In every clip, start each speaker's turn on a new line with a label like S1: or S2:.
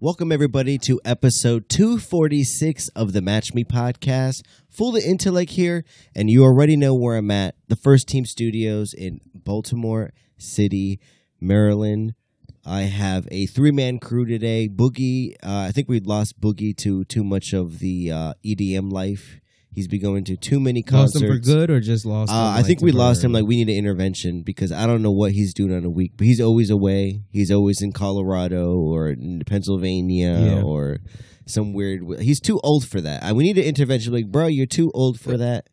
S1: Welcome, everybody, to episode 246 of the Match Me podcast. Full the intellect here, and you already know where I'm at the first team studios in Baltimore City, Maryland. I have a three man crew today. Boogie, uh, I think we lost Boogie to too much of the uh, EDM life. He's been going to too many
S2: Lost
S1: concerts.
S2: him for good or just lost? him,
S1: Uh, I
S2: like,
S1: think we lost him.
S2: temporarily?
S1: Like we need an intervention because I don't know what he's doing on a week. But he's always away. He's always in Colorado or in Pennsylvania
S2: Yeah.
S1: or some weird. He's too old for that. I, we need an intervention. Like, bro, you're too old for that.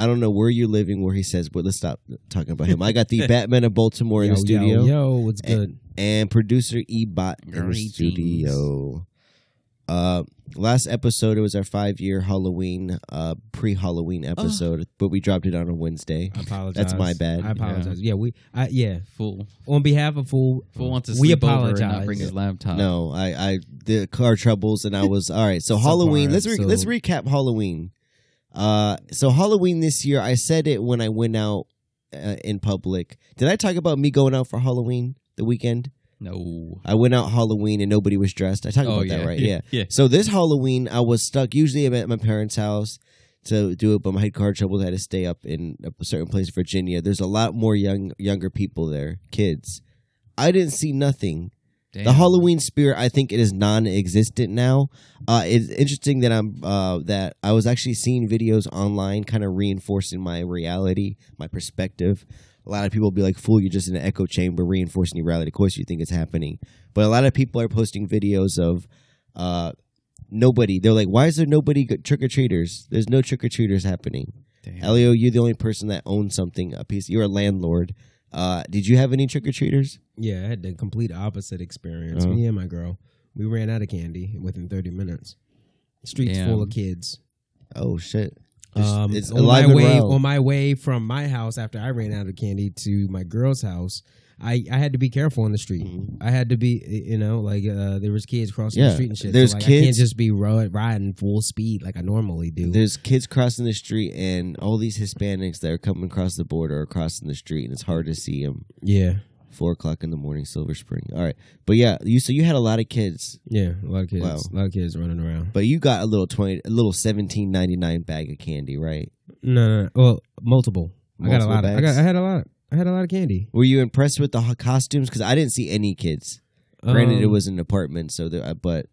S1: I don't know where you're living. Where he says, but let's stop talking about him. I got the Batman of Baltimore in the
S2: Yo,
S1: studio
S2: Yo, yo, what's
S1: And-
S2: good?
S1: and producer Ebot in the
S3: Greetings.
S1: studio. Uh, last episode it was our five year Halloween, uh, pre Halloween episode, but we dropped it on a Wednesday.
S2: I apologize.
S1: that's my bad.
S2: I apologize. Yeah, we. I, yeah,
S3: Fool.
S2: on behalf of Fool,
S3: Fool wants to
S2: Mm. We
S3: sleep over and
S2: apologize.
S3: not bring his laptop.
S1: No, I, I the car troubles, and I was all right. So
S2: Subpar
S1: Halloween, let's re- let's
S2: episode.
S1: recap Halloween. Uh, so Halloween this year, I said it when I went out uh, in public. Did I talk about me going out for Halloween the weekend?
S3: No.
S1: I went out Halloween and nobody was dressed. I talked
S3: Oh,
S1: about
S3: yeah.
S1: that, right?
S3: Yeah. Yeah.
S1: So this Halloween, I was stuck. Usually, I'm at my parents' house to do it, but my head car trouble I had to stay up in a certain place, in Virginia. There's a lot more young younger people there, kids. I didn't see nothing.
S3: Damn.
S1: The Halloween spirit, I think, it is non-existent now. Uh, it's interesting that I'm uh, that I was actually seeing videos online, kind of reinforcing my reality, my perspective. A lot of people be like, "Fool, you're just in an echo chamber, reinforcing your reality." Of course, you think it's happening, but a lot of people are posting videos of uh, nobody. They're like, "Why is there nobody trick or treaters? There's no trick or treaters happening."
S3: Damn.
S1: Elio, you're the only person that owns something. A piece. You're a landlord. Uh, did you have any trick or treaters?
S2: yeah, I had the complete opposite experience.
S1: Uh-huh.
S2: Me and my girl, we ran out of candy within thirty minutes. Streets
S3: Damn.
S2: full of kids.
S1: Oh shit.
S2: Um, on my
S1: alive and
S2: way
S1: well.
S2: on my way from my house after I ran out of candy to my girl's house, I, I had to be careful on the street.
S1: Mhm.
S2: I had to be, you know, like uh, there was kids crossing
S1: Yeah,
S2: the street and shit.
S1: there's
S2: so, like, I can't
S1: kids-
S2: just be ro- riding full speed like I normally do.
S1: There's kids crossing the street, and all these Hispanics that are coming across the border are crossing the street, and it's hard to see them.
S2: yeah,
S1: Four o'clock in the morning, Silver Spring. All right, but yeah, you so you had a lot of kids,
S2: yeah, a lot of kids,
S1: Wow.
S2: a lot of kids running around.
S1: but you got a little twenty, a little seventeen ninety nine bag of candy, right?
S2: No, no, no. well, multiple. I got
S1: Multiple
S2: a lot. Of, I got.
S1: bags?
S2: I had a lot. I had a lot of candy.
S1: Were you impressed with the ho- costumes? Because I didn't see any kids. Granted, it
S2: Um,
S1: was an apartment, so there, but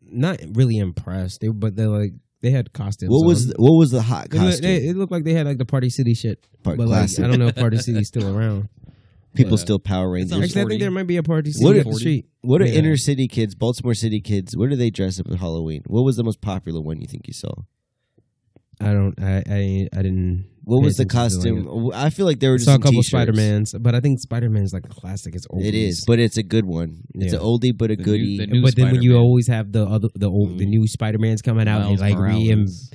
S2: not really impressed. They, but they like they had costumes.
S1: what
S2: on.
S1: was the, what was the hot
S2: It looked,
S1: costume?
S2: they, it looked like they had like the Party City shit,
S1: Part
S2: but like,
S1: classic.
S2: I don't know if Party City's still around.
S1: People
S3: Yeah.
S1: still Power Rangers.
S3: Sounds
S2: Actually, I
S3: 40.
S2: think there might be a Party City
S1: What
S2: up
S1: if-
S2: the street.
S1: What are
S2: Yeah.
S1: inner city kids, Baltimore city kids? What do they dress up at Halloween? What was the most popular one you think you saw?
S2: I don't. I. I, I didn't.
S1: What
S2: pay
S1: was the
S2: attention to it.
S1: costume? I feel like they were
S2: I
S1: just
S2: saw a
S1: in
S2: couple
S1: t-shirts.
S2: Spider Mans, but I think Spider Man's like a classic. It's old.
S1: It is, but it's a good one. It's
S2: Yeah.
S1: an oldie but a
S3: The new-
S1: goodie.
S3: the new
S2: But then when you
S3: Spider-Man.
S2: always have the other the old
S1: Mm-hmm.
S2: the new Spider Man's coming out, and
S3: Miles
S2: like rein,
S3: Morales.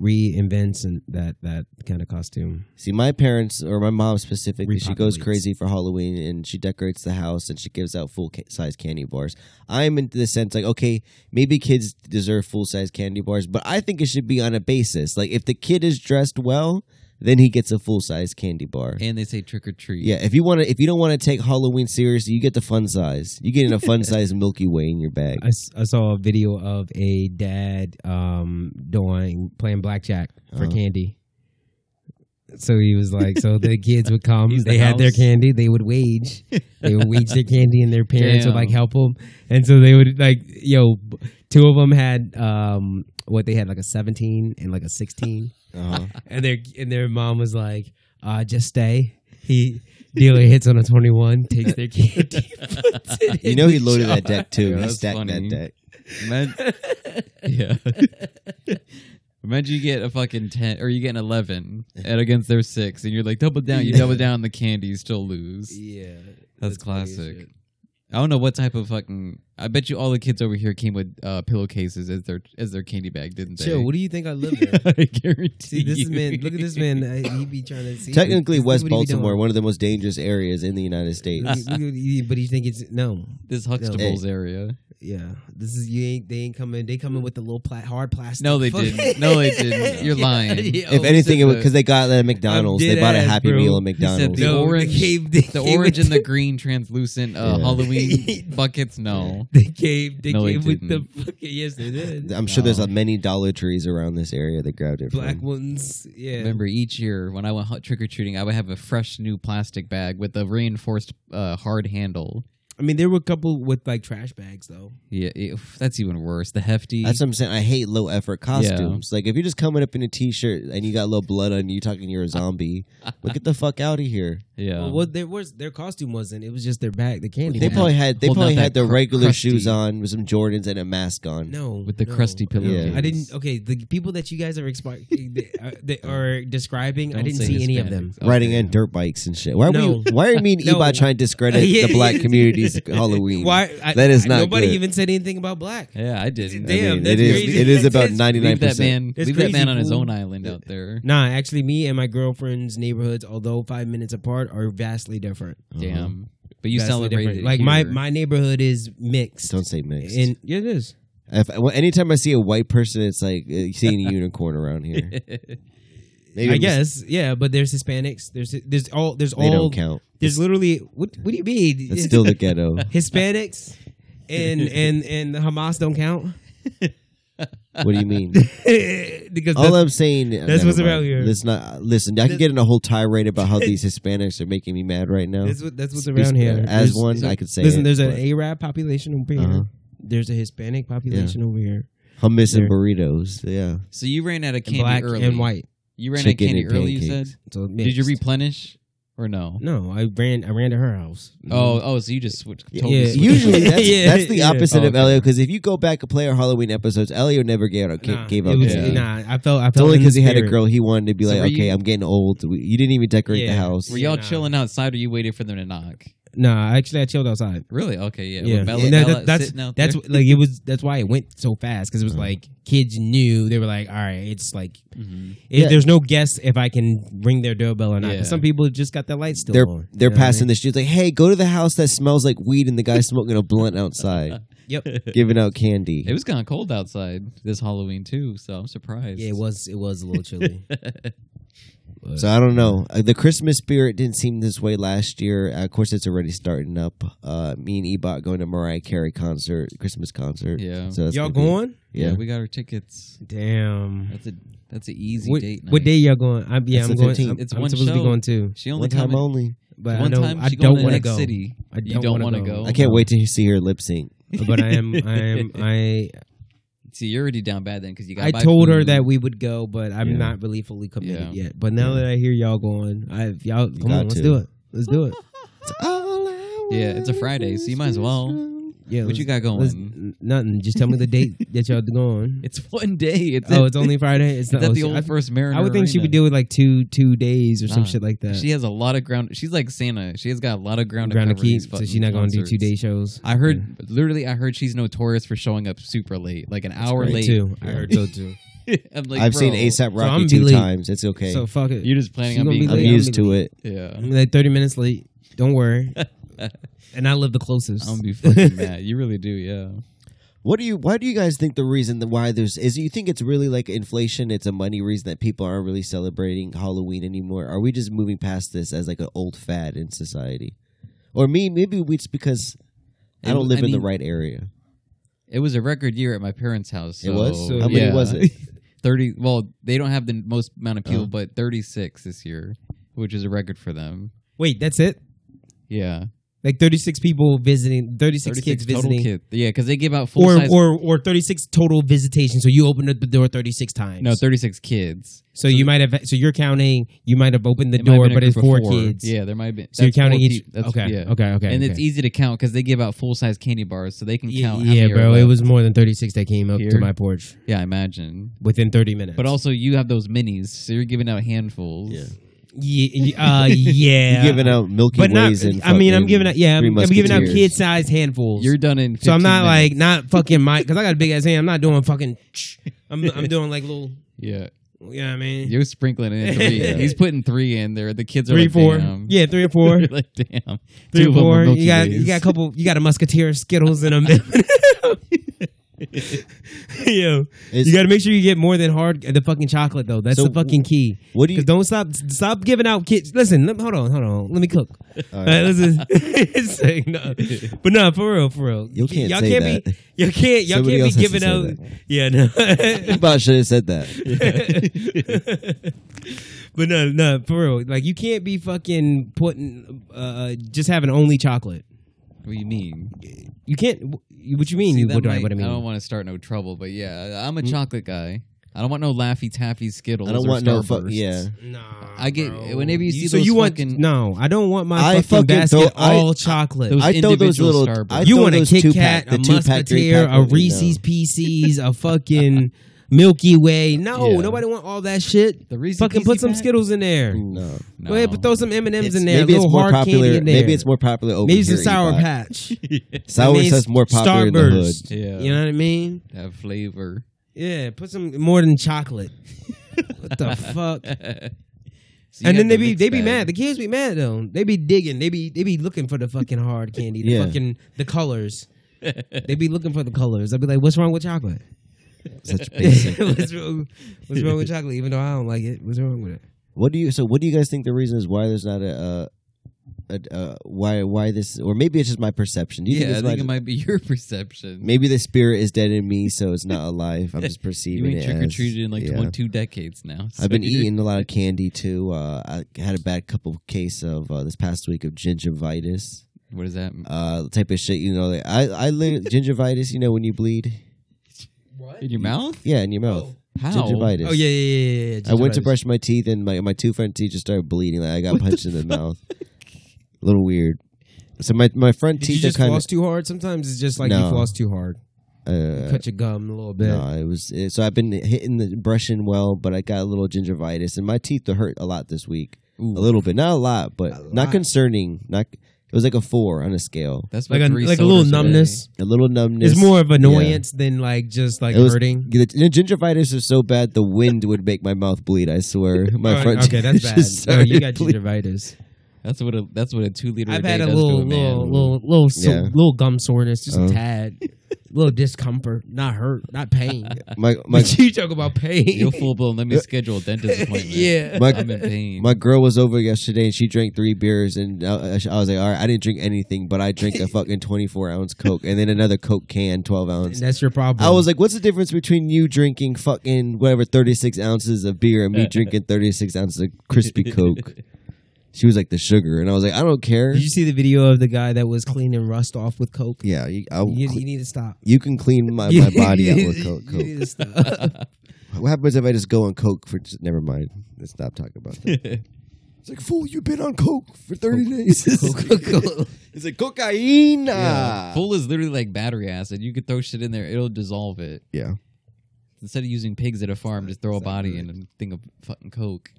S2: reinvents and that that kind of costume.
S1: See, my parents or my mom specifically, she goes
S2: Repopulates.
S1: crazy for Halloween and she decorates the house and she gives out full ca- size candy bars. I'm in the sense like, okay, maybe kids deserve full size candy bars, but I think it should be on a basis. Like, if the kid is dressed well, then he gets a full size candy bar.
S3: And they say trick or treat.
S1: Yeah, if you want to, if you don't want to take Halloween seriously, you get the fun size. You get in a fun size Milky Way in your bag.
S2: I, s- I saw a video of a dad um doing playing blackjack for
S1: Uh-huh.
S2: candy. So he was like, so the kids would come,
S3: He's the
S2: they had their
S3: house.
S2: candy, they would wage, they would wage their candy, and their parents would like
S3: Damn.
S2: help them, and so they would like, yo, b- two of them had um what they had like a seventeen and like a sixteen,
S1: Uh-huh.
S2: and their and their mom was like, uh, just stay. He dealer hits on a twenty one, takes their candy, puts it
S1: You
S2: in
S1: know he
S2: the
S1: loaded that
S2: jar.
S1: deck too.
S3: Yeah,
S1: he
S3: that's
S1: stacked that
S3: funny.
S1: deck.
S3: Imagine, yeah. Imagine you get a fucking 10 or you get an 11 and against their 6 and you're like double down. You double down on the candy, you still lose.
S2: Yeah,
S3: That's
S2: funny as
S3: classic.
S2: shit.
S3: I don't know what type of fucking. I bet you all the kids over here came with uh, pillowcases as their as their candy bag, didn't they?
S2: Chill. What do you think I live in?
S3: I guarantee.
S2: See this
S3: you.
S2: man. Look at this man. Uh, he be trying to see.
S1: Technically,
S2: Look
S1: West
S2: what he be doing.
S1: Baltimore, one of the most dangerous areas in the United States.
S2: Look at- look at- But you think it's no.
S3: This Huxtable's area.
S2: yeah, this is you ain't they ain't coming. They coming with the little pla- hard plastic.
S3: No, they
S2: Fuck.
S3: didn't. No, they didn't. You're lying.
S1: if
S2: oh,
S1: anything, it
S3: said
S1: was
S3: the-
S1: because they got it at McDonald's. They
S2: dead
S1: bought a
S2: ass,
S1: Happy
S2: bro.
S1: Meal at
S3: He said
S1: McDonald's.
S3: the
S2: No, they
S3: orange,
S2: gave- they
S3: the
S2: gave
S3: orange
S2: it
S3: and the
S2: to-
S3: green translucent uh,
S1: Yeah.
S3: Halloween buckets. No,
S2: They came. They
S3: No, they
S2: came with the fucking yes. They did.
S1: I'm sure there's
S3: No.
S1: a many Dollar Trees around this area that grabbed it.
S2: Oh. black
S1: from.
S2: ones. Yeah.
S3: remember each year when I went trick or treating, I would have a fresh new plastic bag with a reinforced uh, hard handle.
S2: I mean, there were a couple with like trash bags though.
S3: Yeah, it- that's even worse. The hefty.
S1: That's what I'm saying. I hate low effort costumes. Like if you're just coming up in a t-shirt and you got a little blood on you, talking you're a zombie. Well, get the fuck out of here.
S3: yeah.
S2: Well, well, there was their costume wasn't. It was just their bag, the candy.
S1: Um, They
S2: bag.
S1: probably had they
S3: Holding
S1: probably
S3: out
S1: had
S3: that
S1: their
S3: cr-
S1: regular
S3: crusty-
S1: shoes on with some Jordans and a mask on.
S2: no
S3: With the
S2: no.
S3: crusty pillowcase.
S1: Yeah.
S2: I didn't. oh, Okay, the people that you guys are expi- they, are, they are describing, I
S3: Don't
S2: didn't
S3: say
S2: see any of
S3: Hispanics.
S2: them.
S3: Okay.
S1: Riding on dirt bikes and shit. Why are
S2: No.
S1: we? Why are me and
S2: No.
S1: Eba trying to discredit
S2: Yeah.
S1: the black community's Halloween?
S2: Why? I,
S1: That is
S2: I-
S1: not
S2: Nobody
S1: good.
S2: even said anything about black.
S3: Yeah, I didn't.
S1: I
S2: Damn,
S1: mean, it
S2: that's
S1: is.
S2: crazy.
S1: It is
S2: That's-
S1: about ninety nine
S3: Leave that
S1: percent.
S3: man.
S2: That's
S3: leave that man
S2: crazy,
S3: on his
S2: fool.
S3: own island out there.
S2: Nah, actually, me and my girlfriend's neighborhoods, although five minutes apart, are vastly different.
S1: Uh-huh.
S3: Damn. But you
S2: Vastly
S3: celebrated
S2: different.
S3: it
S2: like my
S3: here.
S2: my neighborhood is mixed.
S1: Don't say mixed.
S2: and yeah, it is.
S1: If well, anytime I see a white person, it's like uh, seeing a unicorn around here. Maybe
S2: I
S1: I'm just-
S2: guess yeah, but there's Hispanics. There's there's all there's
S1: they
S2: all
S1: don't count.
S2: there's literally what what do you mean?
S1: It's still the ghetto.
S2: Hispanics and and and the Hamas don't count
S1: What do you mean?
S2: because
S1: All
S2: that's-
S1: I'm saying.
S2: that's
S1: never
S2: what's
S1: mind.
S2: around here.
S1: Let's not listen. I can
S2: This-
S1: get in a whole tirade about how these Hispanics are making me mad right now.
S2: that's what that's what's
S1: Speak-
S2: around here.
S1: As
S2: There's-
S1: one,
S2: there's a-
S1: I could say.
S2: Listen,
S1: it,
S2: there's an
S1: but
S2: Arab population over here.
S1: Uh-huh.
S2: There's a Hispanic population over here.
S1: hummus
S2: there.
S1: and burritos. Yeah,
S3: so you ran out of
S2: And
S3: candy
S2: black
S3: early.
S2: and white.
S3: You ran out of
S1: Chicken
S3: candy
S1: and
S3: early. You said.
S1: pancakes.
S2: So
S3: Did you
S2: mixed.
S3: replenish or no?
S2: No, I ran. I ran to her house.
S3: Oh, oh, so you just switched.
S1: Yeah.
S3: Totally
S2: Mm-hmm. Yeah.
S3: switched.
S1: usually that's,
S2: Yeah,
S1: that's the
S2: yeah.
S1: opposite
S3: Oh,
S1: of Elio because if you go back and play our Halloween episodes, Elio never gave, out,
S2: Mm-hmm. Nah,
S1: gave
S2: it
S1: up.
S2: was-
S1: candy.
S2: Nah, I felt. I felt
S1: It's only
S2: in the
S1: because he had a
S2: spirit.
S1: girl. He wanted to be
S3: So
S1: like,
S3: were you-
S1: okay, I'm getting old. We, you didn't even decorate
S2: Yeah.
S1: the house.
S3: Were y'all
S2: Nah.
S3: chilling outside, or you waited for them to knock?
S2: Nah, actually, I chilled outside.
S3: Really? Okay, yeah.
S2: Yeah,
S3: Well, Bella,
S2: And that-
S3: Bella
S2: that's
S3: sitting out
S2: that's
S3: there.
S2: what- like it was. That's why it went so fast because it was
S1: Mhm.
S2: like kids knew they were like, all right, it's like
S3: Mhm.
S2: it-
S1: Yeah.
S2: there's no guess if I can ring their doorbell or not. 'cause
S3: Yeah.
S2: Some people just got their lights still
S1: they're
S2: on.
S1: they're
S2: you know what I
S1: passing the streets like, hey, go to the house that smells like weed and the guy smoking a blunt outside,
S2: mean? Yep.
S1: giving out candy.
S3: It was kind of cold outside this Halloween too, so I'm surprised.
S2: Yeah, it was. It was a little chilly. But-
S1: So I don't know. Uh, The Christmas spirit didn't seem this way last year. Uh, of course, it's already starting up. Uh, me and Ebot going to Mariah Carey concert, Christmas concert.
S3: Yeah.
S1: So that's
S2: y'all
S1: gonna be-
S2: going?
S3: yeah,
S1: yeah.
S3: we got our tickets.
S2: Damn.
S3: That's a that's an easy
S2: What,
S3: date night.
S2: what day y'all going? I'm, yeah,
S1: It's
S2: I'm
S1: the
S2: going.
S1: 15th.
S2: I'm,
S3: It's
S2: I'm
S3: one
S2: supposed to be
S3: show.
S2: going too,
S3: She only
S1: One time
S3: coming-
S1: only.
S2: but
S3: One
S2: I don't.
S3: time
S2: I
S3: she going
S2: don't
S3: to
S2: want to
S3: next
S2: go.
S3: city.
S2: I
S3: You
S2: don't,
S3: don't
S2: want to
S3: wanna
S2: go.
S3: go.
S1: I can't wait to see her lip sync.
S2: but I am. I am. I.
S3: See, you're already down bad then because you got.
S2: I told her that we would go, but I'm
S1: Yeah.
S2: not really fully committed
S3: Yeah.
S2: yet. But now
S1: Yeah.
S2: that I hear y'all going, I y'all
S1: You
S2: come
S1: got
S2: on, let's
S1: to.
S2: do it. Let's do it.
S3: Yeah, it's a Friday, so you might as well.
S2: Yeah,
S3: What
S2: let's-
S3: you got
S2: let's-
S3: going?
S2: n- Nothing. Just tell me the date that y'all going.
S3: It's one day. It's
S2: oh,
S3: at-
S2: it's only Friday. It's
S3: it's
S2: not.
S3: at
S2: oh,
S3: the
S2: shit.
S3: old
S2: I,
S3: First Mariner.
S2: I would think she would
S3: Arena.
S2: do it like two two days or some
S3: Nah,
S2: shit like that.
S3: She has a lot of ground. She's like Santa. She has got a lot of ground.
S2: ground to
S3: to cover in
S2: keep,
S3: these
S2: so
S3: fucking
S2: she's not going to do
S3: concerts.
S2: two day shows.
S3: I heard literally. I heard she's notorious for showing up super late, like an hour
S1: great,
S3: late.
S2: too. I
S1: Yeah.
S2: heard so too.
S3: I'm like,
S1: I've
S3: bro,
S1: seen ASAP
S2: I'm
S1: Rocky
S2: gonna be
S1: two
S2: late.
S1: times. It's okay.
S2: So fuck it.
S3: You're just planning
S2: She
S3: on
S2: gonna
S3: being
S2: be
S1: I'm
S2: late.
S3: late.
S1: used to it.
S3: Yeah,
S2: I'm like thirty minutes late. Don't worry. and I live the closest.
S3: I'm gonna be fucking mad. You really do, yeah.
S1: What do you? Why do you guys think the reason that why there's is? You think it's really like inflation? It's a money reason that people aren't really celebrating Halloween anymore. Are we just moving past this as like an old fad in society? Or me? Maybe it's because I
S3: It-
S1: don't live
S3: I
S1: in the
S3: mean,
S1: right area.
S3: It was a record year at my parents' house.
S1: it was.
S3: so-
S2: so-
S1: How many
S3: yeah.
S1: was it?
S3: Thirty. Well, they don't have the most amount of people,
S1: Oh.
S3: but thirty-six this year, which is a record for them.
S2: Wait, that's it.
S3: Yeah,
S2: Like 36 people visiting, 36, kids
S3: total
S2: visiting.
S3: kid- Yeah, because they give out full
S2: Or,
S3: size.
S2: or or 36 total visitations. So you opened up the door 36 times.
S3: no, thirty-six kids.
S2: so you might have, so you're counting, you might have opened the
S3: It might have
S2: door,
S3: been a
S2: but it's
S3: group
S2: four,
S3: of
S2: kids.
S3: Yeah, there might have been.
S2: So you're
S3: that's four
S2: counting each.
S3: peop- that's-
S2: okay,
S3: yeah.
S2: okay, okay.
S3: and
S2: okay.
S3: it's easy to count because they give out full size candy bars, so they can
S2: Yeah,
S3: count. how many are
S2: bro. It
S3: left.
S2: was more than 36 that came up to
S3: Here.
S2: my porch
S3: Yeah, I imagine.
S2: within 30 minutes.
S3: But also, you have those minis, so you're giving out handfuls.
S1: Yeah.
S2: yeah, uh, yeah.
S1: You're giving out Milky
S2: but not,
S1: Ways and
S2: I mean, I'm
S1: fucking
S2: giving out, yeah,
S1: Three
S2: I'm, I'm giving out
S1: Musketeers.
S2: kid sized handfuls.
S3: You're done in.
S2: so I'm
S3: 15
S2: not like,
S3: minutes.
S2: not fucking my, because I got a big ass hand. I'm not doing fucking, I'm, I'm doing like little,
S3: Yeah.
S2: You know what I mean?
S3: You're sprinkling in three. He's putting three in there. The kids are
S2: three,
S3: like,
S2: four.
S3: Damn.
S2: Yeah, three or four.
S3: They're like damn.
S2: three or
S3: Two of them are
S2: four.
S3: Milky
S2: You got
S3: Ways.
S2: you got a couple. You got a musketeer Skittles in them. Yo,
S1: It's-
S2: you got to make sure you get more than hard the fucking chocolate though. That's
S1: So
S2: the fucking key.
S1: what do you-
S2: Because don't stop stop giving out kids. Listen, let, hold on, hold on. Let me cook.
S1: All
S2: Uh,
S1: right.
S2: this is- it's like, no. But no, for real, for real.
S1: You can't
S2: all
S1: say
S2: can't
S1: that.
S2: be. You can't. Y'all
S1: Somebody
S2: can't
S1: else
S2: be
S1: has to
S2: giving
S1: say
S2: out.
S1: that.
S2: Yeah, no.
S1: You probably should have said that.
S2: but no, no, for real. Like you can't be fucking putting uh just having only chocolate.
S3: What do you mean?
S2: You can't. wh- What you mean?
S3: See,
S2: you
S3: that
S2: what, do I,
S3: might-
S2: what I mean?
S1: Oh
S2: Mm.
S3: don't want to start no trouble, but yeah, I'm a chocolate guy. I don't want no Laffy Taffy Skittles.
S1: I don't
S3: or
S1: want no fuck.
S3: Starbursts.
S1: Yeah,
S2: nah,
S3: I get-
S2: bro.
S3: whenever you see
S2: so
S3: those
S2: you want
S3: fucking-
S2: no. I don't want my
S1: I
S2: fucking,
S1: fucking
S2: basket
S1: don't- I-
S2: all chocolate.
S3: Those
S1: I throw those
S3: individual
S1: little.
S3: Starbursts.
S1: I
S2: you
S1: throw
S2: want a
S1: those
S2: Kit
S1: two
S2: Kat,
S1: pack, the
S2: a
S1: two pack, three
S2: Musketeer,
S1: pack
S2: a
S1: ones, no.
S2: Reese's Pieces, a fucking Milky Way. No,
S3: Yeah.
S2: nobody want all that shit.
S3: The Reese's
S2: fucking put
S3: Pieces
S2: some
S3: pack?
S2: Skittles in there.
S1: Mm, No,
S3: No.
S2: Go ahead, but throw some M and M's
S1: It's-
S2: in there.
S1: maybe
S2: a
S1: it's
S2: little
S1: more
S2: hard
S1: popular.
S2: candy in there.
S1: Maybe it's more popular over
S2: maybe some
S1: here,
S2: sour
S1: Eli.
S2: patch.
S1: Sour
S2: Maybe
S1: stuff's more popular in the hood.
S2: Starburst.
S3: Yeah.
S2: You know what I mean?
S3: that flavor.
S2: Yeah, put some more than chocolate. what the fuck?
S3: So you got
S2: and then
S3: the
S2: they be
S3: mixed
S2: they be
S3: bag.
S2: mad. The kids be mad though. They be digging. They be they be looking for the fucking hard candy. The
S1: Yeah.
S2: fucking the colors. they be looking for the colors. I'd be like, what's wrong with chocolate?
S1: Such basic.
S2: what's, wrong, what's wrong with chocolate? Even though I don't like it, what's wrong with it?
S1: What do you? So what do you guys think the reason is why there's not a, uh, a uh, why why this or maybe it's just my perception? Do you
S3: yeah, I
S1: think, it's
S3: think
S1: my-
S3: it might be your perception.
S1: maybe the spirit is dead in me, so it's not alive. I'm just
S3: you
S1: perceiving
S3: ain't
S1: it
S3: trick or
S1: as-
S3: treated in like
S1: yeah.
S3: 22 decades now. so
S1: I've been
S3: you're-
S1: eating a lot of candy too. Uh, I had a bad couple case of uh, this past week of gingivitis,
S3: What does that mean?
S1: uh, the type of shit you know. Like, I I literally, gingivitis, you know when you bleed,
S2: What?
S3: In your mouth?
S1: yeah, in your mouth,
S3: How?
S1: gingivitis.
S2: Oh yeah, yeah, yeah, yeah. yeah.
S1: I went to
S2: Gingivitis.
S1: brush my teeth and my, my two front teeth just started bleeding. Like I got punched in the mouth. A little weird. So my, my front
S2: Did you
S1: teeth
S2: just
S1: are kind
S2: floss too hard? Sometimes it's just like you
S1: No.
S2: floss too hard.
S1: of. Uh,
S2: Cut your gum a little bit.
S1: no, it was it, so I've been hitting the brushing well, but I got a little gingivitis, and my teeth hurt a lot this week.
S3: Ooh.
S1: A little bit, not a lot, but
S2: A lot.
S1: not concerning. Not it was like a four on a scale.
S3: That's
S2: Like
S3: my
S2: a
S3: three
S2: like a little
S3: sodas a day.
S2: numbness.
S1: A little numbness.
S2: It's more of annoyance than like just like
S1: It was-
S2: hurting.
S1: The, the gingivitis was so bad the wind would make my mouth bleed. I swear, my
S2: Oh,
S1: front
S2: okay,
S1: teeth
S2: that's
S1: just
S2: bad. No, you
S1: started
S2: got
S1: bleeding.
S2: gingivitis.
S3: That's what a that's what a two liter. a
S2: I've
S3: day
S2: had a
S3: does to
S2: little,
S3: man.
S2: little, little, little, so-
S1: Yeah.
S2: little gum soreness, just
S1: Oh.
S2: a tad, little discomfort, not hurt, not pain.
S1: My my
S2: But you talk about pain.
S3: You're full blown. Let me schedule a dentist appointment.
S2: yeah.
S1: My-
S3: I'm in pain.
S1: My girl was over yesterday and she drank three beers and I, I was like, all right, I didn't drink anything, but I drank a fucking twenty four ounce Coke and then another Coke can, twelve
S2: And
S1: ounce.
S2: that's your problem.
S1: I was like, what's the difference between you drinking fucking whatever thirty six ounces of beer and me drinking thirty six ounces of crispy Coke? She was like the sugar, and I was like, I don't care.
S2: Did you see the video of the guy that was cleaning rust off with coke?
S1: Yeah, Oh, you, I'll,
S2: You,
S1: cle-
S2: you need to stop.
S1: you can clean my, my body out with
S2: You
S1: Coke. Coke.
S2: need to stop.
S1: What happens if I just go on Coke for? Just, never mind. Let's stop talking about that. It's like, fool, you've been on Coke for thirty days.
S2: Coca-Cola.
S1: It's like cocaine.
S3: yeah. Full is literally like battery acid. You could throw shit in there, it'll dissolve it.
S1: Yeah.
S3: Instead of using pigs at a farm, just throw a body in and thing of fucking coke.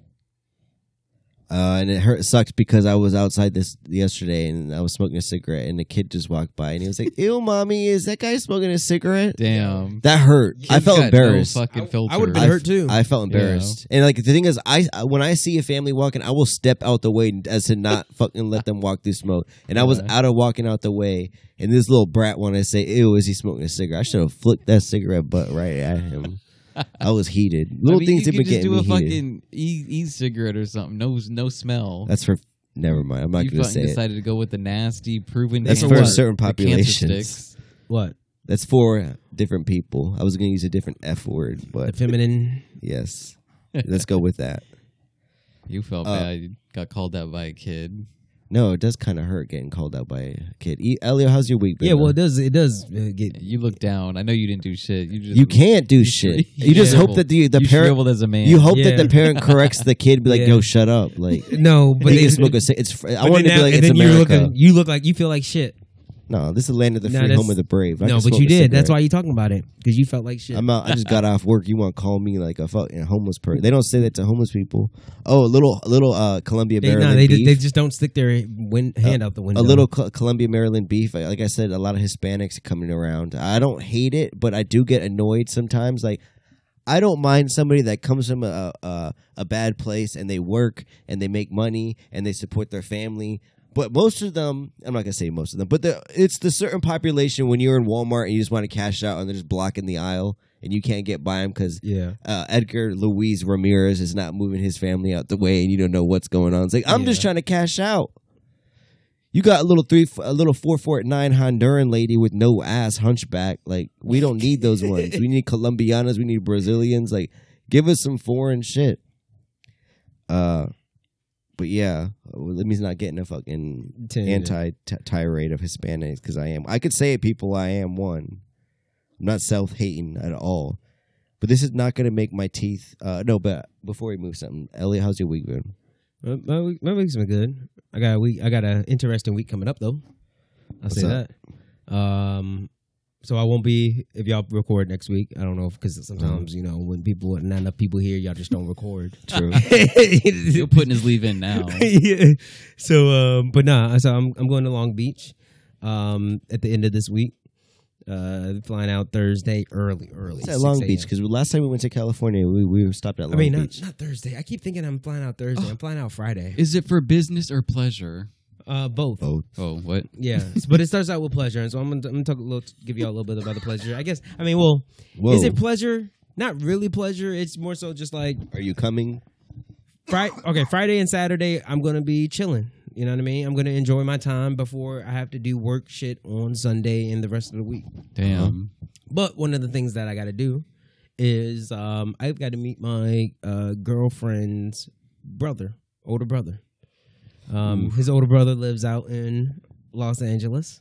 S1: Uh, and it hurt sucked because I was outside this yesterday and I was smoking a cigarette and the kid just walked by and he was like, "Ew, mommy, is that guy smoking a cigarette?"
S3: Damn.
S1: That hurt. I
S3: You've
S1: felt
S3: got
S1: embarrassed.
S3: No
S2: I,
S3: fucking filter.
S2: would have been
S1: I-
S2: hurt too.
S1: I felt embarrassed. And like the thing is, I I- when I see a family walking, I will step out the way as to not fucking let them walk through smoke. And I was
S3: Yeah.
S1: out of walking out the way, and this little brat wanted to say, "Ew, is he smoking a cigarette?" I should have flicked that cigarette butt right at him. I was heated. Little
S3: I mean,
S1: things have
S3: you
S1: been
S3: could just
S1: getting
S3: do
S1: me
S3: a
S1: heated.
S3: fucking e- e-cigarette or something. No, no smell.
S1: That's for never mind. I'm not
S3: you
S1: going to
S3: fucking
S1: say it.
S3: decided to go with the nasty, proven.
S1: That's
S3: cancer-
S2: for
S1: certain
S3: the cancer
S1: populations.
S3: sticks.
S2: what?
S1: That's for different people. I was going to use a different F word,
S2: The
S1: but
S2: feminine.
S1: yes, let's go with that.
S3: You felt
S1: Uh,
S3: bad. You got called out by a kid.
S1: No, it does kind of hurt getting called out by a kid. E- Elio, how's your week been?
S2: Yeah, well,
S1: man?
S2: it does. It does uh, get.
S3: You looked down. I know you didn't do shit. You just
S1: you can't do shit. You just
S3: shriveled.
S1: hope that the the
S3: you
S1: parent
S3: shriveled as a man.
S1: you hope that
S2: Yeah.
S1: the parent corrects the kid. Be like,
S2: Yeah.
S1: yo, shut up. Like,
S2: No, but
S1: but they
S2: they
S1: can smoke a. cig- It's. fr- I
S2: but
S1: want to
S2: then
S1: be
S2: now-
S1: like,
S2: and
S1: it's
S2: then you look,
S1: America.
S2: you look like you feel like shit.
S1: no, this is the land of the
S2: No,
S1: free,
S2: that's-
S1: home of the brave. I
S2: no,
S1: can
S2: but
S1: smoke
S2: you
S1: a
S2: did. That's
S1: cigarette.
S2: why you talking about it because you felt like shit.
S1: I'm out. I just got off work. You want to call me like a fucking homeless person? They don't say that to homeless people. Oh, a little, a little uh, Columbia
S2: they,
S1: Maryland
S2: no, they,
S1: beef.
S2: just, they just don't stick their win, hand out the window.
S1: a little Col- Columbia Maryland beef. I- Like I said, a lot of Hispanics coming around. I don't hate it, but I do get annoyed sometimes. Like I don't mind somebody that comes from a, a a bad place and they work and they make money and they support their family. But most of them, I'm not gonna say most of them, but the, it's the certain population when you're in Walmart and you just want to cash out and they're just blocking the aisle and you can't get by them because
S2: Yeah.
S1: uh, Edgar Luis Ramirez is not moving his family out the way, and you don't know what's going on. It's like I'm just
S2: Yeah.
S1: trying to cash out. You got a little three, a little four foot nine Honduran lady with no ass, hunchback. Like we don't need those ones. We need Colombianas. We need Brazilians. Like give us some foreign shit. Uh, but yeah, let me not get in a fucking anti t- tirade of Hispanics because I am. I could say it, people. I am one. I'm not self hating at all. But this is not going to make my teeth. Uh, no, but before we move something, Elliot, how's your week been?
S2: My, my, week- my week's been good. I got a week. I got an interesting week coming up though. I'll
S1: What's
S2: say that. Um, so I won't be if y'all record next week. I don't know because sometimes you know when people not enough people here, y'all just don't record.
S1: Mm. True.
S3: You're putting his leave in now.
S2: yeah. So, um, but nah. So I'm I'm going to Long Beach, um, at the end of this week. Uh, flying out Thursday early, early.
S1: It's at Long
S2: 6 a.m.
S1: Beach because last time we went to California, we, we stopped at Long
S2: I mean, not,
S1: Beach.
S2: not Thursday. I keep thinking I'm flying out Thursday. I'm flying out Friday.
S3: Is it for business or pleasure?
S2: Uh, both.
S1: Both.
S3: Oh, what?
S2: Yeah, but it starts out with pleasure, and so I'm gonna, I'm gonna talk a little, give y'all a little bit about the pleasure. I guess. I mean, well,
S1: Whoa.
S2: is it pleasure? Not really pleasure. It's more so just like
S1: Are you coming?
S2: Friday. Okay, Friday and Saturday, I'm gonna be chilling. You know what I mean? I'm gonna enjoy my time before I have to do work shit on Sunday and the rest of the week.
S3: Damn.
S2: Uh-huh. But one of the things that I got to do is um, I've got to meet my uh, girlfriend's brother, older brother. Um, his older brother lives out in Los Angeles,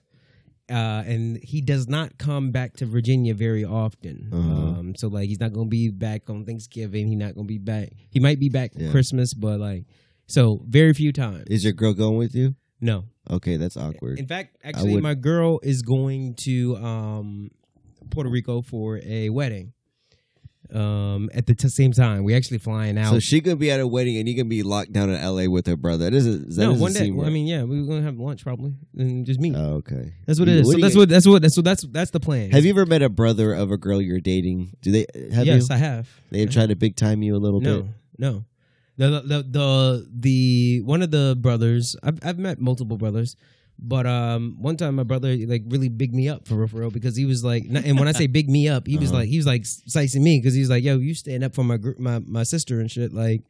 S2: uh, and he does not come back to Virginia very often.
S1: Uh-huh.
S2: Um, so like, he's not gonna be back on Thanksgiving. He's not gonna be back. He might be back
S1: Yeah.
S2: Christmas, but like, so very few times.
S1: Is your girl going with you?
S2: no,
S1: Okay, that's awkward.
S2: in fact, actually,
S1: would-
S2: my girl is going to um, Puerto Rico for a wedding. Um, at the t- same time, we actually flying out.
S1: so she could be at a wedding and you can be locked down in L.A. with her brother. That doesn't. That
S2: no,
S1: doesn't
S2: one day.
S1: seem
S2: well, I
S1: right.
S2: mean, yeah, we are gonna have lunch probably, and just meet.
S1: Oh, okay.
S2: that's what it
S1: you-
S2: is.
S1: what
S2: so
S1: do
S2: that's
S1: you-
S2: what that's what that's so that's that's the plan.
S1: Have you ever met a brother of a girl you're dating? Do they have
S2: yes,
S1: you?
S2: I have.
S1: They've tried to big time you a little
S2: No,
S1: bit.
S2: no. The, the the the the one of the brothers. I've I've met multiple brothers, but um, one time my brother like really big me up for real, for real because he was like, not- and when I say big me up, he was
S1: Uh-huh.
S2: like he was like sizing me because he was like, yo, you stand up for my gr- my my sister and shit, like,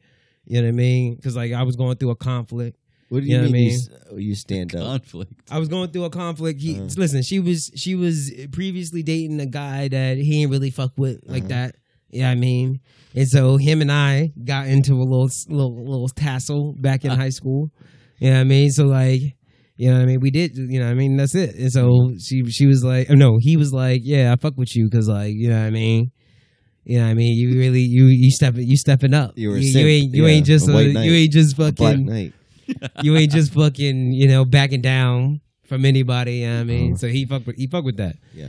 S2: you know what I mean? Because like I was going through a conflict.
S1: What do you
S2: You know what I uh,
S1: mean? You, s- oh, you stand up?
S3: Conflict.
S2: I was going through a conflict. He
S1: Uh-huh.
S2: listen, she was she was previously dating a guy that he ain't really fuck with like
S1: Uh-huh.
S2: that. Yeah, I mean, and so him and I got into a little little little tassel back in high school. You know what I mean? So like, you know what I mean? We did, you know what I mean? That's it. And so she she was like, oh, no, he was like, yeah, I fuck with you because like, you know what I mean? You know what I mean? You really you you stepping you stepping up.
S1: You were a
S2: you,
S1: simp.
S2: ain't you
S1: Yeah,
S2: ain't just
S1: a
S2: a,
S1: white knight.
S2: you ain't just
S1: Black
S2: fucking
S1: Knight.
S2: you ain't just fucking, you know, backing down from anybody. You know what I mean, so he fucked with he fucked with that.
S1: Uh-huh. Yeah.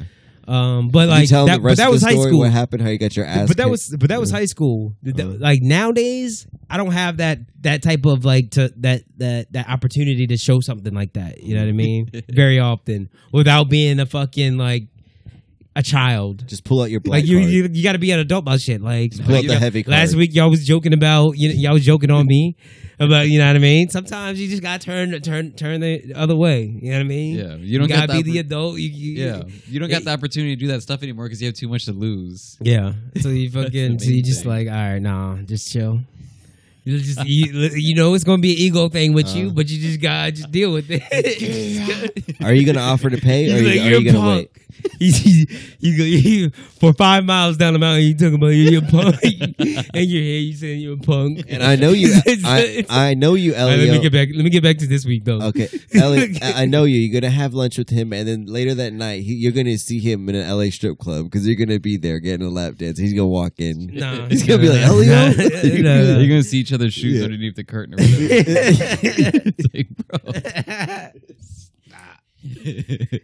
S2: Um, but
S1: Like, you
S2: like
S1: tell 'em
S2: that,
S1: the rest
S2: but that
S1: of
S2: was
S1: the
S2: high
S1: story,
S2: school.
S1: What happened? How you got your ass?
S2: But that
S1: kicked.
S2: was but that was
S1: Yeah.
S2: high school. Th- that-
S1: Uh-huh.
S2: Like nowadays, I don't have that that type of like to that that that opportunity to show something like that. You know what I mean? Very often, without being a fucking like a child.
S1: just pull out your black
S2: Like you,
S1: card.
S2: you, you got to be an adult about shit. Like
S1: pull out
S2: you
S1: the
S2: know,
S1: heavy
S2: Last
S1: card.
S2: week y'all was joking about you. Y'all was joking on me about you know what I mean. Sometimes you just got to turn turn turn the other way. You know what I mean.
S3: Yeah. You
S2: you
S3: don't got
S2: gotta
S3: that.
S2: be the adult. You, you,
S3: yeah. You don't got the opportunity to do that stuff anymore because you have too much to lose.
S2: yeah. So you fucking
S3: the
S2: so you
S3: main
S2: just
S3: thing.
S2: like all right, nah, just chill. You just you, you know it's gonna be an ego thing with you,
S1: Uh.
S2: but you just gotta just deal with it.
S1: are you gonna offer to pay, or are you,
S2: He's like,
S1: are you
S2: you're
S1: gonna wait?
S2: punk. He's, he's, he's, go- he- for five miles down the mountain, you talking about you're, you're punk, and you're here. You saying you're a punk.
S1: And I know you.
S2: It's-
S1: I,
S2: it's-
S1: I know you,
S2: All right, let me get
S1: Elliot.
S2: back. Let me get back to this week though.
S1: Okay, Elliot, I I know you. You're gonna have lunch with him, and then later that night, he, you're gonna see him in an LA strip club because you're gonna be there getting a lap dance. He's gonna walk in.
S2: Nah,
S1: uh, He's gonna be like,
S2: nah,
S1: Elio?
S2: nah, nah, nah.
S3: You're gonna see each other's shoes
S1: Yeah.
S3: underneath the curtain. Or whatever. It's like, bro.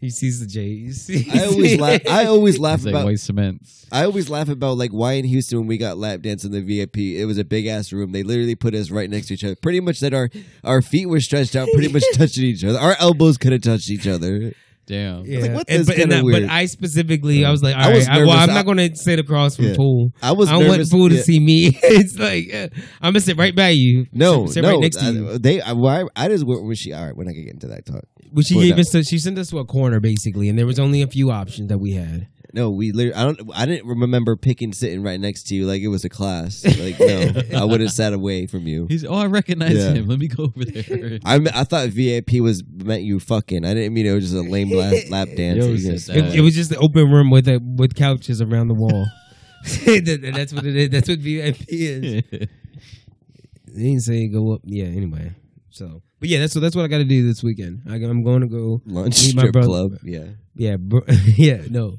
S2: he sees the J's.
S1: I always laugh. I always laugh
S3: It's like
S1: about
S3: white cements.
S1: I always laugh about like why in Houston when we got lap dance in the VIP, it was a big ass room. They literally put us right next to each other. Pretty much that our our feet were stretched out, pretty much touching each other. Our elbows could have touched each other.
S3: Damn.
S2: Yeah.
S1: like, what?
S2: And-
S1: That's
S2: but, and
S1: kinda
S2: that-
S1: weird.
S2: but I specifically, I was like, all
S1: I was
S2: right, I well,
S1: nervous.
S2: I'm
S1: I-
S2: not going to sit across from
S1: Yeah.
S2: Tool.
S1: I was
S2: I want
S1: nervous.
S2: Fool to
S1: yeah.
S2: see me. it's like uh, I'm gonna sit right by you.
S1: No,
S2: sit, sit
S1: no,
S2: right next to
S1: I-
S2: you.
S1: They, I, well, I, I just went when she. All right, we're not gonna get into that talk.
S2: But she
S1: Well,
S2: gave
S1: no.
S2: us, so she sent us to a corner basically, and there was only a few options that we had.
S1: No, we. Literally, I don't. I didn't remember picking sitting right next to you like it was a class. Like no, I would have sat away from you.
S3: He's oh I recognize
S1: Yeah.
S3: him. Let me go over there.
S1: I m- I thought VAP was meant you fucking. I didn't mean it was just a lame lap, lap dance.
S3: Yo
S1: You
S3: said
S1: just-
S3: that.
S2: It, it was just an open room with a, with couches around the wall. That- that's what it is. That's what VIP is. They didn't say go up. Yeah. Anyway. So, but yeah, that's so that's what I got to do this weekend. I, I'm going to go.
S1: lunch
S2: Meet my
S1: strip
S2: brother.
S1: club. Yeah,
S2: Yeah. Bro, yeah. No.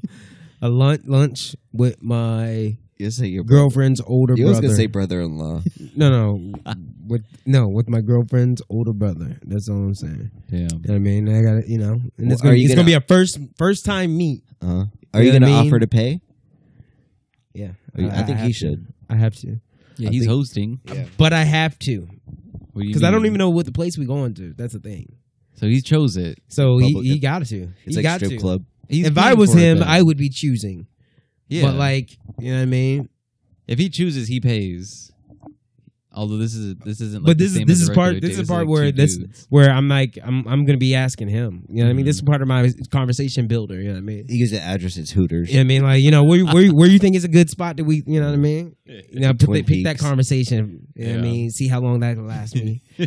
S2: A lunch lunch with my
S1: you say your brother.
S2: girlfriend's older
S1: You was
S2: brother.
S1: gonna say brother-in-law.
S2: No, no, with no, with my girlfriend's older brother. That's all I'm saying.
S3: Damn.
S2: You know what I mean, I got to you know, and it's
S1: Well,
S2: gonna,
S1: are you
S2: it's gonna
S1: gonna-
S2: be a first first time meet.
S1: Uh, are you
S2: You know what
S1: gonna
S2: I mean?
S1: offer to pay?
S2: Yeah,
S1: Are you- I, think
S2: have
S1: he
S2: to.
S1: should.
S2: I have to,
S3: Yeah,
S1: I
S3: he's
S1: think-
S3: hosting.
S2: but I have to
S3: What do you
S2: because I don't
S3: mean?
S2: even know what the place we're going to. That's the thing.
S3: So he chose it.
S2: So he,
S1: Public-
S2: he got to.
S1: It's
S2: he
S1: like
S2: got
S1: strip
S2: to.
S1: club.
S3: He's
S2: If I
S3: paying
S2: was
S3: for it
S2: him,
S3: then.
S2: I would be choosing.
S3: yeah.
S2: But like, you know what I mean.
S3: if he chooses, he pays. Although this is this isn't. Like
S2: but
S3: the
S2: this is
S3: same
S2: this
S3: as
S2: is
S3: a
S2: part
S3: regular
S2: this
S3: date.
S2: is
S3: It's
S2: part
S3: like
S2: where
S3: two
S2: this
S3: dudes.
S2: where I'm like I'm I'm gonna be asking him. You know what I mean. This
S3: Mhm.
S2: is part of my conversation builder. You know what I mean.
S1: He gives the address. It's Hooters.
S2: You know what I mean? Like, you know, where, where, where you think is a good spot that we, you know what I mean? You know, put
S1: Twin
S2: pick that
S1: Peaks.
S2: conversation. You know what I
S3: Yeah.
S2: mean? See how long that can last me.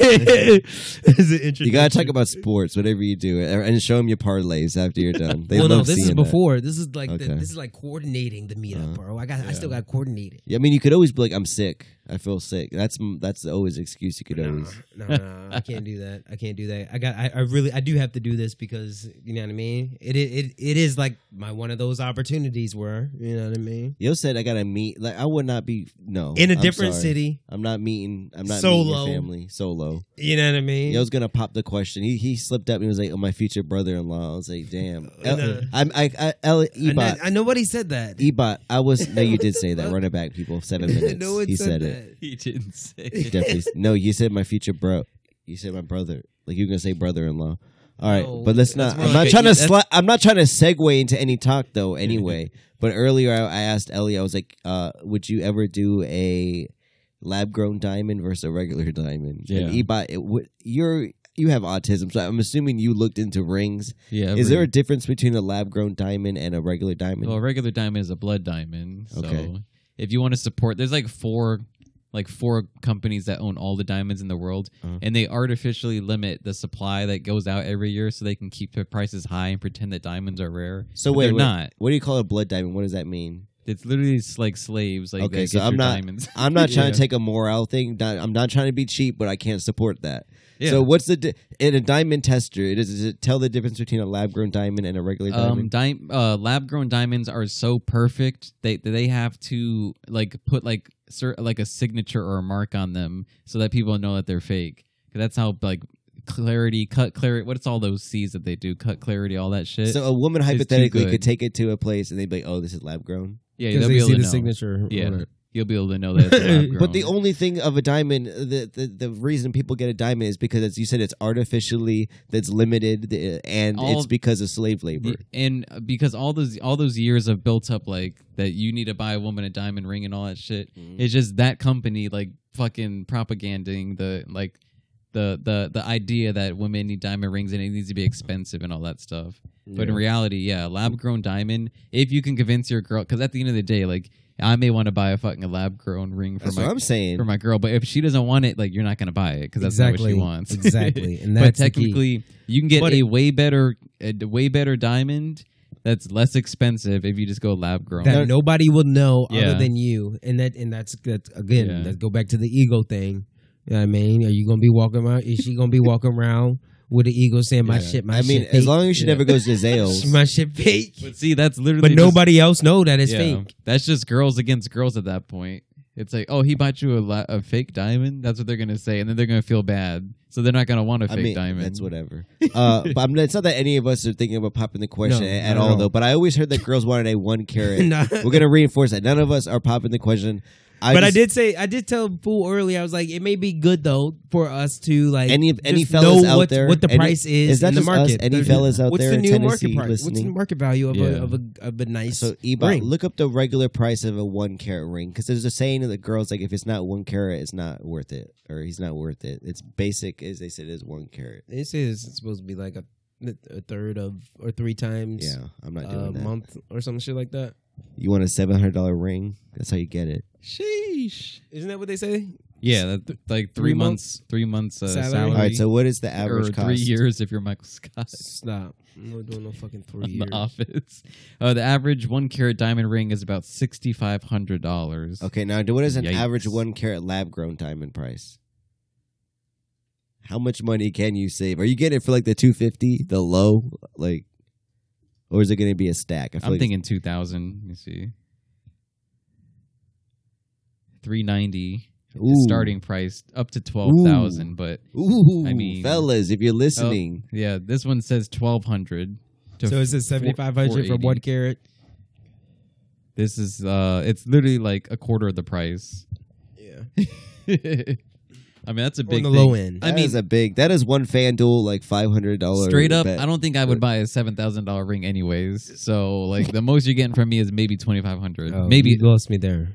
S2: Is it
S1: You
S2: interesting?
S1: gotta talk about sports, whatever you do, and show them your parlays after you're done. They
S2: well,
S1: love
S2: no, this is
S1: seeing that.
S2: before. This is like the,
S1: Okay.
S2: this is like coordinating the meetup,
S1: Uh-huh.
S2: bro. I got I still
S3: Yeah.
S2: got to coordinate it.
S1: Yeah, I mean, you could always be like, "I'm sick. I feel sick." That's that's the always excuse you could
S2: No,
S1: always.
S2: no, no, I can't do that. I can't do that. I got. I, I really. I do have to do this because you know what I mean. It it it, it is like my one of those opportunities where you know what I mean.
S1: Yo said I gotta meet. Like I would not be no
S2: In a
S1: I'm
S2: different
S1: sorry.
S2: city,
S1: I'm not meeting. I'm not
S2: Solo.
S1: meeting your family solo.
S2: you know what I mean.
S1: Yo's gonna pop the question. He he slipped up and was like, "Oh, my future brother-in-law." I was like, "Damn." El,
S2: No.
S1: I'm I, I El,
S2: I know,
S1: Ebot.
S2: I know what he said that.
S1: Ebot. I was no, you did say that. Run it back, people. Seven minutes.
S2: no one
S1: he said, it.
S3: he didn't say.
S1: You Definitely. no, you said my future bro. You said my brother. Like you're gonna say brother-in-law. All right,
S2: No,
S1: but let's
S2: that's
S1: not.
S2: more
S1: I'm
S3: like
S1: not
S3: a-
S1: trying to.
S3: that's-
S1: Sli- I'm not trying to segue into any talk though. Anyway, but earlier I, I asked Ellie. I was like, uh, "Would you ever do a lab-grown diamond versus a regular diamond?" And
S3: Yeah.
S1: Ebot, it would- you're you have autism, so I'm assuming you looked into rings.
S3: Yeah.
S1: Is there a
S3: every-
S1: difference between a lab-grown diamond and a regular diamond?
S3: well, a regular diamond is a blood diamond. So
S1: Okay.
S3: if you want to support, there's like four, like four companies that own all the diamonds in the world,
S1: Uh-huh.
S3: and they artificially limit the supply that goes out every year so they can keep their prices high and pretend that diamonds are rare.
S1: so
S3: But
S1: wait,
S3: they're
S1: wait,
S3: not.
S1: What do you call a blood diamond? What does that mean?
S3: It's literally s- like slaves. Like
S1: Okay,
S3: that
S1: so
S3: get
S1: I'm
S3: your
S1: not-
S3: diamonds.
S1: I'm not trying to
S3: Yeah.
S1: take a morale thing. Not, I'm not trying to be cheap, but I can't support that.
S3: Yeah.
S1: So what's the di- in a diamond tester? It is, does it tell the difference between a lab grown diamond and a regular
S3: um,
S1: diamond?
S3: di- uh, lab grown diamonds are so perfect they that they have to like put like cer- like a signature or a mark on them so that people know that they're fake. 'Cause that's how like clarity, cut clarity. What's all those C's that they do? Cut clarity, all that shit.
S1: so a woman
S3: too
S1: hypothetically
S3: good.
S1: could take it to a place and they'd be like, "Oh, this is lab grown."
S3: yeah,
S2: Because
S3: they'll
S2: they
S3: be able
S2: see
S3: to
S2: the
S3: know.
S2: signature.
S3: Yeah.
S2: on it.
S3: You'll be able to know that. It's lab grown.
S1: But the only thing of a diamond, the, the the reason people get a diamond is because, as you said, it's artificially that's limited, uh, and
S3: All-
S1: it's because of slave labor.
S3: The- and uh, because all those all those years have built up like that you need to buy a woman a diamond ring and all that shit.
S1: Mhm.
S3: It's just that company like fucking propaganding the like the the the idea that women need diamond rings and it needs to be expensive and all that stuff. But in reality, yeah, lab grown diamond. If you can convince your girl, because at the end of the day, like I may want to buy a fucking lab grown ring for
S1: that's
S3: my
S1: what I'm saying.
S3: for my girl, but if she doesn't want it, like you're not gonna buy it because that's not what she wants.
S2: exactly, and
S3: but
S2: that's the key.
S3: technically, you can get
S2: But
S3: a way better a d- way better diamond that's less expensive if you just go lab grown.
S2: that nobody will know
S3: Yeah.
S2: other than you, and that and that's that's again.
S3: Yeah.
S2: Let's go back to the ego thing. You know what I mean, are you gonna be walking around? Is she gonna be walking around with the ego saying my
S3: Yeah.
S2: shit? My
S1: I mean,
S2: shit
S1: as
S2: fake?
S1: long as she
S3: Yeah.
S1: never goes to Zales,
S2: my shit fake,
S3: but see, that's literally
S2: but
S3: just-
S2: nobody else know that it's
S3: yeah,
S2: fake.
S3: That's just girls against girls at that point. It's like, oh, he bought you a, la- a fake diamond. That's what they're gonna say, and then they're gonna feel bad, so they're not gonna want a
S1: I
S3: fake
S1: mean,
S3: diamond.
S1: That's whatever. Uh, but I'm, it's not that any of us are thinking about popping the question
S2: No,
S1: at, at
S2: not at
S1: all,
S2: all.
S1: though. But I always heard that girls wanted a one carat.
S2: Nah.
S1: We're gonna reinforce that. None of us are popping the question.
S2: but I
S1: just-
S2: did say I did tell Fool early. I was like, it may be good though for us to like
S1: Any of any
S2: just
S1: fellas
S2: know
S1: out
S2: what,
S1: there?
S2: what the
S1: any-
S2: price is,
S1: It's not
S2: in the
S1: just us,
S2: market.
S1: any
S2: There's-
S1: fellas out
S2: what's
S1: there
S2: the
S1: in
S2: new market
S1: Tennessee
S2: price? What's the
S1: listening?
S2: market value of,
S3: Yeah.
S2: a, of a of a nice?
S1: So Eba,
S2: ring?
S1: look up the regular price of a one carat ring because there's a saying of the girls like if it's not one carat, it's not worth it, or he's not worth it. It's basic as they said is one carat.
S2: this is supposed to be like a, a third of or three times
S1: Yeah, I'm not
S3: Uh,
S1: doing
S2: a
S1: that.
S2: month or some shit like that.
S1: You want a seven hundred dollar ring? That's how you get it.
S2: Sheesh! Isn't that what they say?
S3: Yeah, that, like three,
S2: three
S3: months, three months uh,
S2: Salary?
S3: salary.
S1: All right. So what is the
S3: or
S1: average
S3: three
S1: cost?
S3: years if you're Michael Scott.
S2: Stop! I'm not doing no fucking three
S3: on
S2: years.
S3: the office. Uh, the average one carat diamond ring is about sixty five hundred dollars.
S1: Okay. Now, do- what is an
S3: Yikes.
S1: average one carat lab grown diamond price? How much money can you save? Are you getting it for like the two fifty, the low, like, or is it going to be a stack? I feel
S3: I'm
S1: like-
S3: thinking two thousand. You see, three ninety
S1: Ooh.
S3: starting price up to twelve thousand. But
S1: Ooh,
S3: I mean-
S1: fellas, if you're listening,
S3: yeah, this one says twelve hundred.
S2: So is it seventy five hundred for one carat?
S3: This is uh, it's literally like a quarter of the price.
S2: Yeah,
S3: I mean, that's a
S2: on
S3: big
S2: the
S3: thing.
S2: low end.
S3: I
S1: That is
S3: mean,
S1: a big. That is one FanDuel like five hundred dollars.
S3: straight up, I don't think I would buy a seven thousand dollar ring anyways. So like the most you're getting from me is maybe twenty five hundred.
S2: Oh,
S3: maybe
S2: you lost me there.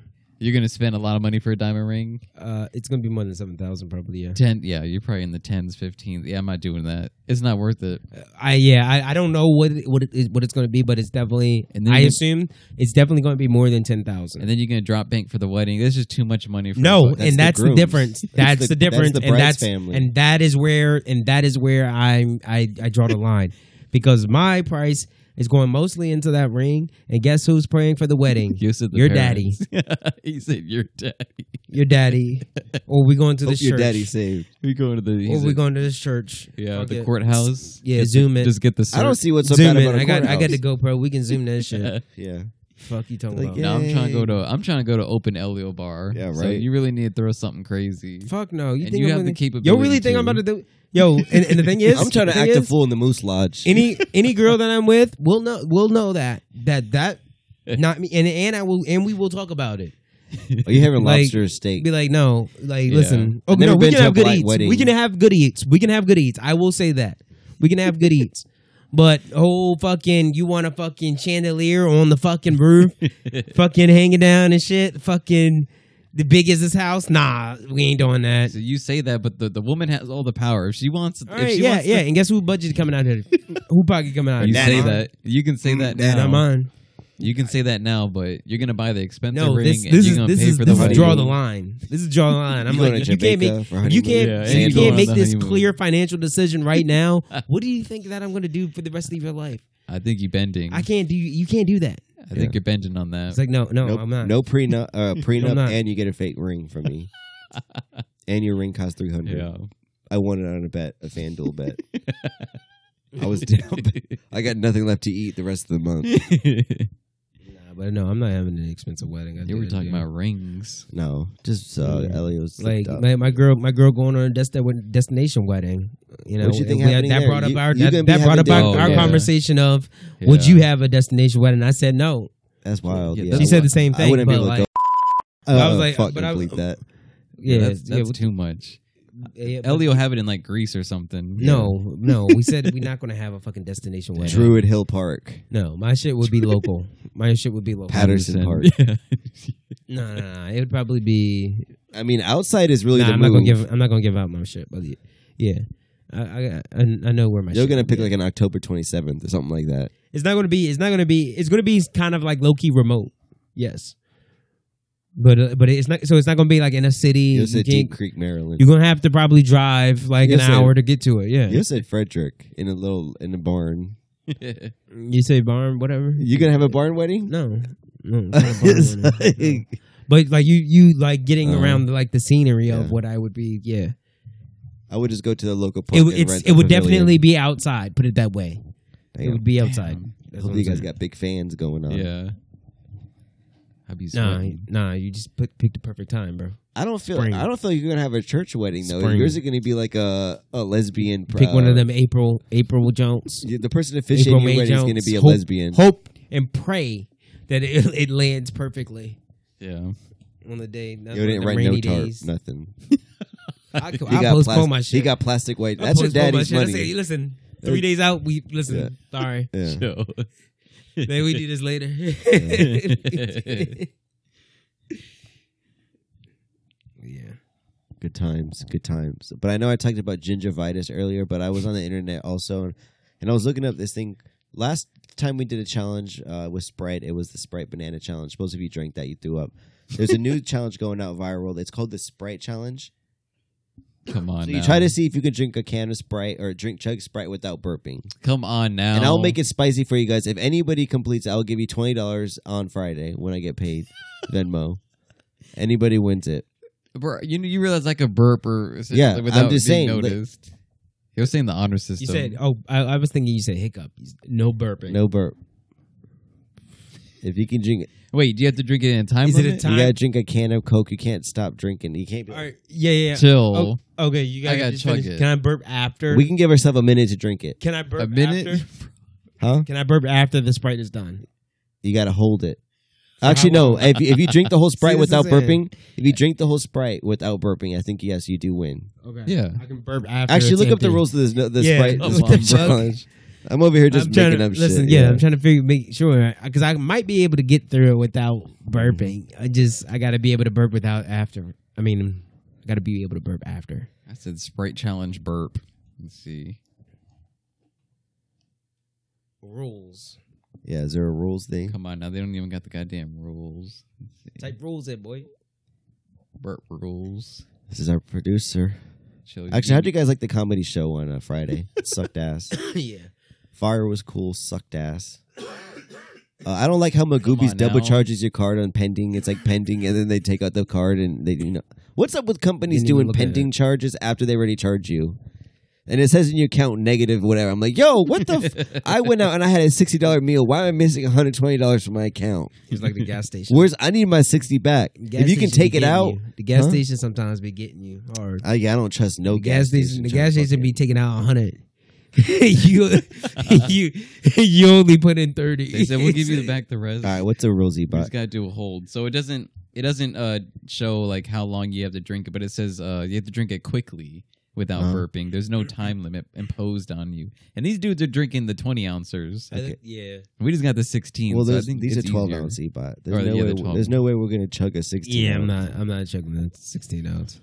S3: you're gonna spend a lot of money for a diamond ring.
S2: Uh, it's gonna be more than seven thousand probably. Yeah.
S3: Ten, yeah, you're probably in the tens, fifteens. Yeah, I'm not doing that. It's not worth it.
S2: I yeah. I, I don't know what it, what it is, what it's gonna be, but it's definitely.
S3: And then
S2: I
S3: you-
S2: assume it's definitely gonna be more than ten
S3: And
S2: thousand.
S3: then you're gonna drop bank for the wedding. This is too much money. for
S2: No,
S3: the-
S1: that's the
S2: and that's the,
S1: groom's.
S2: difference.
S1: That's
S2: That's
S1: the-
S2: the, difference,
S1: that's the
S2: and
S1: bride's
S2: that's
S1: family.
S2: and that is where and that is where I I I draw the line because my price is going mostly into that ring, and guess who's praying for the wedding?
S3: You said the
S2: Your
S3: parents. he said your daddy.
S2: Your daddy, or we going to
S1: Hope
S2: this
S1: your
S2: church?
S1: daddy saved.
S3: We go to the.
S2: Or
S3: he's
S2: we
S3: a-
S2: going to this church?
S3: yeah,
S2: Fuck
S3: the
S2: it.
S3: courthouse.
S2: Yeah,
S3: Just-
S2: zoom it.
S3: Just get the.
S1: I don't
S3: cert.
S1: see what's so
S2: zoom
S1: bad
S2: in.
S1: about a
S2: I got I got the
S1: courthouse.
S2: GoPro. We can zoom that shit.
S1: Yeah,
S2: Fuck you talking
S1: Like,
S2: about?
S1: yeah.
S3: Now I'm trying to
S1: Yay.
S3: go to. I'm trying to go to open Elio bar.
S1: Yeah,
S3: So
S1: right.
S3: you really need to throw something crazy.
S2: Fuck no. You
S3: and
S2: think
S3: you
S2: I'm
S3: have
S2: gonna,
S3: the capability.
S2: Yo, really think I'm about to do? Yo, and, and the thing is,
S1: I'm trying to
S2: the thing
S1: act a
S2: is,
S1: fool in the Moose Lodge.
S2: Any any girl that I'm with will know will know that that that not me and and I will and we will talk about it.
S1: Are you having
S2: like,
S1: lobster or steak?
S2: Be like, no, like
S3: Yeah.
S2: listen. Oh
S1: I've never
S2: no, we
S1: been
S2: can
S1: to a
S2: have good
S1: black
S2: eats.
S1: wedding.
S2: We can have good eats. We can have good eats. I will say that we can have good eats. But oh fucking, you want a fucking chandelier on the fucking roof, fucking hanging down and shit. Fucking the big is this house? Nah, we ain't doing that.
S3: So you say that, but the, the woman has all the power. If she wants,
S2: All
S3: if
S2: right,
S3: she
S2: yeah,
S3: wants
S2: yeah. And guess who budget coming out here? who pocket coming out?
S3: You
S1: Not
S2: here?
S3: say
S1: mine.
S3: that you can
S1: Mm,
S3: say that
S2: Not
S3: now.
S2: mine.
S3: You can say that now, but you're gonna buy the expensive
S2: No,
S3: ring
S2: this
S3: and
S2: this
S3: you're
S2: is
S3: gonna
S2: this
S3: pay
S2: is
S3: for
S2: this
S3: the
S2: is
S3: wedding.
S2: draw the line. This is draw the line. I'm
S1: You going
S2: like, if
S1: to
S2: you can't
S1: Jamaica
S2: make
S1: for
S2: if
S1: honeymoon?
S2: you can't if
S3: Yeah, and
S2: you
S3: you're
S2: can't
S3: going
S2: make
S3: on the
S2: this
S3: honeymoon.
S2: clear financial decision right now. what do you think that I'm going to do for the rest of your life?
S3: I think you're bending.
S2: I can't do you can't do that.
S3: I think you're bending on that.
S2: It's like no, no,
S1: no,
S2: I'm not.
S1: no prenup, uh, prenup,
S2: not.
S1: and you get a fake ring from me. and your ring costs three hundred.
S3: yeah.
S1: I won it on a bet, a FanDuel bet. I was down. I got nothing left to eat the rest of the month.
S2: Nah, but no, I'm not having an expensive wedding. I
S3: you were
S2: did,
S3: talking
S2: yeah.
S3: about rings.
S1: No, just uh,
S2: Yeah.
S1: Elio's
S2: Like
S1: slipped up.
S2: my, my girl, my girl going on a des- that destination wedding, you know.
S1: What you think
S2: and we had-
S1: happening
S2: that
S1: there?
S2: brought up
S1: You-
S2: our
S1: you
S2: that,
S1: gonna be
S2: that brought up
S1: having
S2: our,
S3: dinner?
S2: our
S3: Oh, yeah.
S2: conversation of would
S3: Yeah.
S2: you have a destination wedding? I said no.
S1: That's wild.
S3: Yeah,
S1: Yeah,
S3: that's
S2: She said the same
S1: I
S2: thing.
S1: wouldn't
S2: but
S1: be able to
S2: like,
S1: go.
S2: I was
S1: Uh,
S2: like,
S1: fuck,
S2: but I-
S1: I believe that.
S2: Yeah,
S3: that's,
S2: yeah,
S3: that's
S2: we-
S3: too much.
S2: yeah, but-
S3: Ellie will have it in like Greece or something.
S2: No, no. We said we're not going to have a fucking destination wedding.
S1: Druid Hill Park,
S2: No, my shit would be local. My shit would be local.
S1: Patterson Park.
S3: Yeah.
S2: No, no, no. It would probably be.
S1: I mean, outside is really
S2: Nah,
S1: the
S2: I'm not gonna
S1: move.
S2: give. I'm not gonna give out my shit. But yeah, yeah. I, I, I, I know where my.
S1: You're
S2: shit
S1: gonna
S2: would be
S1: pick like an October 27th or something like that.
S2: It's not gonna be. It's not gonna be. It's gonna be kind of like low key remote. Yes. But uh, but it's not. So it's not gonna be like in a city.
S1: You
S2: You
S1: said
S2: can't-
S1: Deep Creek, Maryland.
S2: you're gonna have to probably drive like
S1: You
S2: an
S1: said-
S2: hour to get to it. Yeah.
S1: You said Frederick in a little in a barn.
S2: You say barn, whatever.
S1: You gonna have a barn wedding?
S2: No. No, it's not a barn
S1: It's
S2: wedding. No.
S1: like-
S2: But like you, you like getting
S1: Uh-huh.
S2: around like the scenery
S1: Yeah.
S2: of what I would be. Yeah,
S1: I would just go to the local park.
S2: it, would-
S1: and
S2: it's,
S1: rent
S2: it
S1: the
S2: would
S1: pavilion.
S2: definitely be outside. Put it that way. It
S1: Damn.
S2: would be outside.
S3: Damn.
S2: That's
S1: Hope
S2: what I'm
S1: you guys
S2: saying.
S1: got big fans going on.
S3: yeah. I'd be
S2: Nah,
S3: sweating.
S2: nah. You just pick, pick the perfect time, bro.
S1: I don't feel.
S2: Spring.
S1: I don't feel you're gonna have a church wedding though.
S2: Spring.
S1: Yours are gonna be like a a lesbian.
S2: Pick one
S1: uh,
S2: of them April April Jones.
S1: The person officiating
S2: April
S1: your
S2: May
S1: wedding is
S2: Jones.
S1: gonna be a
S2: Hope-
S1: lesbian.
S2: Hope and pray that it, it lands perfectly.
S3: Yeah.
S2: on the day. Not
S1: Yo didn't
S2: the
S1: write no
S2: rainy
S1: tarp,
S2: days.
S1: nothing.
S2: I,
S1: He
S2: I
S1: got
S2: postpone
S1: plastic,
S2: my shit.
S1: He got plastic white.
S2: I
S1: That's your
S2: postpone my
S1: daddy's
S2: shit. I
S1: money.
S2: say, listen, three days out. We listen. Sorry,
S1: Yeah.
S3: Yo.
S2: maybe we do this later. yeah.
S1: Good times, good times. But I know I talked about gingivitis earlier, but I was on the internet also, and, and I was looking up this thing. Last time we did a challenge uh, with Sprite, it was the Sprite Banana Challenge. Suppose if you drank that, you threw up. There's a new challenge going out viral. It's called the Sprite Challenge.
S3: Come on.
S1: So you
S3: now.
S1: try to see if you can drink a can of Sprite or drink chug Sprite without burping.
S3: Come on now.
S1: And I'll make it spicy for you guys. If anybody completes, I'll give you twenty dollars on Friday when I get paid. Venmo. Anybody wins it.
S3: Bro, you know, you realize I could burp or
S1: Yeah, I'm
S3: without
S1: just
S3: being
S1: saying, like-
S3: noticed. You're saying the honor system.
S2: You said, oh, I, I was thinking you said hiccup. You said, No burping.
S1: No burp. If you can drink,
S3: Wait, do you have to drink it in a time
S2: Is it a
S3: limit?
S2: time-
S1: you gotta drink a can of Coke. You can't stop drinking. You can't. Be
S2: All
S1: like,
S2: right. Yeah, yeah. yeah.
S3: Chill.
S2: Oh, okay, you
S3: I
S2: gotta,
S3: gotta
S2: just
S3: chug
S2: finish.
S3: it.
S2: Can I burp after?
S1: we can give ourselves a minute to drink it,
S2: can I burp
S3: a minute?
S2: after?
S1: huh?
S2: Can I burp after the sprite is done?
S1: You gotta hold it.
S2: So
S1: Actually,
S2: how
S1: no.
S2: long-
S1: If you, if you drink the whole Sprite
S2: this is
S1: without
S2: it.
S1: burping, if you drink the whole Sprite without burping, I think yes, you do win.
S2: Okay.
S3: Yeah.
S2: I can burp after.
S1: Actually,
S2: it's
S1: look up the
S2: empty.
S1: rules of this the
S2: Yeah,
S1: Sprite
S3: come
S1: this
S3: on,
S1: Sprite
S2: Chuck.
S1: challenge. I'm over here just
S2: I'm trying
S1: making
S2: to,
S1: up
S2: listen,
S1: shit.
S2: yeah, I'm trying to figure, make sure because I might be able to get through it without burping. I just I gotta be able to burp without after. I mean, I gotta be able to burp after.
S3: I said Sprite Challenge burp. Let's see.
S2: Rules.
S1: Yeah, is there a rules thing?
S3: Come on now. They don't even got the goddamn rules. Let's see.
S2: Type rules in, boy.
S3: Burp rules.
S1: This is our producer.
S3: Chill.
S1: Actually, how'd you guys like the comedy show on uh, Friday? It sucked ass.
S2: yeah.
S1: Fire was cool. Sucked ass. Uh, I don't like how Magoobies
S3: on
S1: double
S3: now.
S1: charges your card on pending. It's like pending, and then they take out the card and they do not. What's up with companies
S2: Didn't even
S1: doing
S2: look at
S1: pending charges after they already charge you? And it says in your account negative whatever. I'm like, yo, what the? F-? I went out and I had a sixty dollar meal. Why am I missing one hundred twenty dollars from my account?
S2: It's like the gas station.
S1: Where's I need my sixty back?
S2: The gas
S1: if you can
S2: station be
S1: take it
S2: getting
S1: out,
S2: you. the gas
S1: Huh?
S2: station sometimes be getting you hard.
S1: I, I don't trust no
S2: the gas station, the gas
S1: trying to
S2: station
S1: fuck
S2: be taking out a hundred. you you you only put in thirty.
S3: They said we'll give you the back the rest.
S1: it. All right, what's a rosy
S3: You
S1: bot?
S3: just gotta do a hold. So it doesn't it doesn't uh show like how long you have to drink it, but it says uh you have to drink it quickly without
S1: Uh-huh.
S3: burping. There's no time limit imposed on you. And these dudes are drinking the twenty ouncers.
S2: I think- Yeah.
S3: We just got the sixteen.
S1: Well,
S3: so I
S1: there's,
S3: think
S1: these are
S3: it's
S1: twelve
S3: easier.
S1: ounce bot.
S3: Or,
S1: There's no
S3: yeah,
S1: way.
S3: they're 12.
S1: There's no way we're gonna chug a sixteen.
S2: Yeah, I'm
S1: ounce.
S2: not. I'm not checking that sixteen ounce.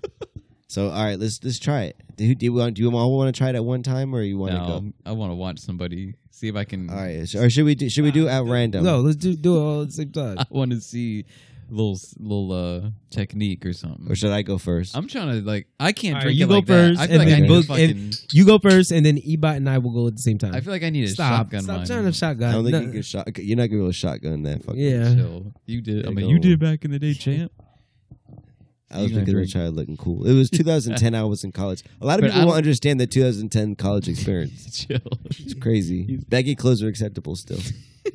S1: So all right, let's let's try it. Do you, do you want do you all want to try it at one time or you want to
S3: No, I want to watch somebody see if I can.
S1: go? All right, sh- or should we do should we do it
S3: Uh,
S1: at random?
S2: No, let's do do it all at the same time.
S3: I want to see little s- little uh technique or something.
S1: Or should I go first?
S3: I'm trying to like I can't
S2: All right,
S3: drink
S2: you
S3: it
S2: go
S3: like
S2: first
S3: that. I feel
S2: and
S3: like I
S2: then
S3: need
S2: both-
S3: a fucking.
S2: You go first, and then Ebot and I will go at the same time.
S3: I feel like I need a
S2: stop.
S3: shotgun.
S2: Stop
S3: mine.
S2: trying to shotgun.
S1: I don't think
S2: No.
S1: you can shot. You're not gonna be able to shotgun that. Fucking
S2: Yeah.
S3: Chill. You did.
S1: There
S3: I mean,
S1: you
S3: you
S1: go.
S3: did back in the day, champ.
S1: I was thinking
S3: You're gonna
S1: of
S3: drink.
S1: trying looking cool. It was 2010. I was in college. A lot of
S3: But I
S1: people won't
S3: don't-
S1: understand the 2010 college experience.
S3: Chill.
S1: It's crazy. Baggy clothes are acceptable still.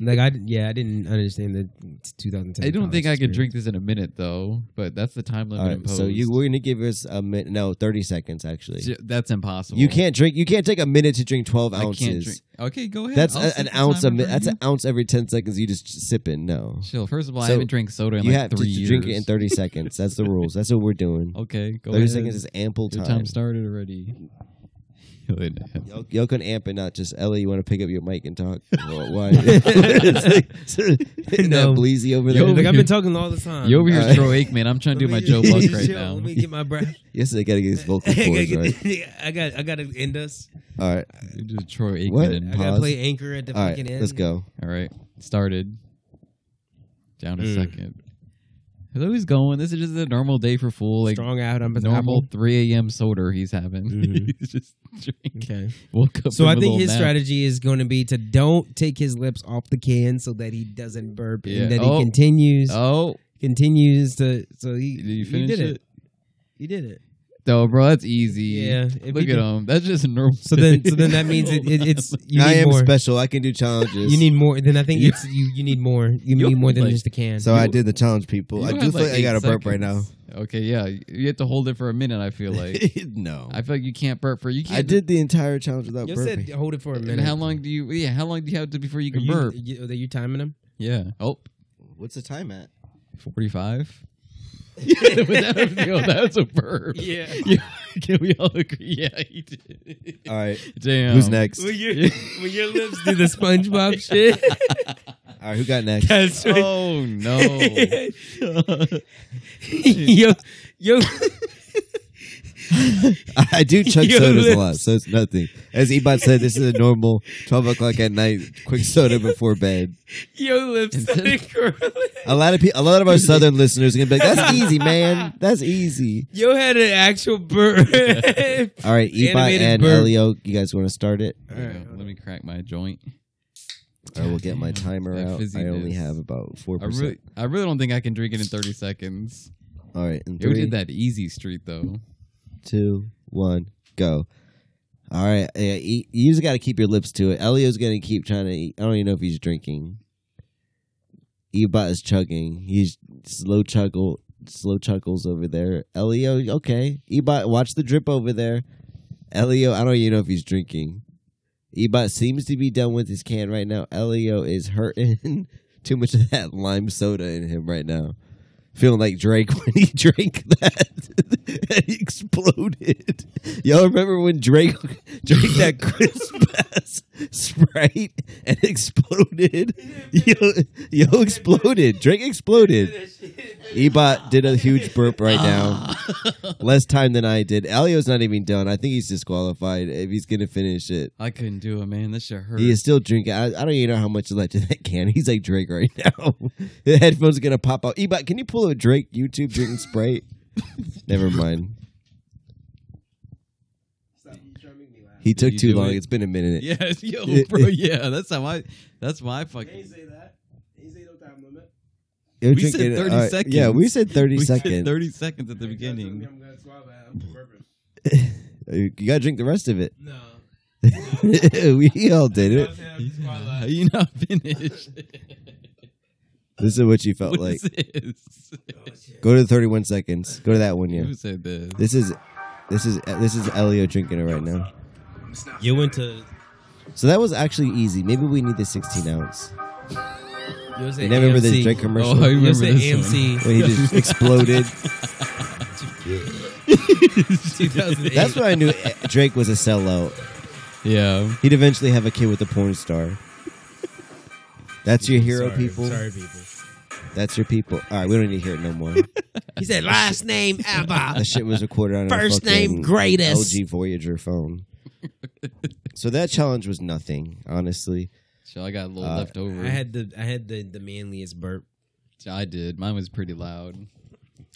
S2: Like I, yeah, I didn't understand the 2010.
S3: I don't think I
S2: college
S3: could
S2: experience.
S3: drink this in a minute though, but that's the time limit
S1: All right,
S3: imposed.
S1: so you we're gonna give us a minute. No, 30 seconds actually.
S3: J- that's impossible.
S1: You can't drink. You can't take a minute to drink 12
S3: I
S1: ounces.
S3: can't drink. Okay, go ahead.
S1: That's
S3: I'll
S1: a,
S3: set
S1: an
S3: the
S1: ounce a
S3: timer
S1: mi-
S3: for
S1: That's
S3: you.
S1: an ounce every ten seconds. You just sipping. No,
S3: Chill. First of all,
S1: So,
S3: I haven't drank soda in
S1: you
S3: like
S1: have
S3: three
S1: to
S3: years.
S1: drink it in thirty seconds. That's the rules. That's what we're doing.
S3: Okay, go
S1: thirty
S3: ahead.
S1: seconds is ample
S3: Your
S1: time.
S3: time started already. All
S1: Y'all, y'all can amp it up. Just Ellie, you want to pick up your mic and talk? Well, Why? It's like- hitting
S2: No.
S1: that bleezy over
S3: Yo,
S1: there.
S2: Like I've been talking all the time.
S3: You over here,
S1: Uh,
S3: Troy Aikman. I'm trying to do my
S2: Let me
S3: Joe
S2: just-
S3: Buck
S2: just
S3: right
S2: chill.
S3: now.
S2: Let me get my breath.
S1: yes, they gotta get these vocal cords right.
S2: I got. I got to end us.
S1: All right,
S3: You're just Troy Aikman.
S1: What?
S3: and-
S2: I got
S1: Pause.
S2: to play anchor at the
S1: all right.
S2: fucking end.
S1: Let's go.
S3: All right, started. Down a
S2: Mm.
S3: second. Hello, he's going. This is just a normal day for fool. Like
S2: Strong out. I'm
S3: normal 3 a.m. soda he's having.
S2: Mhm.
S3: he's just drinking.
S2: Okay.
S3: Woke up.
S2: So
S3: in
S2: I
S3: the
S2: think
S3: middle
S2: his
S3: of nap.
S2: strategy is going to be to don't take his lips off the can so that he doesn't burp
S3: Yeah.
S2: and that
S3: Oh.
S2: he continues
S3: Oh,
S2: continues to. So he
S3: did you
S2: he
S3: finish
S2: did
S3: it?
S2: He did it.
S3: No, bro, that's easy.
S2: Yeah. if he
S3: Look at
S2: did-
S3: him. That's just a normal.
S2: So then,
S3: day.
S2: so then that means it, it, it's you
S1: I
S2: need
S1: am
S2: more.
S1: special. I can do challenges.
S2: You need more. Then I think
S3: You-
S2: it's you. You need more. You
S3: You
S2: need more than
S3: like-
S2: just a can.
S1: so I did the challenge, people.
S3: You
S1: I
S3: had,
S1: do feel like I
S3: eight
S1: got to burp right now.
S3: seconds. Okay, yeah, you have to hold it for a minute. I feel like
S1: no,
S3: I feel like you can't burp for you can't.
S1: I did the entire challenge without
S2: You
S1: burping.
S2: said hold it for a minute.
S3: And how long do you? Yeah, how long do you have to before you
S2: Are
S3: can
S2: you,
S3: burp?
S2: You, are you timing him?
S3: Yeah. Oh,
S1: What's the time at?
S3: 45? Would that have- yo, that's a verb.
S2: Yeah.
S3: Can we all agree? Yeah, he did.
S1: All right.
S3: Damn.
S1: Who's next?
S2: When your, when your lips do the SpongeBob shit.
S1: All right, who got next?
S2: That's right.
S3: Oh no.
S2: yo, yo,
S1: I do chug
S2: Your
S1: sodas a
S2: lips.
S1: lot, so it's nothing. As Ebot said, this is a normal 12 o'clock at night, quick soda before bed.
S2: your lips
S3: Instead-
S2: curling.
S1: A lot of people, a lot of our southern listeners are gonna be like, "That's easy, man. That's easy."
S2: Yo had an actual burp.
S1: All right, Ebot
S2: Animated
S1: and
S2: burp.
S1: Elio, you guys want to start it?
S3: There you go. Let me crack my joint.
S1: I will get my timer
S3: That
S1: out. I
S3: fizziness.
S1: only have about four
S3: I
S1: percent.
S3: really, I really don't think I can drink it in 30 seconds.
S1: All right, in
S3: Yo
S1: three,
S3: did that easy street though.
S1: two, one, go. All right, yeah, e- you just got to keep your lips to it. Elio's gonna keep trying to. Eat. I don't even know if he's drinking. Ebot is chugging. He's slow chuckle, slow chuckles over there. Elio, okay. Ebot, watch the drip over there. Elio, I don't even know if he's drinking. Ebot seems to be done with his can right now. Elio is hurting. Too much of that lime soda in him right now. Feeling like Drake when he drank that. and he exploded. Y'all remember when Drake drank that crisp ass Sprite and exploded? Yo, yo exploded. Drake exploded. Ebot did a huge burp right now.
S3: Ah.
S1: Less time than I did. Elio's not even done. I think he's disqualified if he's going to finish it.
S3: I couldn't do it, man. This shit hurt.
S1: He is still drinking. I, I don't even know how much is left in that can. He's like Drake right now. the headphones are gonna pop out. Ebot, can you pull a Drake YouTube drinking Sprite? Never mind. He took
S3: you
S1: too
S3: do
S1: long.
S3: it?
S1: It's been a minute.
S3: Yes, yo, bro. Yeah, that's how I. That's why I fucking.
S1: He'll
S3: We
S1: drink
S3: said
S1: it-
S3: 30
S1: all right.
S3: seconds.
S1: Yeah, we said thirty
S3: we said
S1: seconds.
S3: Thirty seconds at the beginning.
S1: Uh, You gotta drink the rest of it.
S2: No.
S1: we all did it.
S3: Are you not finished?
S1: This is what you felt
S3: what
S1: like.
S3: is this?
S1: Go to the thirty-one seconds. Go to that one. Yeah.
S3: Who said this?
S1: This is, this is, this is Elio drinking it right now.
S2: You went to.
S1: So that was actually easy. Maybe we need the sixteen ounce.
S2: You was
S1: You
S2: at
S1: never remember the
S2: AMC.
S1: Drake commercial?
S3: Oh, I
S2: You was
S3: remember
S2: at
S3: this one.
S2: AMC.
S1: when he just exploded.
S2: 2008.
S1: That's when I knew eh, Drake was a sellout.
S3: Yeah.
S1: He'd eventually have a kid with a porn star. That's your hero,
S4: Sorry,
S1: people.
S4: Sorry, people.
S1: That's your people. All right, we don't need to hear it no more.
S2: He said last name ever.
S1: that shit was recorded on
S2: First
S1: a fucking
S2: name greatest.
S1: LG Voyager phone. so that challenge was nothing, honestly.
S3: So I got a little
S1: Uh,
S3: left over.
S2: I had the I had the, the manliest burp.
S3: I did. Mine was pretty loud.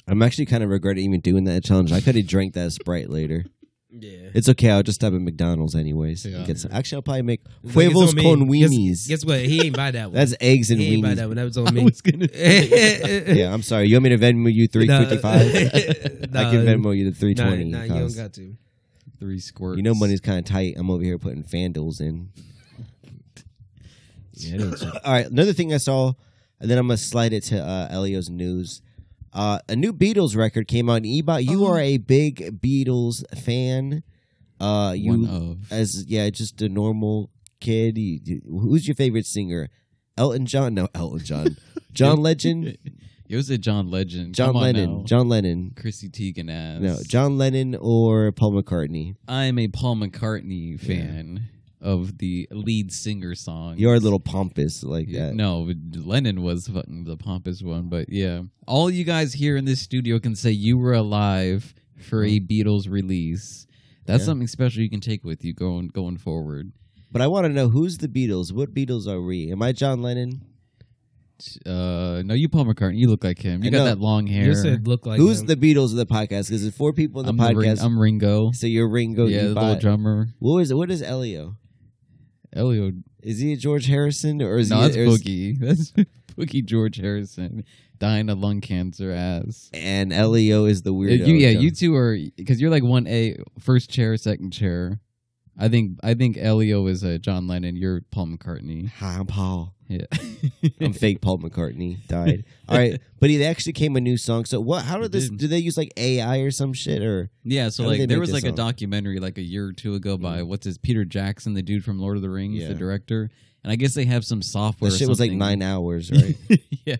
S1: I'm actually kind of regretting even doing that challenge. I could have drank that Sprite later.
S2: Yeah.
S1: It's okay. I'll just stop at McDonald's anyways.
S3: Yeah.
S1: Get some- actually, I'll probably make
S2: It's like, it's
S1: huevos
S2: on me.
S1: con
S2: Guess-
S1: weenies.
S2: Guess, what? He ain't buy that one.
S1: That's eggs and
S2: he ain't buy
S1: weenies.
S2: that one. That was on
S3: I
S2: me.
S3: was gonna.
S1: yeah, I'm sorry. You want me to Venmo you three fifty five? I can Venmo you the three
S2: Nah,
S1: twenty.
S2: nah, you don't got to.
S3: Three squirts.
S1: You know money's kind of tight. I'm over here putting Fandles in.
S3: Yeah, it is.
S1: All right, another thing I saw, and then I'm gonna slide it to uh, Elio's news. Uh, a new Beatles record came out. Ebot, you
S2: Oh.
S1: are a big Beatles fan. Uh, you
S3: One of.
S1: as yeah, just a normal kid. You, you- who's your favorite singer? Elton John? No, Elton John. John Legend.
S3: It was a John Legend.
S1: John
S3: Come on
S1: Lennon.
S3: now.
S1: John Lennon.
S3: Chrissy Teigen ass.
S1: No, John Lennon or Paul McCartney.
S3: I am a Paul McCartney fan of the lead singer song.
S1: You're a little pompous like that.
S3: No, but Lennon was fucking the pompous one, but yeah. All you guys here in this studio can say you were alive for a Beatles release.
S1: Mm-hmm.
S3: That's
S1: Yeah.
S3: something special you can take with you going going forward.
S1: But I want to know who's the Beatles? What Beatles are we? Am I John Lennon?
S3: Uh, no, you Paul McCartney. You look like him. You
S1: I
S3: got
S1: know.
S3: that long hair.
S2: You said look like
S1: who's
S2: him.
S1: the Beatles of the podcast? Because there's four people in the
S3: I'm, the Ring-
S1: podcast.
S3: I'm Ringo.
S1: so you're Ringo.
S3: Yeah, the little
S1: Ebot.
S3: drummer.
S1: What is what is Elio?
S3: Elliot.
S1: Is he a George Harrison or is he?
S3: No, that's
S1: or is-
S3: Boogie. That's Boogie George Harrison dying of lung cancer ass.
S1: And Elio is the
S3: Yeah,
S1: weirdo.
S3: you, yeah,
S1: John.
S3: you two are because you're like one A, first chair, second chair. I think I think Elio is uh, John Lennon. You're Paul McCartney.
S1: Hi, I'm Paul.
S3: Yeah,
S1: I'm fake Paul McCartney. Died. All right, but he actually came a new song. So what? How did
S3: They
S1: this?
S3: did.
S1: Did they use like AI or some shit or?
S3: yeah. So
S1: How did they
S3: like there
S1: make
S3: was
S1: this
S3: like a
S1: song?
S3: documentary like a year or two ago by what's his Peter Jackson, the dude from Lord of the Rings,
S1: Yeah.
S3: the director. And I guess they have some software.
S1: That
S3: or
S1: shit was like
S3: something.
S1: nine hours, right?
S3: yeah.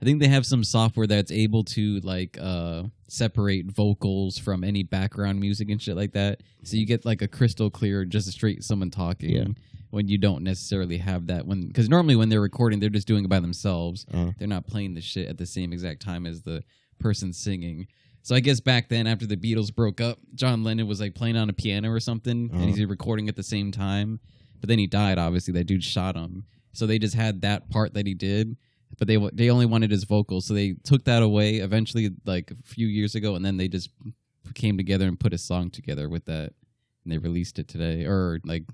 S3: I think they have some software that's able to like uh separate vocals from any background music and shit like that. So you get like a crystal clear, just straight someone talking.
S1: Yeah.
S3: When you don't necessarily have that, when because normally when they're recording, they're just doing it by themselves.
S1: Uh-huh.
S3: They're not playing the shit at the same exact time as the person singing. So I guess back then, after the Beatles broke up, John Lennon was like playing on a piano or something,
S1: Uh-huh.
S3: and he's recording at the same time. But then he died. Obviously, that dude shot him. So they just had that part that he did, but they wa- they only wanted his vocals. So they took that away eventually, like a few years ago, and then they just came together and put a song together with that, and they released it today or like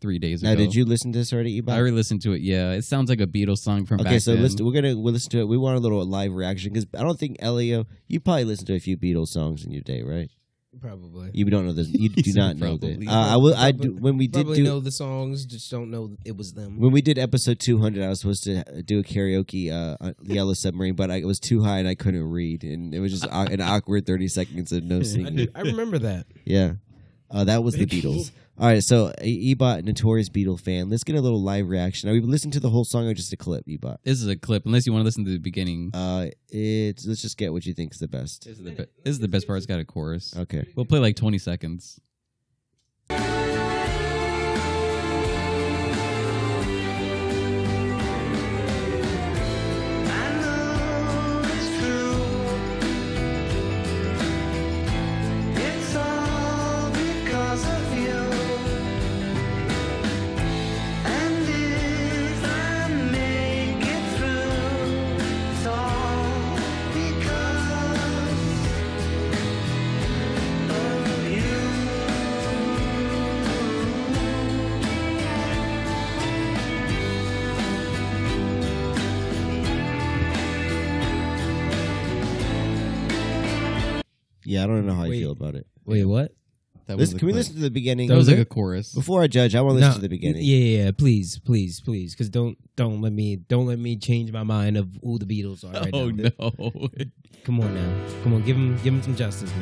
S3: three days
S1: Now,
S3: ago.
S1: did you listen to this already, Ebon?
S3: I already listened to it. Yeah, it sounds like a Beatles song from
S1: Okay,
S3: back
S1: so
S3: then.
S1: listen, we're gonna we'll listen to it. We want a little live reaction because I don't think Elio. You probably listened to a few Beatles songs in your day, right?
S2: Probably.
S1: You don't know this. You do
S3: He's
S1: not know that.
S3: probably-
S1: Uh, I will. I do, when we did
S2: Probably
S1: do
S2: know the songs, just don't know it was them.
S1: when we did episode two hundred, I was supposed to do a karaoke uh, on the Yellow Submarine, but I, it was too high and I couldn't read, and it was just au- an awkward thirty seconds of no
S2: I,
S1: singing.
S2: do- I remember that.
S1: Yeah, uh, that was the Beatles. All right, so E- Ebot, notorious Beatle fan, let's get a little live reaction. Are we listening to the whole song or just a clip, Ebot?
S3: this is a clip, unless you want to listen to the beginning.
S1: Uh, it's let's just get what you think is the best.
S3: This is the be- this is the best part. It's got a chorus.
S1: Okay.
S3: We'll play like 20 seconds.
S1: Yeah, I don't know how I
S2: Wait.
S1: feel about it.
S2: Wait, what?
S3: That
S1: Listen,
S3: the
S1: can we
S3: clip.
S1: listen to the beginning?
S3: That was like
S2: Okay.
S3: a chorus.
S1: Before I judge, I want to listen
S2: No,
S1: to the beginning.
S2: Yeah, yeah, yeah, please, please, please, because don't don't let me don't let me change my mind of who the Beatles are. Right
S3: oh
S2: now.
S3: no!
S2: Come on now, come on, give him give him some justice,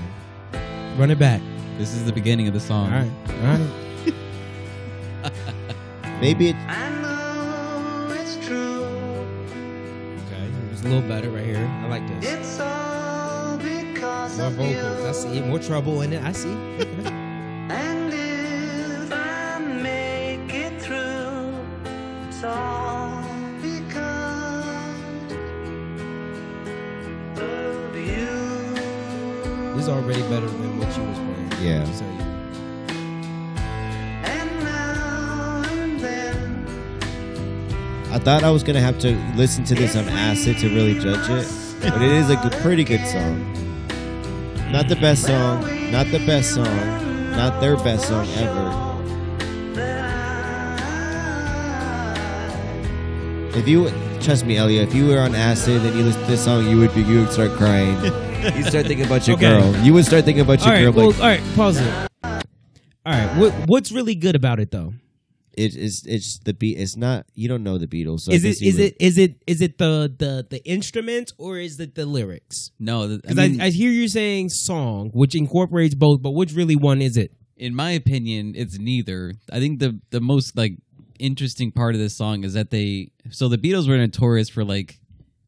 S2: man. Run it back.
S3: this is the beginning of the
S2: All
S3: song.
S2: right, all right.
S1: Maybe it,
S2: Okay, it was a little better right here. I like this.
S4: It's all because
S2: More
S4: of
S2: vocals. I
S4: you.
S2: see more trouble in it. I see.
S4: And if I make it through, it's all because of you.
S2: This is already better than what you was playing.
S1: Yeah.
S2: Just tell you.
S4: And now and then,
S1: I thought I was gonna have to listen to this on acid to really judge it, but it is a good, pretty good song. Not the best song, not the best song, not their best song ever. If you trust me, Elliot, if you were on acid and you listened to this song, you would be, you would start crying. You'd start thinking about your
S2: Okay.
S1: girl. You would start thinking about
S2: All
S1: your
S2: right,
S1: girl.
S2: well,
S1: like,
S2: all right. Pause it. All right. What what's really good about it though?
S1: it, it's it's the beat. It's not. You don't know the Beatles. So I
S2: is it
S1: guess you
S2: is
S1: would-
S2: it is it is it the the the instruments or is it the lyrics?
S3: No, th- I
S2: Because I,
S3: mean,
S2: I, hear you saying song, which incorporates both, but which really one is it?
S3: in my opinion, it's neither. I think the the most like interesting part of this song is that they so the Beatles were notorious for like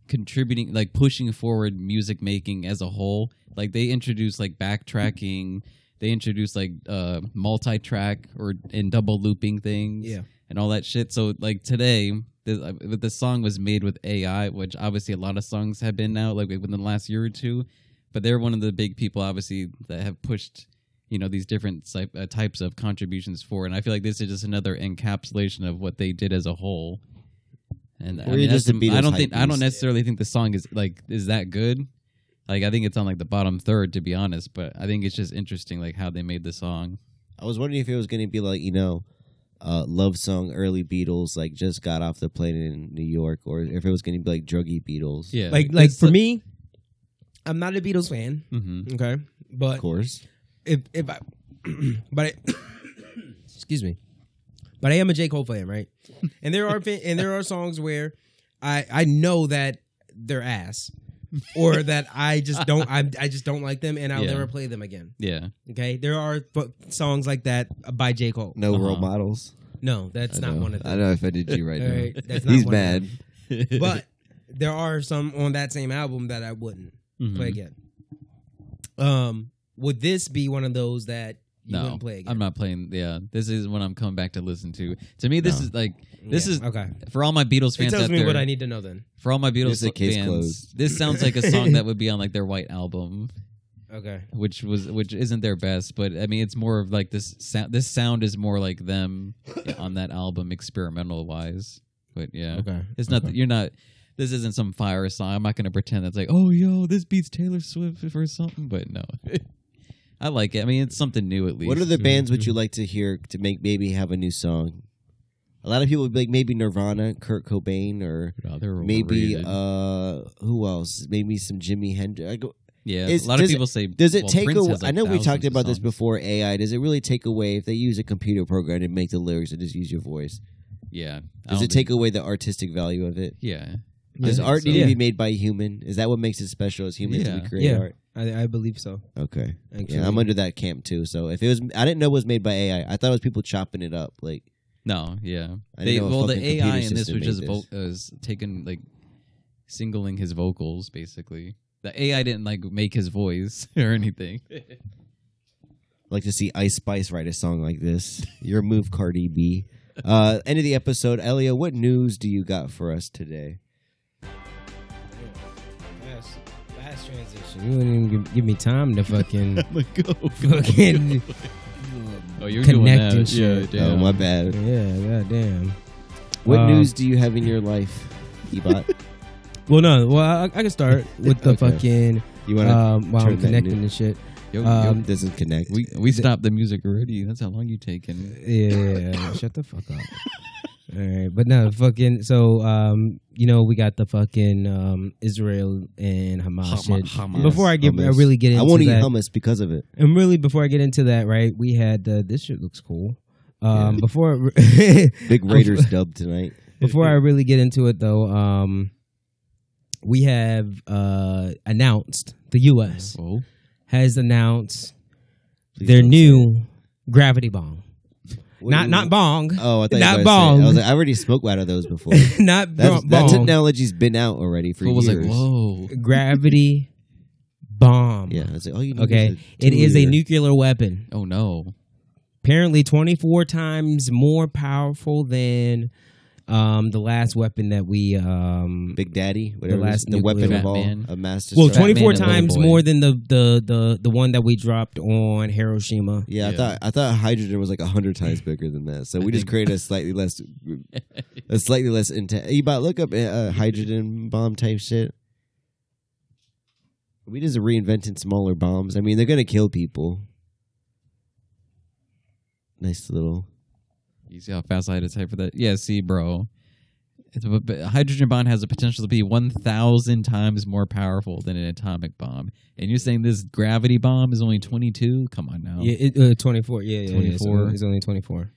S3: contributing like pushing forward music making as a whole. Like they introduced like backtracking, they introduced like uh multi-track or and double looping things. and all that shit. So like today, the uh, the song was made with AI, which obviously a lot of songs have been now, like within the last year or two. But they're one of the big people, obviously, that have pushed you know these different sy- uh, types of contributions for. And I feel like this is just another encapsulation of what they did as a whole. And I,
S1: Or
S3: mean,
S1: you're
S3: that's
S1: just a
S3: the-
S1: Beatles
S3: I don't think I
S1: hypebeast.
S3: don't necessarily think the song is like is that good. Like I think it's on like the bottom third to be honest, but I think it's just interesting like how they made the song.
S1: I was wondering if it was going to be like you know, uh, love song early Beatles like just got off the plane in New York, or if it was going to be like druggy Beatles.
S3: Yeah,
S2: Like like for me, I'm not a Beatles fan.
S3: hmm
S2: Okay, but
S1: of course.
S2: if if I, but I, excuse me, but I am a J Cole fan, right? And there are fa- and there are songs where I I know that they're ass, or that I just don't I I just don't like them, and I'll
S3: Yeah.
S2: never play them again.
S3: yeah.
S2: Okay, there are fu- songs like that by J Cole.
S1: No
S3: Uh-huh.
S1: role models.
S2: No, that's
S1: I
S2: not
S1: know.
S2: one of
S1: I
S2: them.
S1: know I offended you right
S2: All right,
S1: now.
S2: that's not
S1: He's
S2: one of
S1: mad.
S2: But there are some on that same album that I wouldn't
S3: Mhm.
S2: play again. Um, would this be one of those that you
S3: no,
S2: wouldn't play again?
S3: I'm not playing. Yeah, this is what I'm coming back to listen to. To me, this
S1: No.
S3: is like this
S2: Yeah,
S3: is
S2: okay.
S3: for all my Beatles
S2: It
S3: fans
S2: tells
S3: out
S2: me
S3: there.
S2: what I need to know then.
S3: For all my Beatles
S1: Just a case
S3: fans,
S1: closed.
S3: this sounds like a song that would be on like their White album,
S2: Okay.
S3: which was which isn't their best, but I mean it's more of like this sound. This sound is more like them on that album, experimental wise. But yeah,
S2: Okay.
S3: it's not. You're not. This isn't some fire song. I'm not going to pretend that's like, oh, yo, this beats Taylor Swift or something. But no, I like it. I mean, it's something new at least.
S1: What other bands would you like to hear to make maybe have a new song? A lot of people would be like maybe Nirvana, Kurt Cobain, or
S3: No, they're
S1: maybe
S3: overrated.
S1: uh who else? Maybe some Jimi Hendrix. I go-
S3: yeah.
S1: is-
S3: A lot of
S1: does it-
S3: people say.
S1: Does it
S3: well,
S1: take
S3: Prince
S1: away?
S3: has, like,
S1: I know we
S3: thousands
S1: talked
S3: of
S1: about this
S3: songs.
S1: before AI. Does it really take away if they use a computer program to make the lyrics and just use your voice?
S3: Yeah. I
S1: Does
S3: don't
S1: it take
S3: think-
S1: away the artistic value of it?
S3: Yeah.
S1: Does
S3: I think
S1: art
S3: so.
S1: need
S2: Yeah.
S1: to be made by a human? Is that what makes it special as humans?
S3: Yeah.
S1: We create
S2: Yeah.
S1: art.
S2: I, I believe so.
S1: Okay.
S2: Actually.
S1: Yeah, I'm under that camp too. So if it was, I didn't know it was made by AI. I thought it was people chopping it up. Like
S3: No. Yeah.
S1: I
S3: They,
S1: didn't know a
S3: well, the
S1: fucking computer
S3: AI in this
S1: system
S3: was
S1: made
S3: just
S1: this.
S3: vo- is taking like singling his vocals basically. The AI didn't like make his voice or anything.
S1: I'd like to see Ice Spice write a song like this. Your move, Cardi B. Uh, end of the episode, Elio. What news do you got for us today?
S2: Yes. Last transition. You wouldn't even give, give me time to fucking
S3: go.
S2: fucking
S3: Oh, you're
S2: connect
S3: doing
S2: and
S3: that. Yeah,
S2: shit.
S1: Oh
S3: damn.
S1: my bad.
S2: yeah, goddamn.
S1: What
S2: Um,
S1: news do you have in your life, Ebot?
S2: Well, no. Well, I, I can start with the
S1: Okay.
S2: fucking
S1: You want to?
S2: um, while
S1: turn
S2: I'm
S1: that
S2: connecting
S1: new-
S2: and shit.
S3: Yo, yo,
S2: um,
S1: doesn't connect.
S3: we we stopped the music already. That's how long you taking.
S2: Yeah, shut the fuck up. All right, but no, fucking. So, um, you know, we got the fucking um Israel and Hamas
S3: Hama-
S2: shit.
S3: Hamas.
S2: Before I get, I
S1: Hummus.
S2: really get into
S1: I won't
S2: that,
S1: eat hummus because of it.
S2: and really before I get into that, right? We had the this shit looks cool. Um,
S1: Yeah.
S2: before
S1: Big Raiders dub tonight.
S2: before I really get into it though, um, we have uh announced the U.S.
S3: Oh,
S2: has announced
S1: Please
S2: their
S1: don't
S2: new gravity bomb.
S1: What
S2: not
S1: do you-
S2: not bong.
S1: Oh, I thought
S2: not
S1: you were
S2: bong.
S1: I was like, I already smoked out of those before.
S2: not
S1: That's,
S2: bong.
S1: that technology's been out already for
S3: Fool was
S1: years.
S3: like, whoa.
S2: gravity bomb.
S1: Yeah, that's like, all you need
S2: Okay.
S1: is a
S2: It is a
S1: two-liter.
S2: nuclear weapon.
S3: Oh no.
S2: Apparently 24 times more powerful than um, the last weapon that we um
S1: Big Daddy, whatever. it is,
S2: last
S1: The, weapon
S2: nuclear-
S1: of all,
S3: Batman.
S1: a master.
S2: well,
S1: strike.
S3: Batman
S2: 24
S3: and Little
S2: times
S3: Boy.
S2: more than the, the the the one that we dropped on Hiroshima.
S1: Yeah, I
S3: Yeah.
S1: thought I thought hydrogen was like hundred times bigger than that. So we just created a slightly less, a slightly less intense. Ebot, look up uh, hydrogen bomb type shit. We just reinventing smaller bombs. I mean, they're gonna kill people. Nice little.
S3: You see how fast I had to type for that? Yeah, see, bro. It's a- but hydrogen bomb has the potential to be 1,000 times more powerful than an atomic bomb. And you're saying this gravity bomb is only 22? Come on now.
S2: Yeah, it, uh, 24. Yeah, yeah, yeah.
S3: 24.
S2: It's, only 24.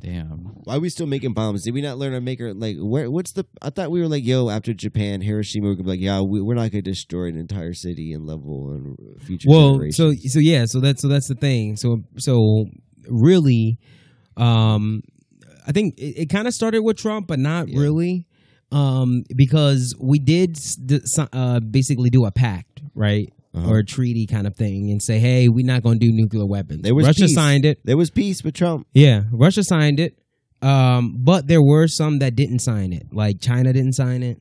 S3: Damn.
S1: Why are we still making bombs? Did we not learn to make her like? Where? What's the? I thought we were like, yo, after Japan, Hiroshima, we're gonna be like, yeah, we, we're not gonna destroy an entire city and level and future.
S2: Well,
S1: generations.
S2: so so yeah, so that's so that's the thing. So so really um I think it, it kind of started with Trump, but not
S1: Yeah.
S2: really um because we did s- d- so- uh basically do a pact, right?
S1: Uh-huh.
S2: Or a treaty kind of thing and say, "Hey, we're not going to do nuclear weapons."
S1: There was
S2: Russia
S1: peace.
S2: signed it.
S1: there was peace with Trump.
S2: Yeah, Russia signed it. Um but there were some that didn't sign it. Like China didn't sign it.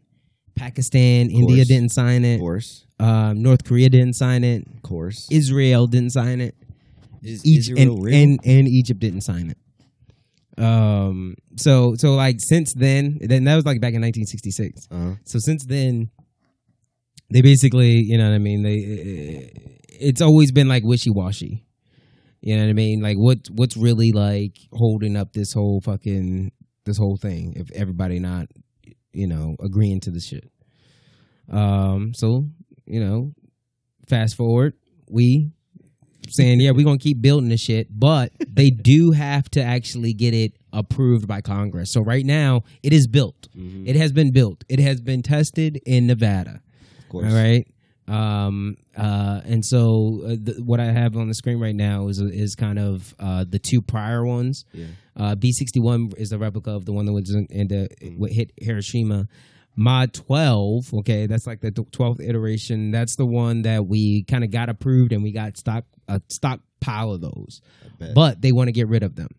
S2: Pakistan, India
S1: course.
S2: didn't sign
S1: Of
S2: it.
S1: course,
S2: Um, North Korea didn't sign it.
S1: of course.
S2: Israel didn't sign it.
S1: Is
S2: Each
S1: Israel
S2: and,
S1: real?
S2: and and Egypt didn't sign it. Um. So so like since then, then that was like back in 1966.
S1: Uh-huh.
S2: So since then, they basically, you know what I mean. They, it's always been like wishy washy. You know what I mean? Like what what's really like holding up this whole fucking this whole thing if everybody not you know agreeing to the shit. Um. So you know, fast forward, we saying yeah we're gonna keep building this shit, but they do have to actually get it approved by Congress. So right now it is built.
S1: Mhm.
S2: It has been built. It has been tested in Nevada.
S1: Of course.
S2: All right. Um. Uh. And so uh, th- what I have on the screen right now is is kind of uh the two prior ones.
S1: Yeah.
S2: Uh, B sixty one is a replica of the one that was in, in the
S1: Mhm.
S2: what hit Hiroshima. Mod 12, okay, that's like the th- 12th iteration. That's the one that we kind of got approved and we got stock a stockpile of those.
S1: I bet.
S2: But they want to get rid of them.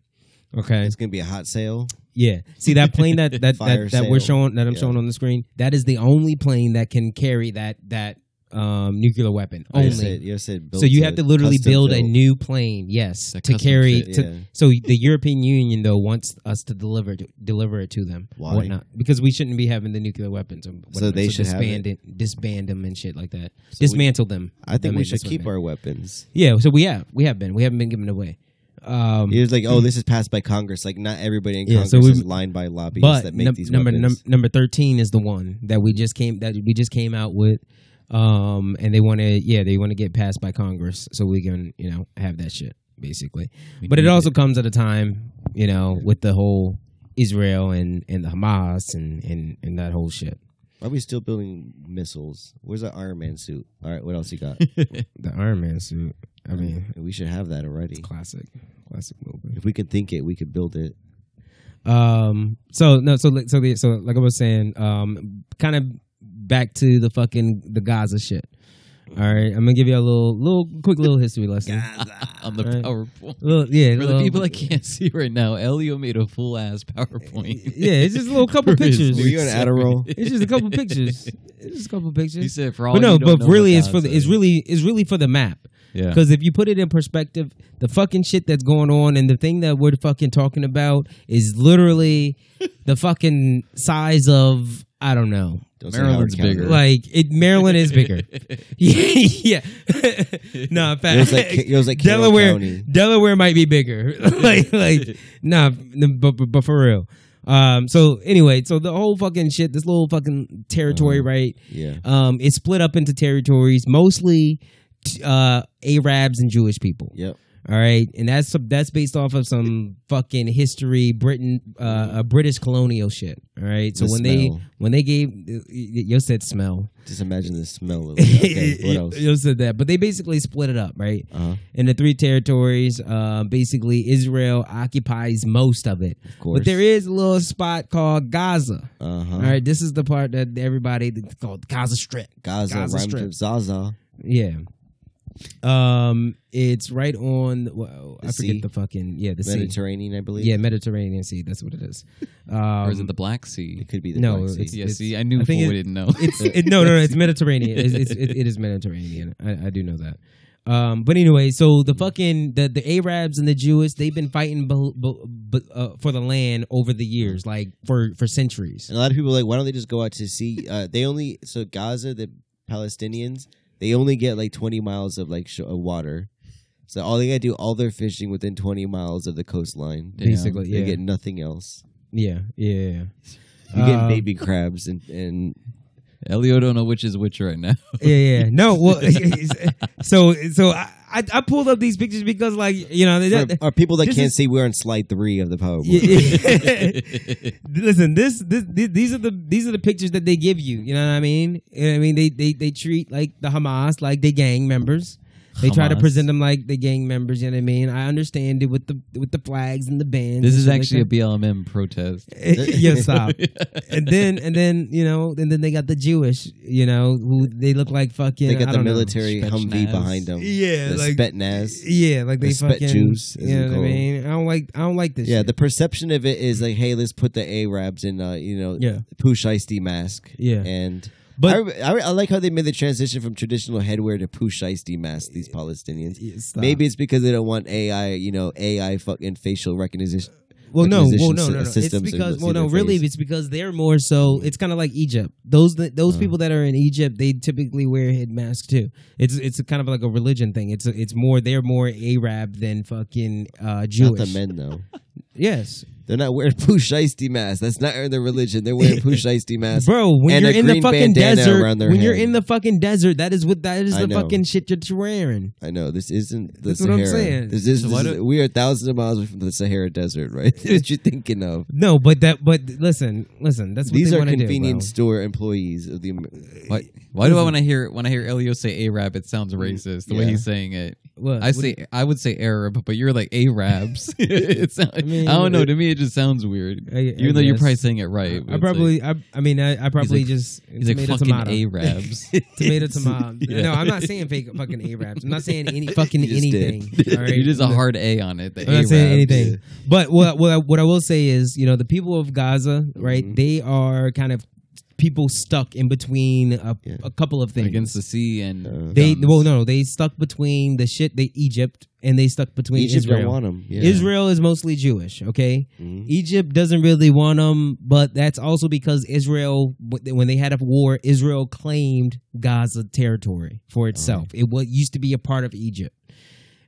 S2: Okay.
S1: it's gonna be a hot sale.
S2: Yeah. See that plane that that
S1: Fire
S2: that, that we're
S1: sale.
S2: showing that I'm
S1: Yeah.
S2: showing on the screen. That is the only plane that can carry that that um, nuclear weapon
S1: You
S2: only.
S1: said- you said
S2: so
S1: built
S2: you
S1: a
S2: have to literally
S1: custom
S2: build a
S1: built.
S2: new plane, yes,
S3: It's a
S2: to
S3: custom
S2: carry.
S1: fit,
S2: to,
S1: yeah.
S2: So the European Union though wants us to deliver to, deliver it to them,
S1: Why?
S2: whatnot, because we shouldn't be having the nuclear weapons. And whatnot.
S1: they should have
S2: disband it, disband them and shit like that.
S1: So we-
S2: Dismantle them.
S1: I think
S2: mean,
S1: we should
S2: that's what I
S1: keep
S2: meant.
S1: our weapons.
S2: Yeah, so we have we have been we haven't been given away. Um,
S1: It was like, oh, this is passed by Congress. Like, not everybody in
S2: Yeah,
S1: Congress
S2: so we-
S1: is lined by lobbyists
S2: but
S1: that make
S2: num-
S1: these
S2: number
S1: weapons.
S2: num- number thirteen is the one that we just came that we just came out with, um, and they want to yeah they want to get passed by Congress so we can you know have that shit basically.
S3: We
S2: but it
S3: need
S2: also comes at a time you know with the whole Israel and and the Hamas and and and that whole shit.
S1: Why are we still building missiles? Where's that Iron Man suit? All right, what else you got?
S2: The Iron Man suit. I mean,
S1: we should have that
S2: it's
S1: already.
S2: classic, classic movie.
S1: If we could think it, we could build it.
S2: Um. So no. So like- so the, so like I was saying. Um. Kind of back to the fucking the Gaza shit. All right. I'm gonna give you a little little quick little history lesson.
S3: on the
S2: Right.
S3: PowerPoint.
S2: Little, yeah.
S3: For the
S2: little-
S3: people that can't see right now, Elio made a full ass PowerPoint.
S2: Yeah, it's just a little couple
S3: For his
S2: pictures.
S1: Were
S3: new
S1: you an
S3: segment.
S1: Adderall?
S2: It's just a couple pictures. It's just a couple
S3: He
S2: pictures.
S3: said for all
S2: But no.
S3: you don't
S2: But
S3: know
S2: really, it's
S3: about
S2: for the.
S3: Gaza.
S2: It's really. It's really for the map.
S3: yeah.
S2: Because if you put it in perspective, the fucking shit that's going on and the thing that we're fucking talking about is literally the fucking size of I don't know.
S1: Don't say
S3: Maryland's
S1: Howard County.
S3: bigger.
S2: Like it, Maryland is bigger. yeah. no, in fact,
S1: It was like it was like Carroll
S2: Delaware.
S1: County.
S2: Delaware might be bigger. like like nah, n- but, but but for real. Um. So anyway, so the whole fucking shit, this little fucking territory,
S1: Uh-huh.
S2: right?
S1: Yeah,
S2: Um, it's split up into territories, mostly t- uh, Arabs and Jewish people.
S1: yep.
S2: All right, and that's that's based off of some fucking history, Britain, uh, uh, British colonial shit. All right, so
S1: The
S2: when they
S1: smell.
S2: when they gave, you said smell.
S1: Just imagine the smell of it. Okay, what else?
S2: you said that, but they basically split it up, right?
S1: Uh-huh,
S2: In the three territories, uh, basically Israel occupies most of it,
S1: of course.
S2: but there is a little spot called Gaza.
S1: Uh-huh.
S2: All right, this is the part that everybody it's called Gaza Strip.
S1: Gaza,
S2: Gaza
S1: rhymes
S2: Strip.
S1: with Zaza.
S2: Yeah. Um, it's right on. Well, I
S1: The
S2: forget
S1: sea?
S2: the fucking yeah the sea.
S1: Mediterranean, I believe.
S2: Yeah, Mediterranean Sea. That's what it is. Um,
S3: or is it the Black Sea?
S1: It could be the
S2: No,
S1: Black Sea.
S2: it's-
S3: Yeah, see, I knew
S2: I think
S3: Fool
S2: it-
S3: didn't know.
S2: it's it, no, no, no. It's Mediterranean. It's, it's, it, it is Mediterranean. I, I do know that. Um, but anyway, so the fucking the, the Arabs and the Jewish, they've been fighting bel bel- be- uh, for the land over the years, like for for centuries.
S1: And a lot of people are like, why don't they just go out to sea? Uh, they only so Gaza, the Palestinians, they only get like twenty miles of like sh- of water. So all they gotta do, all their fishing within twenty miles of the coastline.
S3: Damn.
S2: Basically,
S1: They
S2: yeah,
S1: get nothing else.
S2: yeah, yeah, yeah.
S1: You get
S2: Um,
S1: baby crabs and, and
S3: Elio don't know which is which right now.
S2: yeah, yeah. No, well, so so I, I I pulled up these pictures because like you know they,
S1: for,
S2: they-
S1: or people that
S2: this
S1: can't
S2: is-
S1: see, we're on slide three of the
S2: Yeah,
S1: PowerPoint.
S2: yeah. listen this, this thi- these are the these are the pictures that they give you. You know what I mean? You know what I mean they they they treat like the Hamas like they gang members. They try to
S3: Hamas.
S2: present them like the gang members. You know what I mean? I understand it with the with the flags and the bands.
S3: This
S2: and
S3: is
S2: shit like
S3: actually a
S2: that.
S3: BLM protest.
S2: yeah, stop. and then and then you know and then they got the Jewish. You know who they look like fucking.
S1: They
S2: I
S1: got the
S2: don't know.
S1: military
S3: Spetsnaz.
S1: Humvee behind them.
S2: Yeah,
S1: the
S2: like-
S1: Spetsnaz.
S2: Yeah, like they
S1: Respect
S2: fucking
S1: Jews, as we
S2: You know what I
S1: call 'em.
S2: mean? I don't like I don't like this.
S1: Yeah,
S2: shit.
S1: the perception of it is like, hey, let's put the Arabs in, uh, you know,
S2: Yeah.
S1: Pooh Shiesty mask.
S2: Yeah.
S1: and
S2: But-
S1: but I, I, I like how they made the transition from traditional headwear to Pooh Shiesty mask. These Palestinians.
S2: Yeah, stop.
S1: Maybe it's because they don't want AI, you know, AI fucking facial recognition.
S2: well no well
S1: acquisition
S2: no
S1: sy-
S2: no no it's
S1: systems and
S2: because
S1: you'll
S2: well
S1: see
S2: no
S1: their
S2: really
S1: face.
S2: it's because they're more so it's kind of like Egypt those th-
S1: Mm.
S2: those people that are in Egypt they typically wear head masks too it's it's kind of like a religion thing it's it's more they're more Arab than fucking uh,
S1: Not
S2: Jewish
S1: the men though.
S2: yes
S1: They're not wearing Pooh Shiesty masks. That's not their religion. They're wearing Pooh Shiesty masks.
S2: bro when
S1: And
S2: you're
S1: a
S2: in the
S1: green
S2: fucking
S1: bandana
S2: desert
S1: around their
S2: when you're
S1: head.
S2: in the fucking desert that is what that is
S1: I
S2: the
S1: know.
S2: fucking shit that you're wearing
S1: I know this isn't the
S2: That's what
S1: Sahara.
S2: I'm saying.
S1: This is,
S3: So
S1: this
S3: why
S1: is-
S3: do-
S1: we are thousands of miles away from the Sahara Desert, right? That's what you thinking of.
S2: no but that but listen listen that's what
S1: These
S2: they
S1: are
S2: wanna do, bro.
S1: convenience store employees of the. Amer-
S3: Why, why do I when I hear when I hear Elio say Arab, it sounds racist the way
S1: yeah.
S3: he's saying it.
S2: What?
S3: I
S2: Mm, What-
S3: say I would say Arab, but you're like Arabs. it sound,
S2: I
S3: I,
S2: mean,
S3: don't know.
S2: it-
S3: To me, it, it just sounds weird.
S2: I- I
S3: Even though you're
S2: guess.
S3: probably saying it right. but
S2: I
S3: it's like-
S2: probably, I, I mean, I, I probably
S3: like-
S2: just
S3: he's like
S2: tomato,
S3: fucking
S2: tomato.
S3: Arabs.
S2: tomato, tomato.
S3: Yeah.
S2: No, I'm not saying fake fucking Arabs. I'm not saying any fucking
S1: You just did.
S2: anything. all right?
S3: you just a hard A on it. The
S2: I'm not saying
S3: Arabs.
S2: anything. But what what I, what I will say is, you know, the people of Gaza,
S3: Mm-hmm.
S2: right?
S1: Mhm.
S2: They are kind of people stuck in between a,
S1: Yeah.
S2: a couple of things.
S3: against the sea and
S1: Uh,
S2: they
S3: guns.
S2: well, no, they stuck between the shit they Egypt and they stuck between
S1: Egypt
S2: Israel.
S1: don't want them. Yeah.
S2: Israel is mostly Jewish, okay?
S1: Mhm.
S2: Egypt doesn't really want them, but that's also because Israel, when they had a war, Israel claimed Gaza territory for itself. It was used to be a part of Egypt,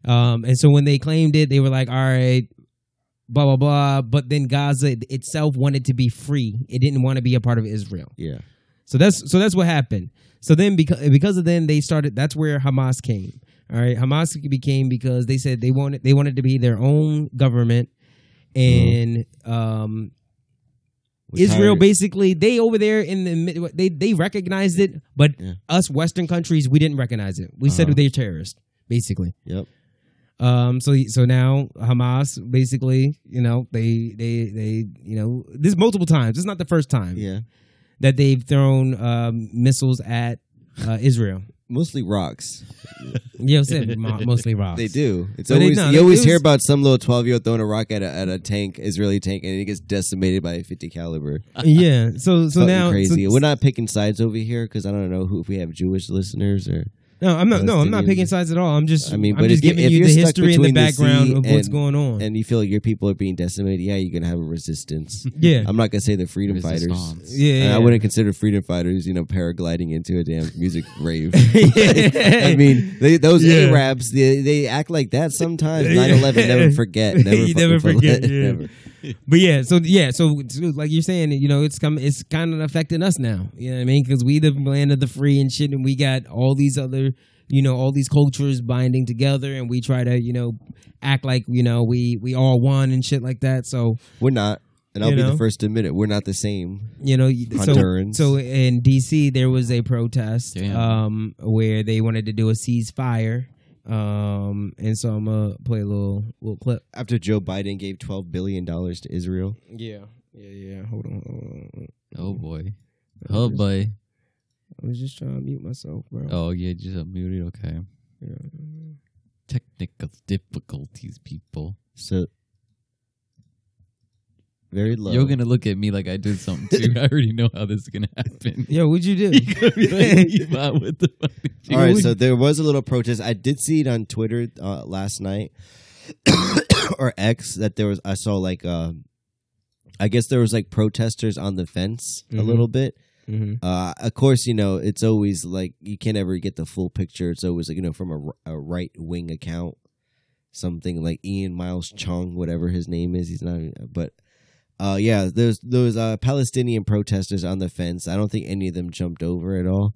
S2: um, and so when they claimed it, they were like, "All right." Blah blah blah, but then Gaza itself wanted to be free. It didn't want to be a part of Israel.
S1: Yeah.
S2: So that's so that's what happened. So then because because of then they started that's where Hamas came. All right, Hamas became because they said they wanted they wanted to be their own government and
S1: Mm-hmm.
S2: um
S1: We're
S2: Israel
S1: tired.
S2: basically they over there in the mid- they they recognized it, but
S1: Yeah.
S2: us western countries we didn't recognize it. We said
S1: Uh-huh.
S2: they're terrorists basically.
S1: Yep.
S2: Um, so so now Hamas basically, you know, they they they you know this multiple times. It's not the first time
S1: Yeah.
S2: that they've thrown um, missiles at uh, Israel.
S1: Mostly rocks.
S2: You know, what I'm saying? Mo- mostly rocks.
S1: They do. It's
S2: But they-
S1: always
S2: no,
S1: you always
S2: it
S1: hear
S2: was-
S1: about some little twelve year old throwing a rock at a, at a tank, Israeli tank, and it gets decimated by a fifty caliber.
S2: Yeah. So so
S1: Fucking
S2: now
S1: crazy.
S2: so-
S1: We're not picking sides over here because I don't know who if we have Jewish listeners or.
S2: no, I'm not. No, I'm not
S1: Palestinians.
S2: picking sides at all. I'm just.
S1: I
S2: I
S1: mean,
S2: mean,
S1: but
S2: I'm
S1: if
S2: just
S1: you-
S2: giving
S1: if
S2: you
S1: you're
S2: the
S1: stuck
S2: history and the
S1: between the sea
S2: background of what's
S1: and-
S2: going on.
S1: And you feel like your people are being decimated, yeah, you're gonna have a resistance.
S2: yeah.
S1: I'm not gonna say they're freedom
S3: Resistance.
S1: fighters.
S2: Yeah.
S1: And
S2: yeah.
S1: I wouldn't consider freedom fighters, you know, paragliding into a damn music rave.
S2: I
S1: I mean, they, those
S2: Yeah.
S1: Arabs, they, they act like that sometimes.
S2: Yeah.
S1: 9 11, never forget. Never
S2: You
S1: fucking
S2: never forget, yeah.
S1: never.
S2: but yeah, so yeah, so, so like you're saying, you know, it's come, it's kind of affecting us now. You know what I mean? Because we the land of the free and shit, and we got all these other, you know, all these cultures binding together, and we try to, you know, act like you know we we all one and shit like that. So
S1: We're not. And I'll
S2: You
S1: be the
S2: know?
S1: first to admit it. We're not the same.
S2: you know, so,
S1: Hondurans.
S2: so in DC there was a protest
S3: Damn.
S2: um where they wanted to do a ceasefire. Um and so I'm gonna play a little little clip.
S1: After Joe Biden gave $12 billion to Israel,
S2: Yeah, yeah, yeah. Hold on, hold on.
S3: Oh boy. Oh boy.
S2: I was just trying to mute myself, bro.
S3: Oh yeah, just unmuted. Okay. Technical difficulties, people.
S1: so very low.
S3: You're gonna look at me like I did something too. I already know how this is gonna happen.
S2: Yo, what'd you do?
S3: You're gonna be like, "Eli, what the fuck did you
S1: All right,
S3: do?"
S1: so there was a little protest. I did see it on Twitter uh, last night or X that there was. I saw like, uh, I guess there was like protesters on the fence a
S2: Mhm.
S1: little bit.
S2: mm-hmm.
S1: Uh, of course, you know it's always like you can't ever get the full picture. It's always like you know from a, r- a right wing account, something like Ian Miles Chong, whatever his name is. He's not, but uh, yeah, there's those uh, Palestinian protesters on the fence. I don't think any of them jumped over at all.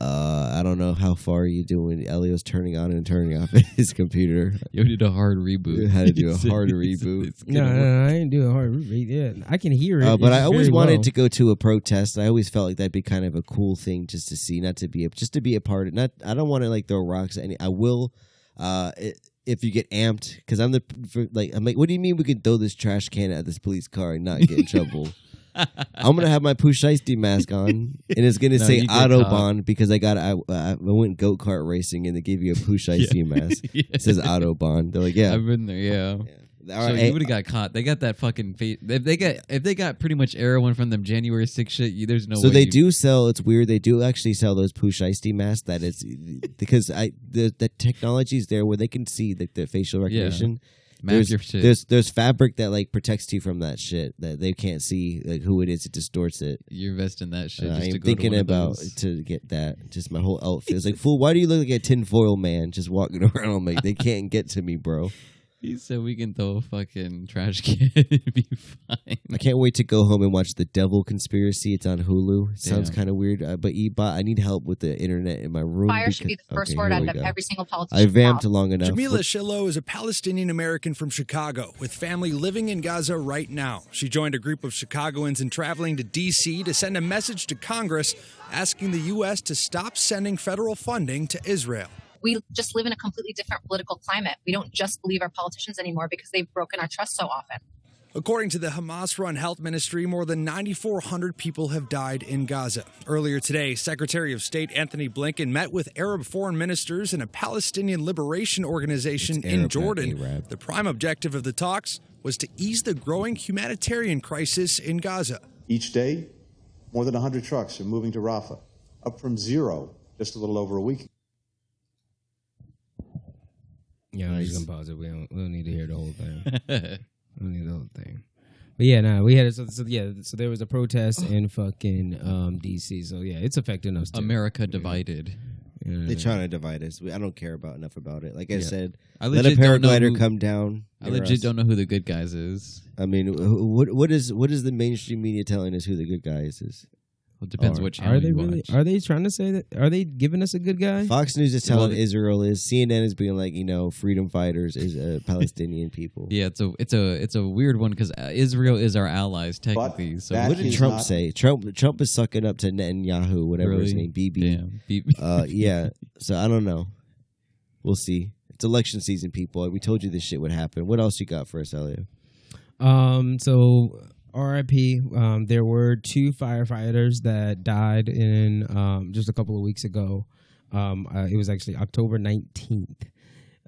S1: Uh, I don't know how far are you doing. Elio's turning on and turning off his computer.
S3: Yo did a hard reboot.
S1: You had to do a
S3: He said-
S1: hard
S3: he said
S1: reboot.
S3: it's
S2: No,
S3: gonna work.
S2: no, I didn't do a hard read. Yeah, I can hear it.
S1: Uh, but
S2: It's
S1: I always
S2: very
S1: wanted
S2: low.
S1: to go to a protest. I always felt like that'd be kind of a cool thing just to see, not to be a, just to be a part of. Not I don't want to like throw rocks at any. I will, uh, i if you get amped because I'm the for, like I'm like, what do you mean we can throw this trash can at this police car and not get in trouble? I'm gonna have my Pusheisty mask on, and it's gonna
S3: No,
S1: say
S3: you did
S1: Autobahn because I got I I went go kart racing and they gave you a Pusheisty mask.
S3: Yeah.
S1: It says Autobahn. They're like, yeah.
S3: I've been there. Yeah.
S1: yeah. All
S3: So
S1: right,
S3: you would have got caught. They got that fucking face. If they got if they got pretty much everyone from them January 6th shit, you, there's no.
S1: so
S3: way
S1: they
S3: you-
S1: do sell. It's weird. They do actually sell those Pusheisty masks. That is because I the the technology is there where they can see the, the facial recognition.
S3: map your shit.
S1: There's there's fabric that like protects you from that shit that they can't see like who it is. It distorts it.
S3: You invest in that shit.
S1: Uh,
S3: Just
S1: I'm
S3: to go to
S1: thinking
S3: one of
S1: about
S3: those.
S1: to get that. Just my whole outfit. It's like fool. Why do you look like a tinfoil man just walking around? I'm like they can't get to me, bro.
S3: He said we can throw a fucking trash can and be fine.
S1: I can't wait to go home and watch The Devil Conspiracy. It's on Hulu. sounds
S3: Damn.
S1: kind of weird, uh, but Ebot, I need help with the internet in my room.
S5: Fire should be
S1: because-
S5: the first
S1: okay,
S5: word
S1: here
S5: out
S1: we
S5: of
S1: go.
S5: every single
S1: I
S5: politician's mouth.
S1: vamped long enough.
S6: Jamila
S1: Look-
S6: Shillo is a Palestinian American from Chicago with family living in Gaza right now. She joined a group of Chicagoans in traveling to D.C. to send a message to Congress asking the U.S. to stop sending federal funding to Israel.
S5: We just live in a completely different political climate. We don't just believe our politicians anymore because they've broken our trust so often.
S6: According to the Hamas run health ministry, more than 9,400 people have died in Gaza. Earlier today, Secretary of State Anthony Blinken met with Arab foreign ministers and a Palestinian Liberation Organization
S1: It's
S6: in
S1: Arab, not
S6: Jordan.
S1: Arab.
S6: The prime objective of the talks was to ease the growing humanitarian crisis in Gaza.
S5: Each day, more than 100 trucks are moving to Rafah, up from zero just a little over a week ago.
S2: Yeah, I'm just gonna pause it. We don't, we don't need to hear the whole thing. we don't need the whole thing. But yeah, no, we had so, so yeah, so there was a protest in fucking um DC. So yeah, it's affecting us. Too.
S3: America divided.
S2: Yeah.
S1: They're trying to divide us. We, I don't care about enough about it. Like I
S3: Yeah.
S1: said,
S3: I
S1: let a
S3: legit don't know
S1: paraglider
S3: who-
S1: come down.
S3: I
S1: near
S3: legit
S1: us.
S3: don't know who the good guys is.
S1: I mean, wh- wh- what what is what is the mainstream media telling us who the good guy is? is?
S3: Well, it depends
S1: Are-
S3: what channel
S2: Are they
S3: you
S2: really?
S3: watch.
S2: Are they trying to say that? Are they giving us a good guy?
S1: Fox News is telling
S3: Well,
S1: Israel is. CNN is being like, you know, freedom fighters is uh, Palestinian people.
S3: yeah, it's a it's a it's a weird one because Israel is our allies technically. so
S5: that
S1: What did
S5: He's
S1: Trump
S5: not-
S1: say? Trump Trump is sucking up to Netanyahu, whatever his
S3: Really?
S1: name, BB.
S3: damn, Be-
S1: Uh, yeah. So I don't know. We'll see. It's election season, people. We told you this shit would happen. What else you got for us, Elliot?
S2: Um. So R.I.P. Um. There were two firefighters that died in um just a couple of weeks ago. Um. Uh, it was actually October nineteenth.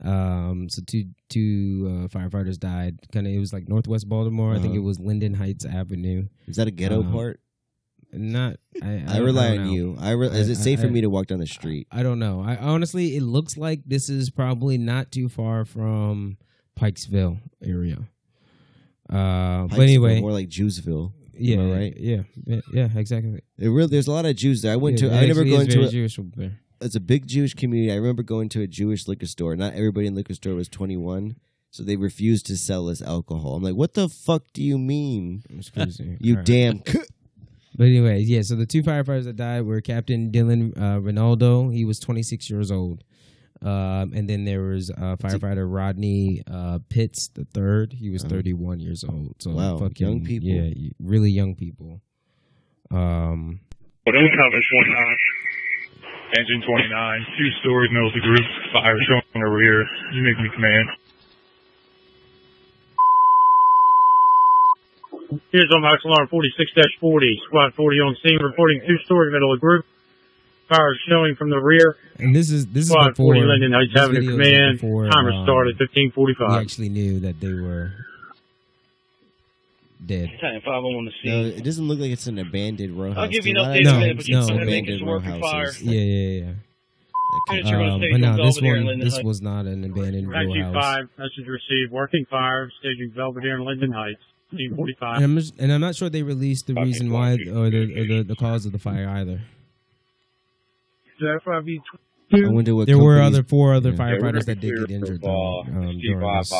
S2: Um. So two two uh, firefighters died. Kind of. It was like Northwest Baltimore. I think
S1: Uh-huh.
S2: it was Linden Heights Avenue.
S1: Is that a ghetto
S2: Uh,
S1: part?
S2: Not. I,
S1: I
S2: I,
S1: rely
S2: don't
S1: on
S2: know.
S1: you. I re- is
S2: I-
S1: it safe for
S2: I-
S1: me to walk down the street?
S2: I don't know. I honestly, it looks like this is probably not too far from Pikesville area. Uh, but
S1: Pikesville,
S2: anyway,
S1: more like Jewsville.
S2: yeah,
S1: I right?
S2: yeah, yeah, yeah, exactly.
S1: It really, there's a lot of Jews there. I went
S2: Yeah,
S1: to.
S2: it
S1: I remember
S2: actually is
S1: going to.
S2: very
S1: A,
S2: Jewish over there.
S1: it's a big Jewish community. I remember going to a Jewish liquor store. Not everybody in liquor store was 21, so they refused to sell us alcohol. I'm like, what the fuck do you mean?
S2: It's crazy.
S1: You
S2: All right.
S1: damn.
S2: But anyway, yeah. So the two firefighters that died were Captain Dylan uh, Ronaldo. He was 26 years old. Um, and then there was uh, firefighter Rodney uh, Pitts the third. He was
S1: Oh.
S2: 31 years old. So
S1: Wow,
S2: fucking,
S1: young people.
S2: Yeah, y- really young people. Um,
S7: Well, don't cover 29. Engine 29, two stories, middle of the group, fire showing over here. You make me command.
S8: Here's on Max Alarm 46-40, Squad 40 on scene, reporting two-story middle of group. Fire showing from the rear.
S2: and this is this is
S8: Squad 40
S2: before
S8: Linden Heights
S2: this
S8: Avenue
S2: video is
S8: command.
S2: before,
S8: Timer
S2: um,
S8: started 15:45.
S2: We actually knew that they were dead.
S8: Ten five on the
S1: No, it doesn't look like it's an abandoned row house.
S8: I'll give you an
S1: There's a lot of
S8: update
S1: times
S2: in a minute, but you're
S1: it's
S2: gonna make
S1: abandoned
S8: us work
S1: row
S8: and fire.
S1: houses that-
S2: Yeah, yeah, yeah.
S1: that
S8: You're gonna
S2: Um,
S8: take
S2: but no,
S8: those
S2: this
S8: over there in
S2: one,
S8: Linden
S2: this
S8: Heights.
S2: was not an abandoned
S8: Back
S2: real
S8: to
S2: house.
S8: 5, message received, working fire, staging Belvedere and Linden Heights, 15:45.
S2: And I'm, just, and I'm not sure they released the
S7: Fucking
S2: reason why
S7: bullshit.
S2: or the, or the the cause of the fire either.
S8: FIV
S1: I wonder what
S2: There were
S1: companies-
S2: other four other
S1: Yeah.
S2: firefighters that did get injured though. Um, during this.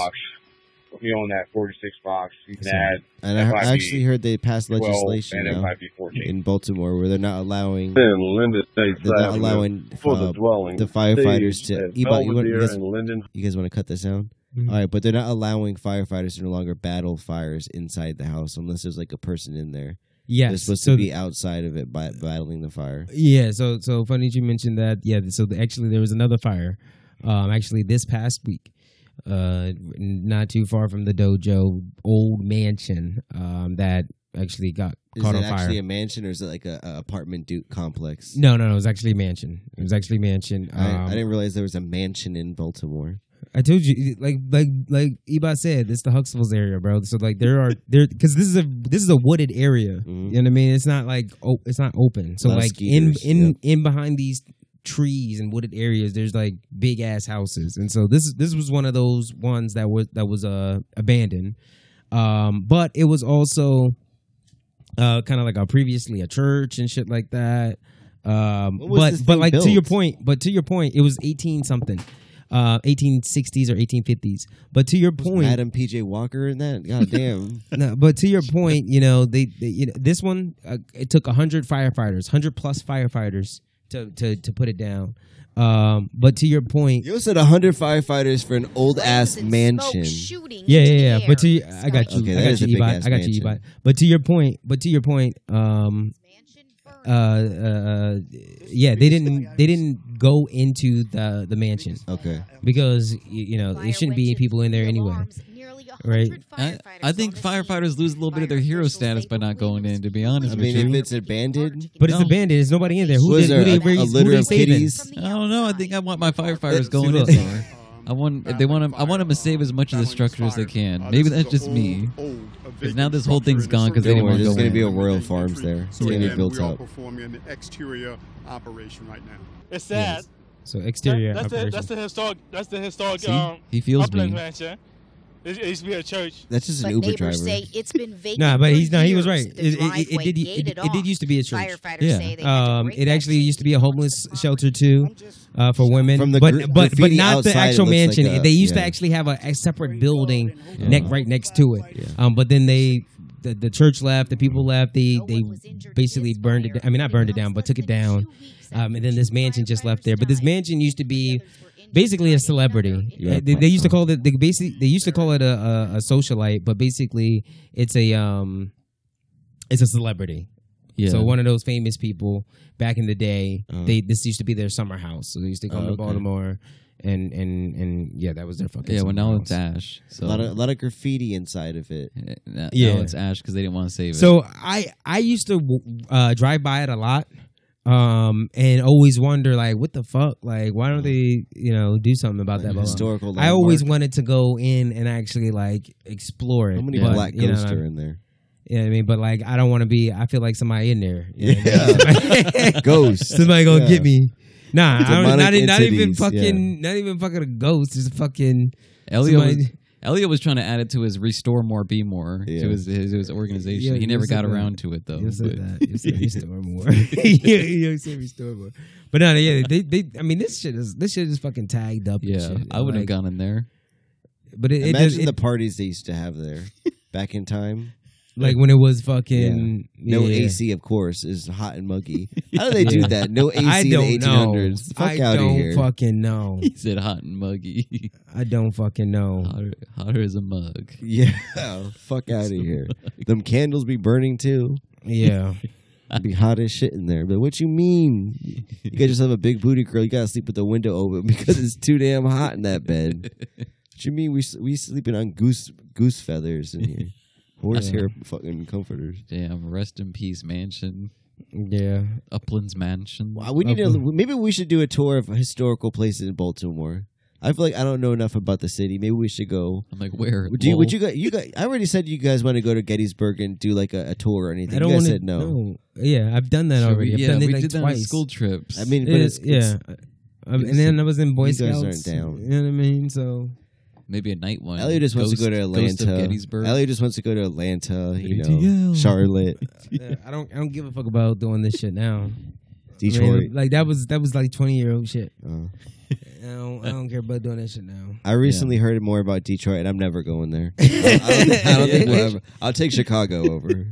S7: You own that 46 box. You
S2: can add
S1: And I, I
S7: FIB
S1: actually heard they passed legislation now
S7: be
S1: in Baltimore where they're not allowing
S9: and Linden States
S1: they're not
S9: Avenue
S1: allowing
S9: for the
S1: uh,
S9: dwelling.
S1: the firefighters
S9: Stage
S1: to.
S9: at
S1: Ebot, you, want, you
S9: Belvedere
S1: guys,
S9: and Linden
S1: you guys want to cut the sound?
S2: Mhm.
S1: All right, but they're not allowing firefighters to no longer battle fires inside the house unless there's like a person in there. They're
S2: Yes,
S1: supposed
S2: so
S1: to be outside of it by battling the fire.
S2: Yeah, so so funny you mentioned that. Yeah, so the, actually there was another fire, um, actually this past week, uh, not too far from the dojo old mansion, um, that actually got
S1: Is
S2: caught
S1: it
S2: on
S1: actually
S2: fire.
S1: a mansion or is it like a, a apartment du- complex?
S2: no, no, no, it was actually a mansion. It was actually a mansion. Um,
S1: I, I didn't realize there was a mansion in Baltimore.
S2: I told you, like, like, like Eba said, it's the Huxtables area, bro. So like, there are there because this is a this is a wooded area.
S1: Mhm.
S2: You know what I mean? It's not like oh, it's not open. So
S1: Lot of
S2: like in
S1: skeeters,
S2: in
S1: yep.
S2: in behind these trees and wooded areas, there's like big ass houses, and so this this was one of those ones that was that was uh abandoned, um, but it was also uh kind of like a previously a church and shit like that. Um,
S1: When was
S2: but
S1: this
S2: but
S1: thing
S2: like to your
S1: built?
S2: point, but to your point, it was eighteen something, uh, eighteen sixties or eighteen fifties. But to your point,
S1: Adam PJ Walker in that? God damn.
S2: no, but to your point, you know they, they you know this one uh, it took hundred firefighters, hundred plus firefighters to to to put it down. Um, but to your point,
S1: you said 100 firefighters for an old ass mansion.
S2: yeah, yeah, yeah. But to your, I got you,
S1: Okay,
S2: I
S1: that
S2: got
S1: is a
S2: you,
S1: big
S2: Ebot,
S1: ass
S2: I got you,
S1: mansion.
S2: Ebot. But to your point, but to your point, um, uh, uh, yeah, they didn't they didn't go into the the mansion
S1: Okay.
S2: because y- you know it shouldn't be people in there anyway.
S9: nearly a
S2: Right.
S9: hundred
S3: I,
S9: firefighters.
S3: I think
S9: on the scene.
S3: firefighters lose a little bit of their
S9: Fire
S3: hero
S9: officials
S3: status by
S9: labeled
S3: not going
S9: leaders
S3: in. To be
S9: with
S3: honest
S1: I
S3: with
S1: mean,
S3: you,
S1: if it's abandoned,
S2: But it's
S3: No.
S2: abandoned. There's nobody in there. Who
S1: Was
S2: did,
S1: there
S2: who
S1: a-
S2: did raise,
S1: a
S2: who
S1: litter
S2: they
S1: of
S2: saving?
S1: kitties?
S9: from the
S3: I don't know. I think I want my firefighters
S2: Let's
S3: going
S2: see
S3: in
S2: what-
S3: there. I want they want to, I want them to save as much of the structure as they can. Maybe that's just me.
S10: Because
S3: now this whole thing's gone 'cause they
S1: Don't
S3: didn't
S1: worry,
S3: wanna
S1: there's
S3: go
S1: going to
S3: in.
S1: be a Royal Farms there. It's going to get built
S10: We are
S1: up.
S10: performing an exterior operation right now.
S11: It's sad.
S2: So
S11: That-
S2: exterior
S11: that's, the,
S2: operation.
S11: that's the historic. That's the historic.
S3: See?
S11: um,
S3: He feels
S11: upland
S3: me.
S11: Rancher. It, it used to be a church.
S1: That's just
S9: But
S1: an Uber
S9: neighbors
S1: driver.
S9: say it's been vacant.
S2: Nah, but
S9: for
S2: he's not. He was
S9: years.
S2: right.
S9: The
S2: It, it- it, it
S9: driveway
S2: did. It,
S9: gated
S2: it did
S9: off.
S2: used to be a church.
S9: Firefighters
S2: yeah.
S9: say they had to
S2: um,
S9: break
S2: it
S9: that
S2: actually
S9: shade
S2: used to be a
S9: to
S2: homeless
S9: get
S2: shelter too, uh, for women.
S1: From the
S2: but
S1: gr-
S2: but but
S1: graffiti
S2: not
S1: outside,
S2: the
S1: it
S2: actual
S1: looks like
S2: mansion.
S1: a-
S2: they used to
S1: yeah.
S2: actually have a, a separate building
S1: Yeah.
S2: neck right next to it. Um, but then they. The, the church left. The people left. They
S9: No one
S2: they
S9: was injured in
S2: basically
S9: this
S2: burned it.
S9: fire.
S2: down- I mean, not
S9: It
S2: burned it
S9: comes
S2: down, but
S9: less
S2: took it
S9: than two
S2: down.
S9: weeks
S2: Um, and
S9: after
S2: then this
S9: two
S2: mansion just left there. But this
S9: firefighters
S2: mansion used to
S9: died.
S2: be
S9: Others were injured
S2: basically
S9: by
S2: a
S9: another
S2: celebrity.
S1: Yeah.
S2: Uh, They, they used to call it. They basically they used to call it a, a, a socialite, but basically it's a um, it's a celebrity.
S3: Yeah.
S2: So one of those famous people back in the day,
S1: Uh-huh.
S2: they this used to be their summer house. So they used to come
S1: Oh,
S2: to
S1: okay.
S2: Baltimore, and and and yeah, that was their fucking.
S3: yeah. Well,
S2: summer
S3: now it's
S2: house.
S3: Ash. So
S1: a lot of a lot of graffiti inside of it.
S3: Yeah, now
S2: Yeah.
S3: it's Ash because they didn't want to save it.
S2: So I I used to uh, drive by it a lot, um, and always wonder like, what the fuck? Like, why don't they you know do something about that?
S1: Uh-huh. Like a
S2: blah, blah, blah.
S1: historical.
S2: I always
S1: landmark.
S2: wanted to go in and actually like explore it.
S1: How many
S2: but,
S1: black
S2: you know
S1: ghosts
S2: what I-
S1: are in there?
S2: you know what I mean, but like I don't want to be. I feel like somebody in there. you know what I mean?
S1: Ghosts.
S2: somebody gonna
S1: Yeah.
S2: get me. Nah, I don't, not,
S1: Demonic
S2: not even
S1: entities,
S2: fucking, not even fucking a ghost. Just fucking.
S3: Elliot was,
S2: somebody-
S3: Elliot was trying to add it to his restore more, be more
S1: Yeah.
S3: to his his, his organization.
S2: Yeah,
S3: he
S2: you
S3: never
S2: said
S3: got
S2: that.
S3: around to it though.
S2: You said
S3: but-
S2: that. You said restore more. you, you said restore more. But no, yeah, they, they. I mean, this shit is this shit is fucking tagged up. and
S3: Yeah,
S2: shit.
S3: I would have
S2: Like,
S3: gone in there.
S2: But it, it does
S1: Imagine
S2: it,
S1: the parties they used to have there back in time.
S2: like when it was fucking
S1: No
S2: yeah.
S1: AC, of course, is hot and muggy. How do they do
S2: Yeah.
S1: that? No AC
S2: I
S1: in the
S2: don't know.
S1: 1800s. Fuck
S2: I
S1: out of
S2: don't
S1: here.
S2: fucking know.
S3: He said hot and muggy,
S2: I don't fucking
S1: Oh.
S2: know.
S3: hotter, hotter as a mug.
S1: Yeah, fuck out of here. Them candles be burning too.
S2: Yeah.
S1: It'd be hot as shit in there. But what you mean? You guys just have a big booty girl. You gotta sleep with the window open because it's too damn hot in that bed. What you mean we s- we sleeping on goose goose feathers in here? Horsehair fucking comforters.
S3: Damn, rest in peace, mansion,
S2: Yeah.
S3: Uplands Mansion.
S1: Wow, we need
S2: Okay.
S1: to. Maybe we should do a tour of historical places in Baltimore. I feel like I don't know enough about the city. Maybe we should go.
S3: I'm like, where?
S1: Would you?
S3: Lol.
S1: Would you? Guys, you guys? I already said you guys want to go to Gettysburg and do like a, a tour or anything.
S2: I don't
S1: you guys
S2: wanna-
S1: said no.
S2: Yeah, I've done that
S3: Should
S2: already.
S3: we-
S2: I've
S3: yeah,
S2: done it
S3: we
S2: like
S3: did that on
S2: twice.
S3: school trips.
S1: I mean,
S2: It
S1: but it's,
S2: is- yeah. Um, and then I was in Boy
S1: you guys aren't
S2: Scouts.
S1: down.
S2: You know what I mean? So
S3: maybe a night one.
S1: Elliot just wants to go
S3: Ghost-
S1: to
S3: Ghost of
S1: Atlanta.
S3: Gettysburg.
S1: Elliot just wants to go to Atlanta. You know,
S3: ATL.
S1: Charlotte,
S2: uh, I don't I don't give a fuck about doing this shit now.
S1: Detroit.
S2: Man, like that was that was like twenty year old shit.
S1: Uh,
S2: I don't I don't care about doing that shit now.
S1: I recently heard more about Detroit, and I'm never going there. I don't, I don't think we'll ever. I'll take Chicago over.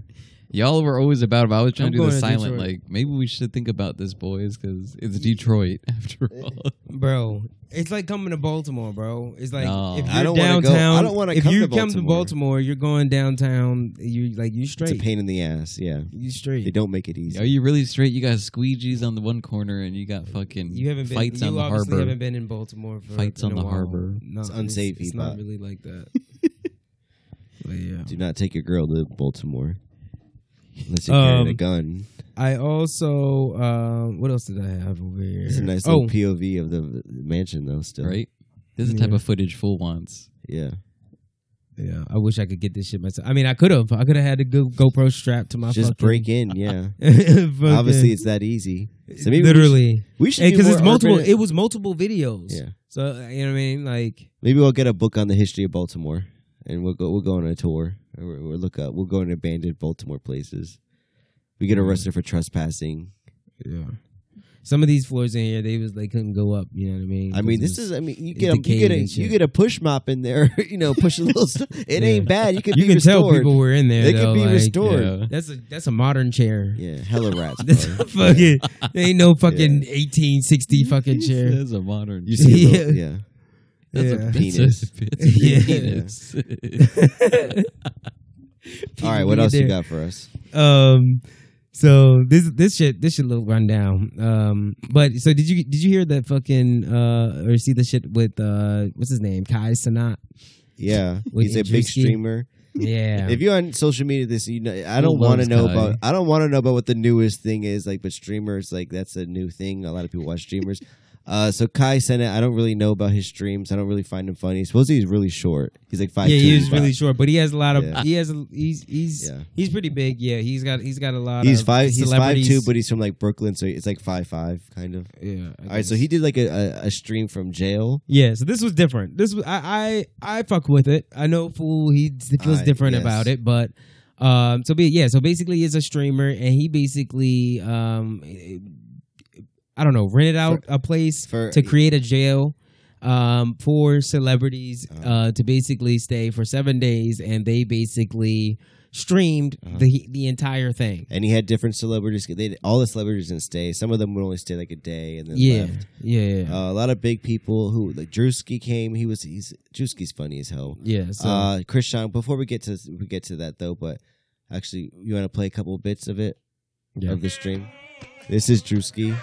S3: Y'all were always about. But I was trying
S2: I'm
S3: to do the
S2: going to
S3: silent.
S2: Detroit.
S3: Like maybe we should think about this, boys, because it's Detroit after all.
S2: Bro, it's like coming to Baltimore, bro. It's like
S3: No.
S2: if you're
S1: I don't wanna go- I
S2: downtown,
S1: don't wanna
S2: if
S1: come
S2: you
S1: to
S2: come to
S1: Baltimore.
S2: Baltimore, you're going downtown. You like you
S1: It's a
S2: straight,
S1: pain in the ass. Yeah,
S2: you
S1: they
S2: straight.
S1: don't make it easy.
S3: Are you really straight? You got squeegees on the one corner, and you got fucking
S2: You haven't been.
S3: fights
S2: you
S3: on the
S2: obviously
S3: harbor.
S2: haven't been in Baltimore for
S3: Fights
S2: in
S3: on
S2: a
S3: the
S2: while.
S3: harbor.
S2: No,
S1: It's unsaved,
S2: It's, not
S1: but-
S2: really like that. but yeah.
S1: Do not take your girl to Baltimore unless you're
S2: Um,
S1: carrying a gun.
S2: I also um, what else did I have over here?
S1: It's a nice
S2: oh,
S1: little POV of the mansion, though. Still,
S3: right? This is the type
S2: Yeah.
S3: of footage Fool wants.
S1: Yeah.
S2: yeah. I wish I could get this shit myself. I mean, I could have. I could have had the Go- GoPro strapped to my.
S1: Just
S2: fucking,
S1: break in. Yeah.
S2: fucking-
S1: Obviously, it's that easy. So maybe we should-
S2: literally
S1: we should do
S2: because it's
S1: more urban-
S2: multiple. It was multiple videos.
S1: Yeah.
S2: So you know what I mean? Like
S1: Maybe we'll get a book on the history of Baltimore, and we'll go. We'll go on a tour. Or We'll we'll look up. We'll go in abandoned Baltimore places. We
S2: Mm-hmm.
S1: get arrested for trespassing.
S2: yeah. Some of these floors in here, they was they couldn't go up. You know what I mean?
S1: I mean,
S2: 'Cause
S1: this
S2: it was-
S1: is. I mean, you
S2: it's
S1: get a you get
S2: decayed
S1: a
S2: and
S1: you
S2: shit.
S1: get a push mop in there. You know, push a little stuff. It
S2: Yeah.
S1: ain't bad. You can
S2: you
S1: be
S2: can tell
S1: restored.
S2: people were in there.
S1: They could
S2: though,
S1: be
S2: like,
S1: restored.
S2: yeah. That's a that's a modern chair.
S1: Yeah, hella rats.
S2: That's
S1: bro.
S2: a fucking. There ain't no fucking eighteen sixty fucking chair.
S3: That's a modern.
S1: You see, a little-
S2: Yeah.
S1: yeah.
S3: That's
S2: Yeah.
S3: a
S1: Penis.
S3: penis. It's a big penis.
S1: All right, what else you got for us?
S2: got? Um, so this this shit this shit little rundown. Um, but so did you did you hear that fucking uh or see the shit with uh what's his name Kai Sanat?
S1: Yeah,
S2: With
S1: he's a big
S2: Andrewski.
S1: streamer.
S2: Yeah.
S1: If you're on social media, this you know, I don't
S2: loves
S1: want to know
S2: Kanye?
S1: about. I don't want to know about what the newest thing is. Like, but streamers, like that's a new thing. A lot of people watch streamers. Uh, so Kai sent it. I don't really know about his streams. I don't really find him funny. Supposedly he's really short. He's like five.
S2: yeah, he is really short, but he has a lot of
S1: Yeah.
S2: he has a, he's he's
S1: Yeah.
S2: he's pretty big. Yeah, he's got he's got a lot.
S1: He's
S2: of
S1: five. He's five
S2: celebrities.
S1: two, but he's from like Brooklyn, so it's like five five kind of.
S2: yeah. I
S1: All right, so
S2: guess.
S1: he did like a, a, a stream from jail.
S2: yeah. So this was different. This was I I I fuck with it. I know fool he d- feels
S1: I-
S2: different
S1: yes.
S2: about it, but um. So be yeah. So basically, he's a streamer, and he basically um. I don't know. Rented out a place
S1: for-
S2: to create a jail. Um, for celebrities
S1: Uh-huh.
S2: uh, to basically stay for seven days, and they basically streamed
S1: Uh-huh.
S2: the the entire thing.
S1: And he had different celebrities. They all the celebrities didn't stay. Some of them would only stay like a day and then
S2: yeah,
S1: left.
S2: yeah, yeah.
S1: Uh, a lot of big people who like Drewski came. He was he's Drewski's funny as hell.
S2: Yeah. So
S1: uh, Christian. Before we get to we get to that though, but actually, you want to play a couple bits of it
S2: Yeah.
S1: of the stream. This is Drewski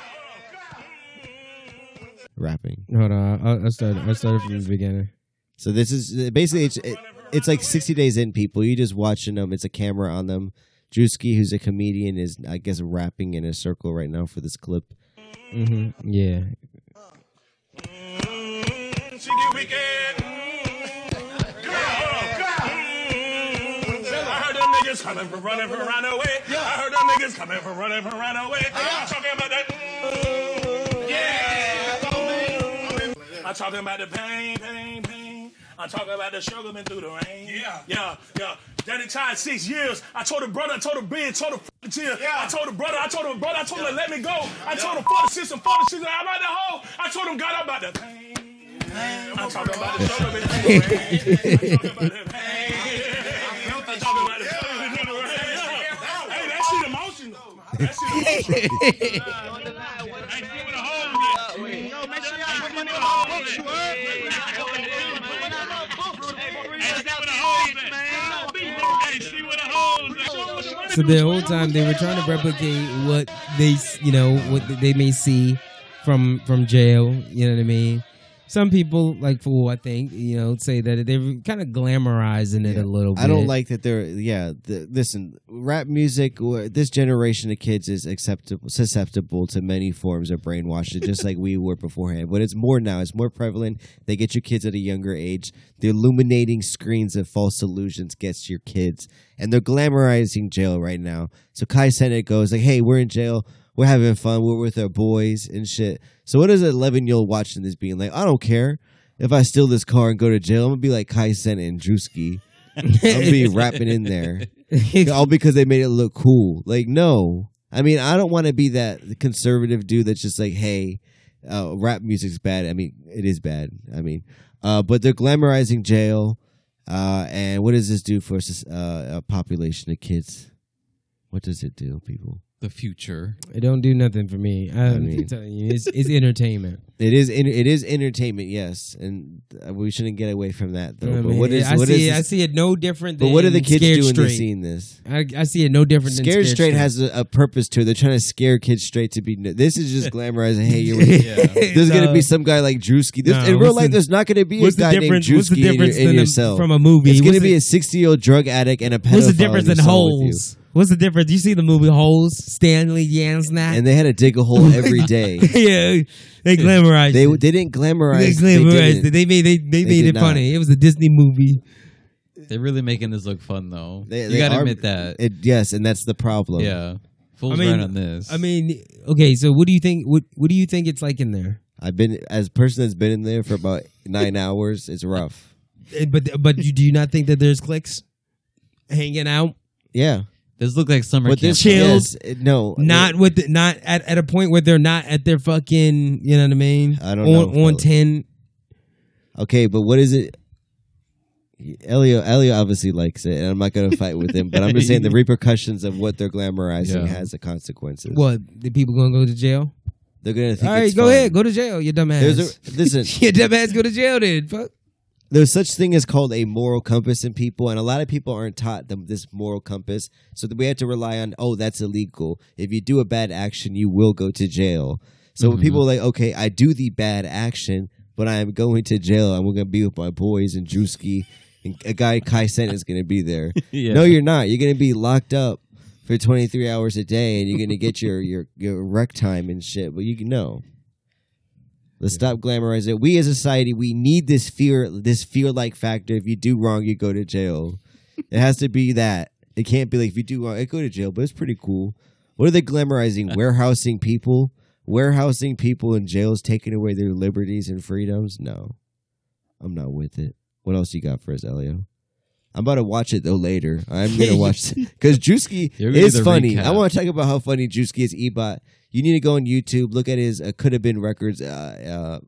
S1: rapping.
S2: hold on, I, I started. I started from the beginning.
S1: So this is basically it's it, it's like sixty days in. People, you just watching them. It's a camera on them. Drewski, who's a comedian, is I guess rapping in a circle right now for this clip.
S2: hmm Yeah.
S4: She get wicked. Girl, girl. I heard them niggas coming from running from right away. I heard them niggas coming from running from right away. I'm talking about that. Yeah. I'm talking about the pain, pain, pain. I'm talking about the struggle been through the rain. Yeah. Yeah, yeah. That entire six years, I told the brother, I told the bitch, told the f- tear. I told the brother, I told the brother, I told him to let me go. I told him, fuck the system, fuck the system. I'm out the hole. I told him, God, I'm about to pain. I'm talking about the struggle been through the rain. Hey, that shit emotional. That shit emotional. Hey, give it a hold, man. Hey, give it a hold, man. Hey, see what a hold, man.
S2: So the whole time they were trying to replicate what they, s- you know, what they may see from from jail. You know what I mean? Some people, like fool, I think, you know, say that they're kind of glamorizing it a little bit.
S1: I don't like that they're yeah. The, listen, rap music. wh- This generation of kids is acceptable, susceptible to many forms of brainwashing, just like we were beforehand. But it's more now. It's more prevalent. They get your kids at a younger age. The illuminating screens of false illusions gets your kids, and they're glamorizing jail right now. So Kai Senate goes like, "Hey, we're in jail. We're having fun. We're with our boys and shit." So what is an eleven year old watching this being like? I don't care. If I steal this car and go to jail, I'm gonna be like Kai Senate and Drewski. I'll be rapping in there. All because they made it look cool. Like, no. I mean, I don't want to be that conservative dude that's just like, hey, uh, rap music's bad. I mean, it is bad. I mean, uh, but they're glamorizing jail. Uh, and what does this do for sus- uh, a population of kids? What does it do, people?
S3: the future.
S2: It don't do nothing for me. Um, I'm
S1: mean-
S2: telling you, it's, it's entertainment.
S1: It is en- it is entertainment, yes, and uh, we shouldn't get away from that though.
S2: You know what I
S1: but
S2: mean?
S1: what is
S2: I
S1: what is
S2: see? it-
S1: this-
S2: I see it no different.
S1: but
S2: than
S1: what are the kids
S2: Scared
S1: doing?
S2: Straight.
S1: They're seeing this.
S2: I, I see it no different than
S1: Scared Straight has a, a purpose to it. They're trying to scare kids straight to be. This is just glamorizing. Hey, you're. There's gonna be some guy like Drewski. There's-
S2: Nah,
S1: in real
S2: what's
S1: life,
S2: the-
S1: there's not gonna be a
S2: What's the
S1: guy named
S2: difference? What's the
S1: Drewski in, your,
S2: difference
S1: in
S2: than
S1: your
S2: a-
S1: cell.
S2: from a movie?
S1: it's gonna
S2: What's
S1: be
S2: the-
S1: a 60 year old drug addict and a pedophile.
S2: What's the
S1: in
S2: difference
S1: your
S2: in
S1: cell with you.
S2: holes? What's the difference? You see the movie Holes, Stanley Yansnack?
S1: And they had to dig a hole every day.
S2: yeah, they glamorized.
S1: they,
S2: it.
S1: they didn't
S2: They
S1: glamorize.
S2: glamorized.
S1: They,
S2: it. They made they, they,
S1: They
S2: made
S1: did
S2: it
S1: not.
S2: funny. It was a Disney movie.
S3: They're really making this look fun though.
S1: They-
S3: you
S1: they
S3: gotta
S1: are-
S3: admit that.
S1: It, yes, and that's the problem.
S3: yeah,
S2: I
S3: fools
S2: mean-
S3: right on this.
S2: I mean, okay, so what do you think? What what do you think it's like in there?
S1: I've been as a person that's been in there for about nine hours. It's rough.
S2: Eh, But but you, do you not think that there's clicks hanging out,
S1: Yeah,
S3: this look like summer
S1: but
S3: camp.
S1: this
S2: Chilled.
S1: yes, it- no,
S2: not with the, not at, at a point where they're not at their fucking you know what I mean?
S1: I don't
S2: on,
S1: know,
S2: on
S1: fellas.
S2: ten.
S1: Okay, but what is it? Elio, Elio obviously likes it, and I'm not going to fight with him. But I'm just saying the repercussions of what they're glamorizing
S3: Yeah.
S1: has a consequences.
S2: What the people gonna go to jail?
S1: They're going to
S2: All
S1: think.
S2: right,
S1: it's
S2: go
S1: fun.
S2: ahead, go to jail. You dumbass.
S1: There's a listen.
S2: Your dumb ass go to jail then. Fuck.
S1: there's such thing as called a moral compass in people, and a lot of people aren't taught them this moral compass. So that we have to rely on, oh, that's illegal. If you do
S2: Mm-hmm.
S1: a bad action, you will go to jail. So when people are like, okay, I do the bad action, but I am going to jail. I'm going to be with my boys and Drewski. And a guy, Kai Sen, is going to be there.
S3: Yeah.
S1: No, you're not. You're going to be locked up for 23 hours a day and you're going to get your, your, your rec time and shit. But you can know. Let's stop glamorizing it. We as a society, we need this fear, this fear like factor. If you do wrong, you go to jail. It has to be that. It can't be like if you do wrong, I go to jail, but it's pretty cool. What are they glamorizing? Warehousing people? Warehousing people in jails, taking away their liberties and freedoms? No. I'm not with it. What else you got for us, Elio? I'm about to watch it though later. I'm gonna watch because Juski
S3: You're gonna do
S1: is
S3: the
S1: funny. I
S3: recap.
S1: want to talk about how funny Juski is. Ebot, you need to go on YouTube, look at his uh, could have been records uh,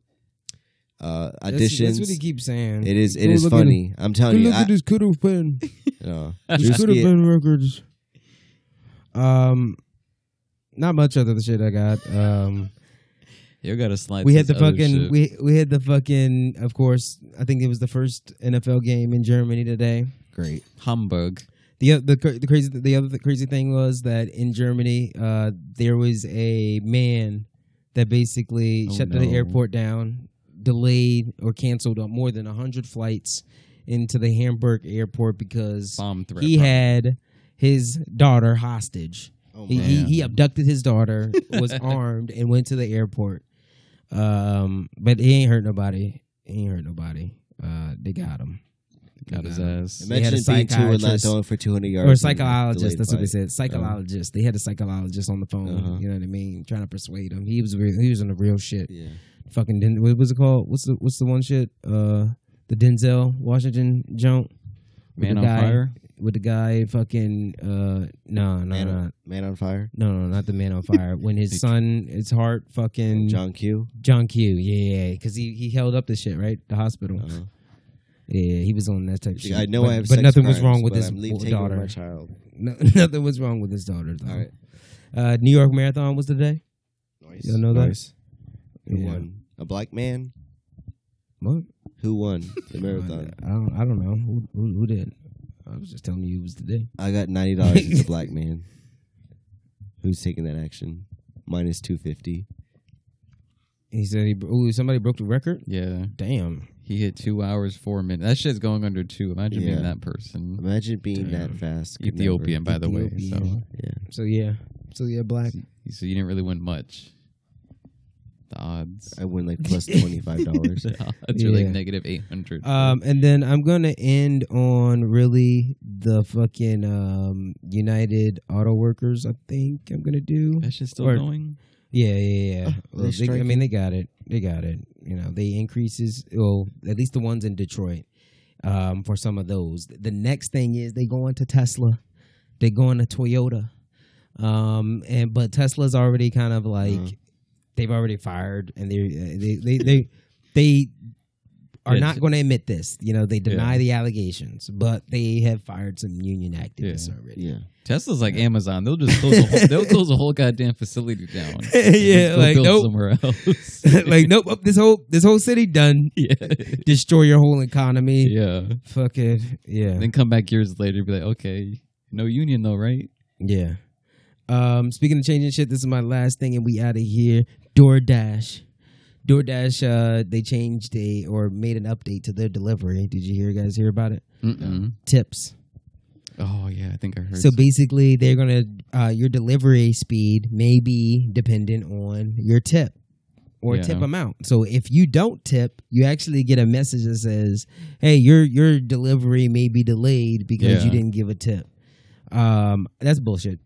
S1: uh, uh,
S2: That's-
S1: auditions.
S2: That's, what he keeps saying.
S1: it is it
S2: Go
S1: is
S2: look at
S1: funny. I'm
S2: Go
S1: telling you,
S2: look
S1: I,
S2: at this could have been.
S1: no.
S2: This could
S1: Drewski-
S2: have been records. Um, not much other shit I got. Um,
S3: You gotta slide.
S2: we
S3: to
S2: had the
S3: this other
S2: fucking
S3: shit.
S2: we we had the fucking. Of course, I think it was the first NFL game in Germany today.
S1: great.
S3: Hamburg.
S2: The o- the cra- the crazy the other crazy thing was that in Germany, uh, there was a man that basically
S3: Oh,
S2: shut
S3: no.
S2: the airport down, delayed or canceled on more than hundred flights into the Hamburg airport because
S3: Bomb threat.
S2: he had his daughter hostage.
S1: Oh,
S2: he,
S1: man.
S2: he he abducted his daughter, was armed, and went to the airport. Um, but he ain't hurt nobody. He ain't hurt nobody. Uh, they got him. They
S3: got his
S2: him.
S3: ass.
S2: They had a
S1: Imagine being two and not
S2: psychiatrist.
S1: throwing for 200 yards.
S2: Or
S1: and
S2: psychologist.
S1: delayed
S2: That's what they
S1: fight.
S2: said. Psychologist. They had a psychologist on the phone.
S1: Uh-huh.
S2: You know what I mean? Trying to persuade him. He was re- he was on the real shit.
S1: Yeah.
S2: Fucking Den- what was it called? What's the what's the one shit? Uh, the Denzel Washington joint. with
S3: Man
S2: the
S3: on
S2: guy-
S3: fire.
S2: With the guy fucking uh no no
S1: Man,
S2: no
S1: on, man on fire.
S2: no no not the man on fire when his son his heart fucking John,
S1: John Q.
S2: Q yeah yeah because he he held up the shit right the hospital
S1: Uh-huh.
S2: yeah he was on that type of shit
S1: I know
S2: but,
S1: I have
S2: but
S1: sex
S2: nothing was
S1: crimes,
S2: wrong with
S1: but
S2: his
S1: I'm leaving-
S2: w-
S1: taking over
S2: daughter
S1: My child.
S2: no, nothing was wrong with his daughter. Though.
S1: All right.
S2: Uh, New York Marathon was today.
S1: Nice.
S2: Y'all know that?
S1: Nice. Who
S2: Yeah.
S1: won? A black man?
S2: What?
S1: Who won the marathon?
S2: I don't. I don't know who, who, who did. I was just telling you it was today.
S1: I got ninety dollars as a black man. Who's taking that action? Minus two fifty.
S2: He said he. bro- Ooh, somebody broke the record.
S3: Yeah,
S2: Damn.
S3: he hit two hours four minutes. That shit's going under two. Imagine
S1: Yeah.
S3: being that person.
S1: Imagine being that
S2: Damn.
S1: fast. Could never-
S3: Ethiopian, by the way. So,
S2: Ethiopian.
S1: Yeah.
S2: So yeah. So yeah, black.
S3: so you didn't really win much. The odds.
S1: I win like plus twenty five dollars.
S3: The odds are like
S2: Yeah.
S3: negative eight hundred.
S2: Um, and then I'm gonna end on really the fucking um United Auto Workers. I think I'm gonna do.
S3: that shit's still
S2: or-
S3: going.
S2: Yeah, yeah, yeah.
S1: they're
S2: Well, they- I mean, they got it. They got it. You know, they increases. Well, at least the ones in Detroit. Um, for some of those, the next thing is they going to Tesla. They going to Toyota. Um, and but Tesla's already kind of like
S1: Uh-huh.
S2: they've already fired, and they they they they they are
S3: Yeah,
S2: not
S3: it's-
S2: going to admit this. You know, they deny the allegations, but they have fired some union activists
S3: Yeah.
S2: already.
S1: Yeah.
S3: Tesla's like Amazon. They'll just close. A whole, they'll close a whole goddamn facility down.
S2: yeah,
S3: Go
S2: like
S3: build
S2: nope,
S3: somewhere else.
S2: like nope. oh, This whole this whole city done.
S3: yeah,
S2: destroy your whole economy.
S3: yeah.
S2: Fuck it. Yeah.
S3: Then come back years later, and be like, okay, no union though, right?
S2: Yeah. Um, speaking of changing shit, this is my last thing, and we out of here. DoorDash. DoorDash, uh, they changed a or made an update to their delivery. Did you hear guys hear about it?
S3: Mm-mm.
S2: Tips.
S3: Oh yeah, I think I heard.
S2: So basically, they're gonna uh, your delivery speed may be dependent on your tip or
S3: Yeah.
S2: tip amount. So if you don't tip, you actually get a message that says, "Hey, your your delivery may be delayed because you
S3: Yeah.
S2: didn't give a tip." Um, that's bullshit.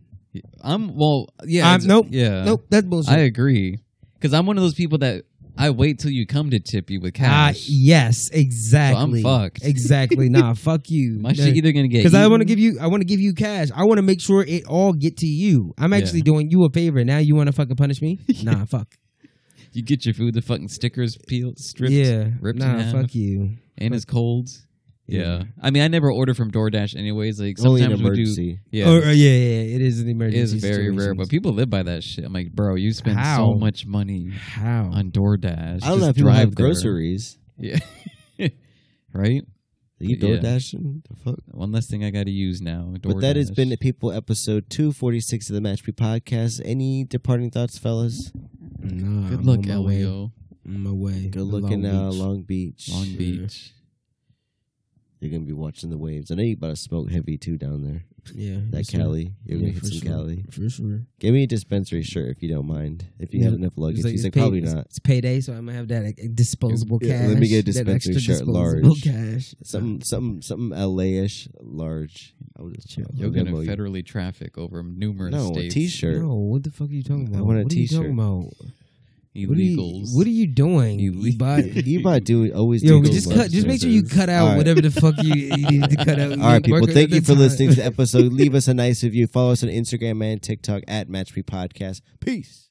S3: I'm well. Yeah.
S2: Um,
S3: it's-
S2: nope,
S3: Yeah.
S2: nope, that's bullshit.
S3: I agree. Because I'm one of those people that I wait till you come to tip you with
S2: Ah,
S3: cash.
S2: yes, exactly.
S3: fucked.
S2: Exactly. Nah, fuck you.
S3: My shit either gonna get
S2: because I want to
S3: eaten-
S2: give you, I want to give you cash. I want to make sure it all get to you. I'm
S3: Yeah.
S2: actually doing you a favor. Now you want to fucking punish me? Nah, fuck.
S3: you get your food the fucking stickers peeled stripped
S2: yeah,
S3: ripped in
S2: nah,
S3: half,
S2: fuck you.
S3: and it's cold. Yeah.
S2: Yeah.
S3: I mean I never order from DoorDash anyways. Like
S1: Only an
S3: sometimes we do.
S1: emergency. Oh,
S3: Yeah,
S2: Or, or, yeah, yeah, it is an
S3: it
S2: emergency.
S3: is very rare,
S2: situation.
S3: but people live by that shit. I'm like, bro, you spend
S2: How?
S3: so much money
S2: how?
S3: on DoorDash.
S1: I don't
S3: Just
S1: know if people have
S3: drive there.
S1: groceries.
S3: Yeah, right.
S1: You
S3: Yeah.
S1: door dashing? The fuck?
S3: One less thing I got to use now. DoorDash.
S1: But that has been the people episode two forty six of the Match Be podcast. Any departing thoughts, fellas?
S2: Nah,
S3: good
S2: I'm
S1: Oh,
S3: luck,
S2: on my way.
S3: Elio.
S2: I'm away.
S1: Good looking uh,
S2: Long Beach.
S1: Long Beach.
S3: Long Beach.
S1: You're gonna be watching the waves. I know you about to smoke heavy too down there.
S2: Yeah,
S1: That
S2: for sure.
S1: Cali. You're gonna
S2: Yeah,
S1: hit
S2: for
S1: some
S2: sure.
S1: Cali.
S2: for sure.
S1: Give me a dispensary shirt if you don't mind. If you have
S2: Yeah.
S1: enough luggage,
S2: It's like-
S1: he's like
S2: it's pay-
S1: probably
S2: it's-
S1: not.
S2: It's payday, so I'm gonna have that like, disposable
S1: Yeah,
S2: cash.
S1: let me get a
S2: that extra
S1: dispensary shirt large.
S2: disposable Cash.
S1: Something, something, something LA-ish, large. I would just chill.
S3: You're gonna federally traffic over numerous
S1: no a
S3: states.
S1: t-shirt.
S2: No, what the fuck are you talking
S1: I
S2: about?
S1: want a
S2: what Are you
S1: t-shirt.
S2: talking about? What are you,
S3: Illegals.
S2: what are you doing?
S3: Illegal.
S2: But
S1: You might do always.
S2: yo,
S1: do
S2: we
S1: those
S2: just
S1: love
S2: cut. Just make sure you
S1: services.
S2: cut out
S1: All right.
S2: whatever the fuck you, you need to cut out.
S1: All right, people.
S2: Work
S1: Thank
S2: another
S1: you for
S2: time.
S1: listening to the episode. Leave us a nice review. Follow us on Instagram and TikTok at Match Me Podcast. Peace.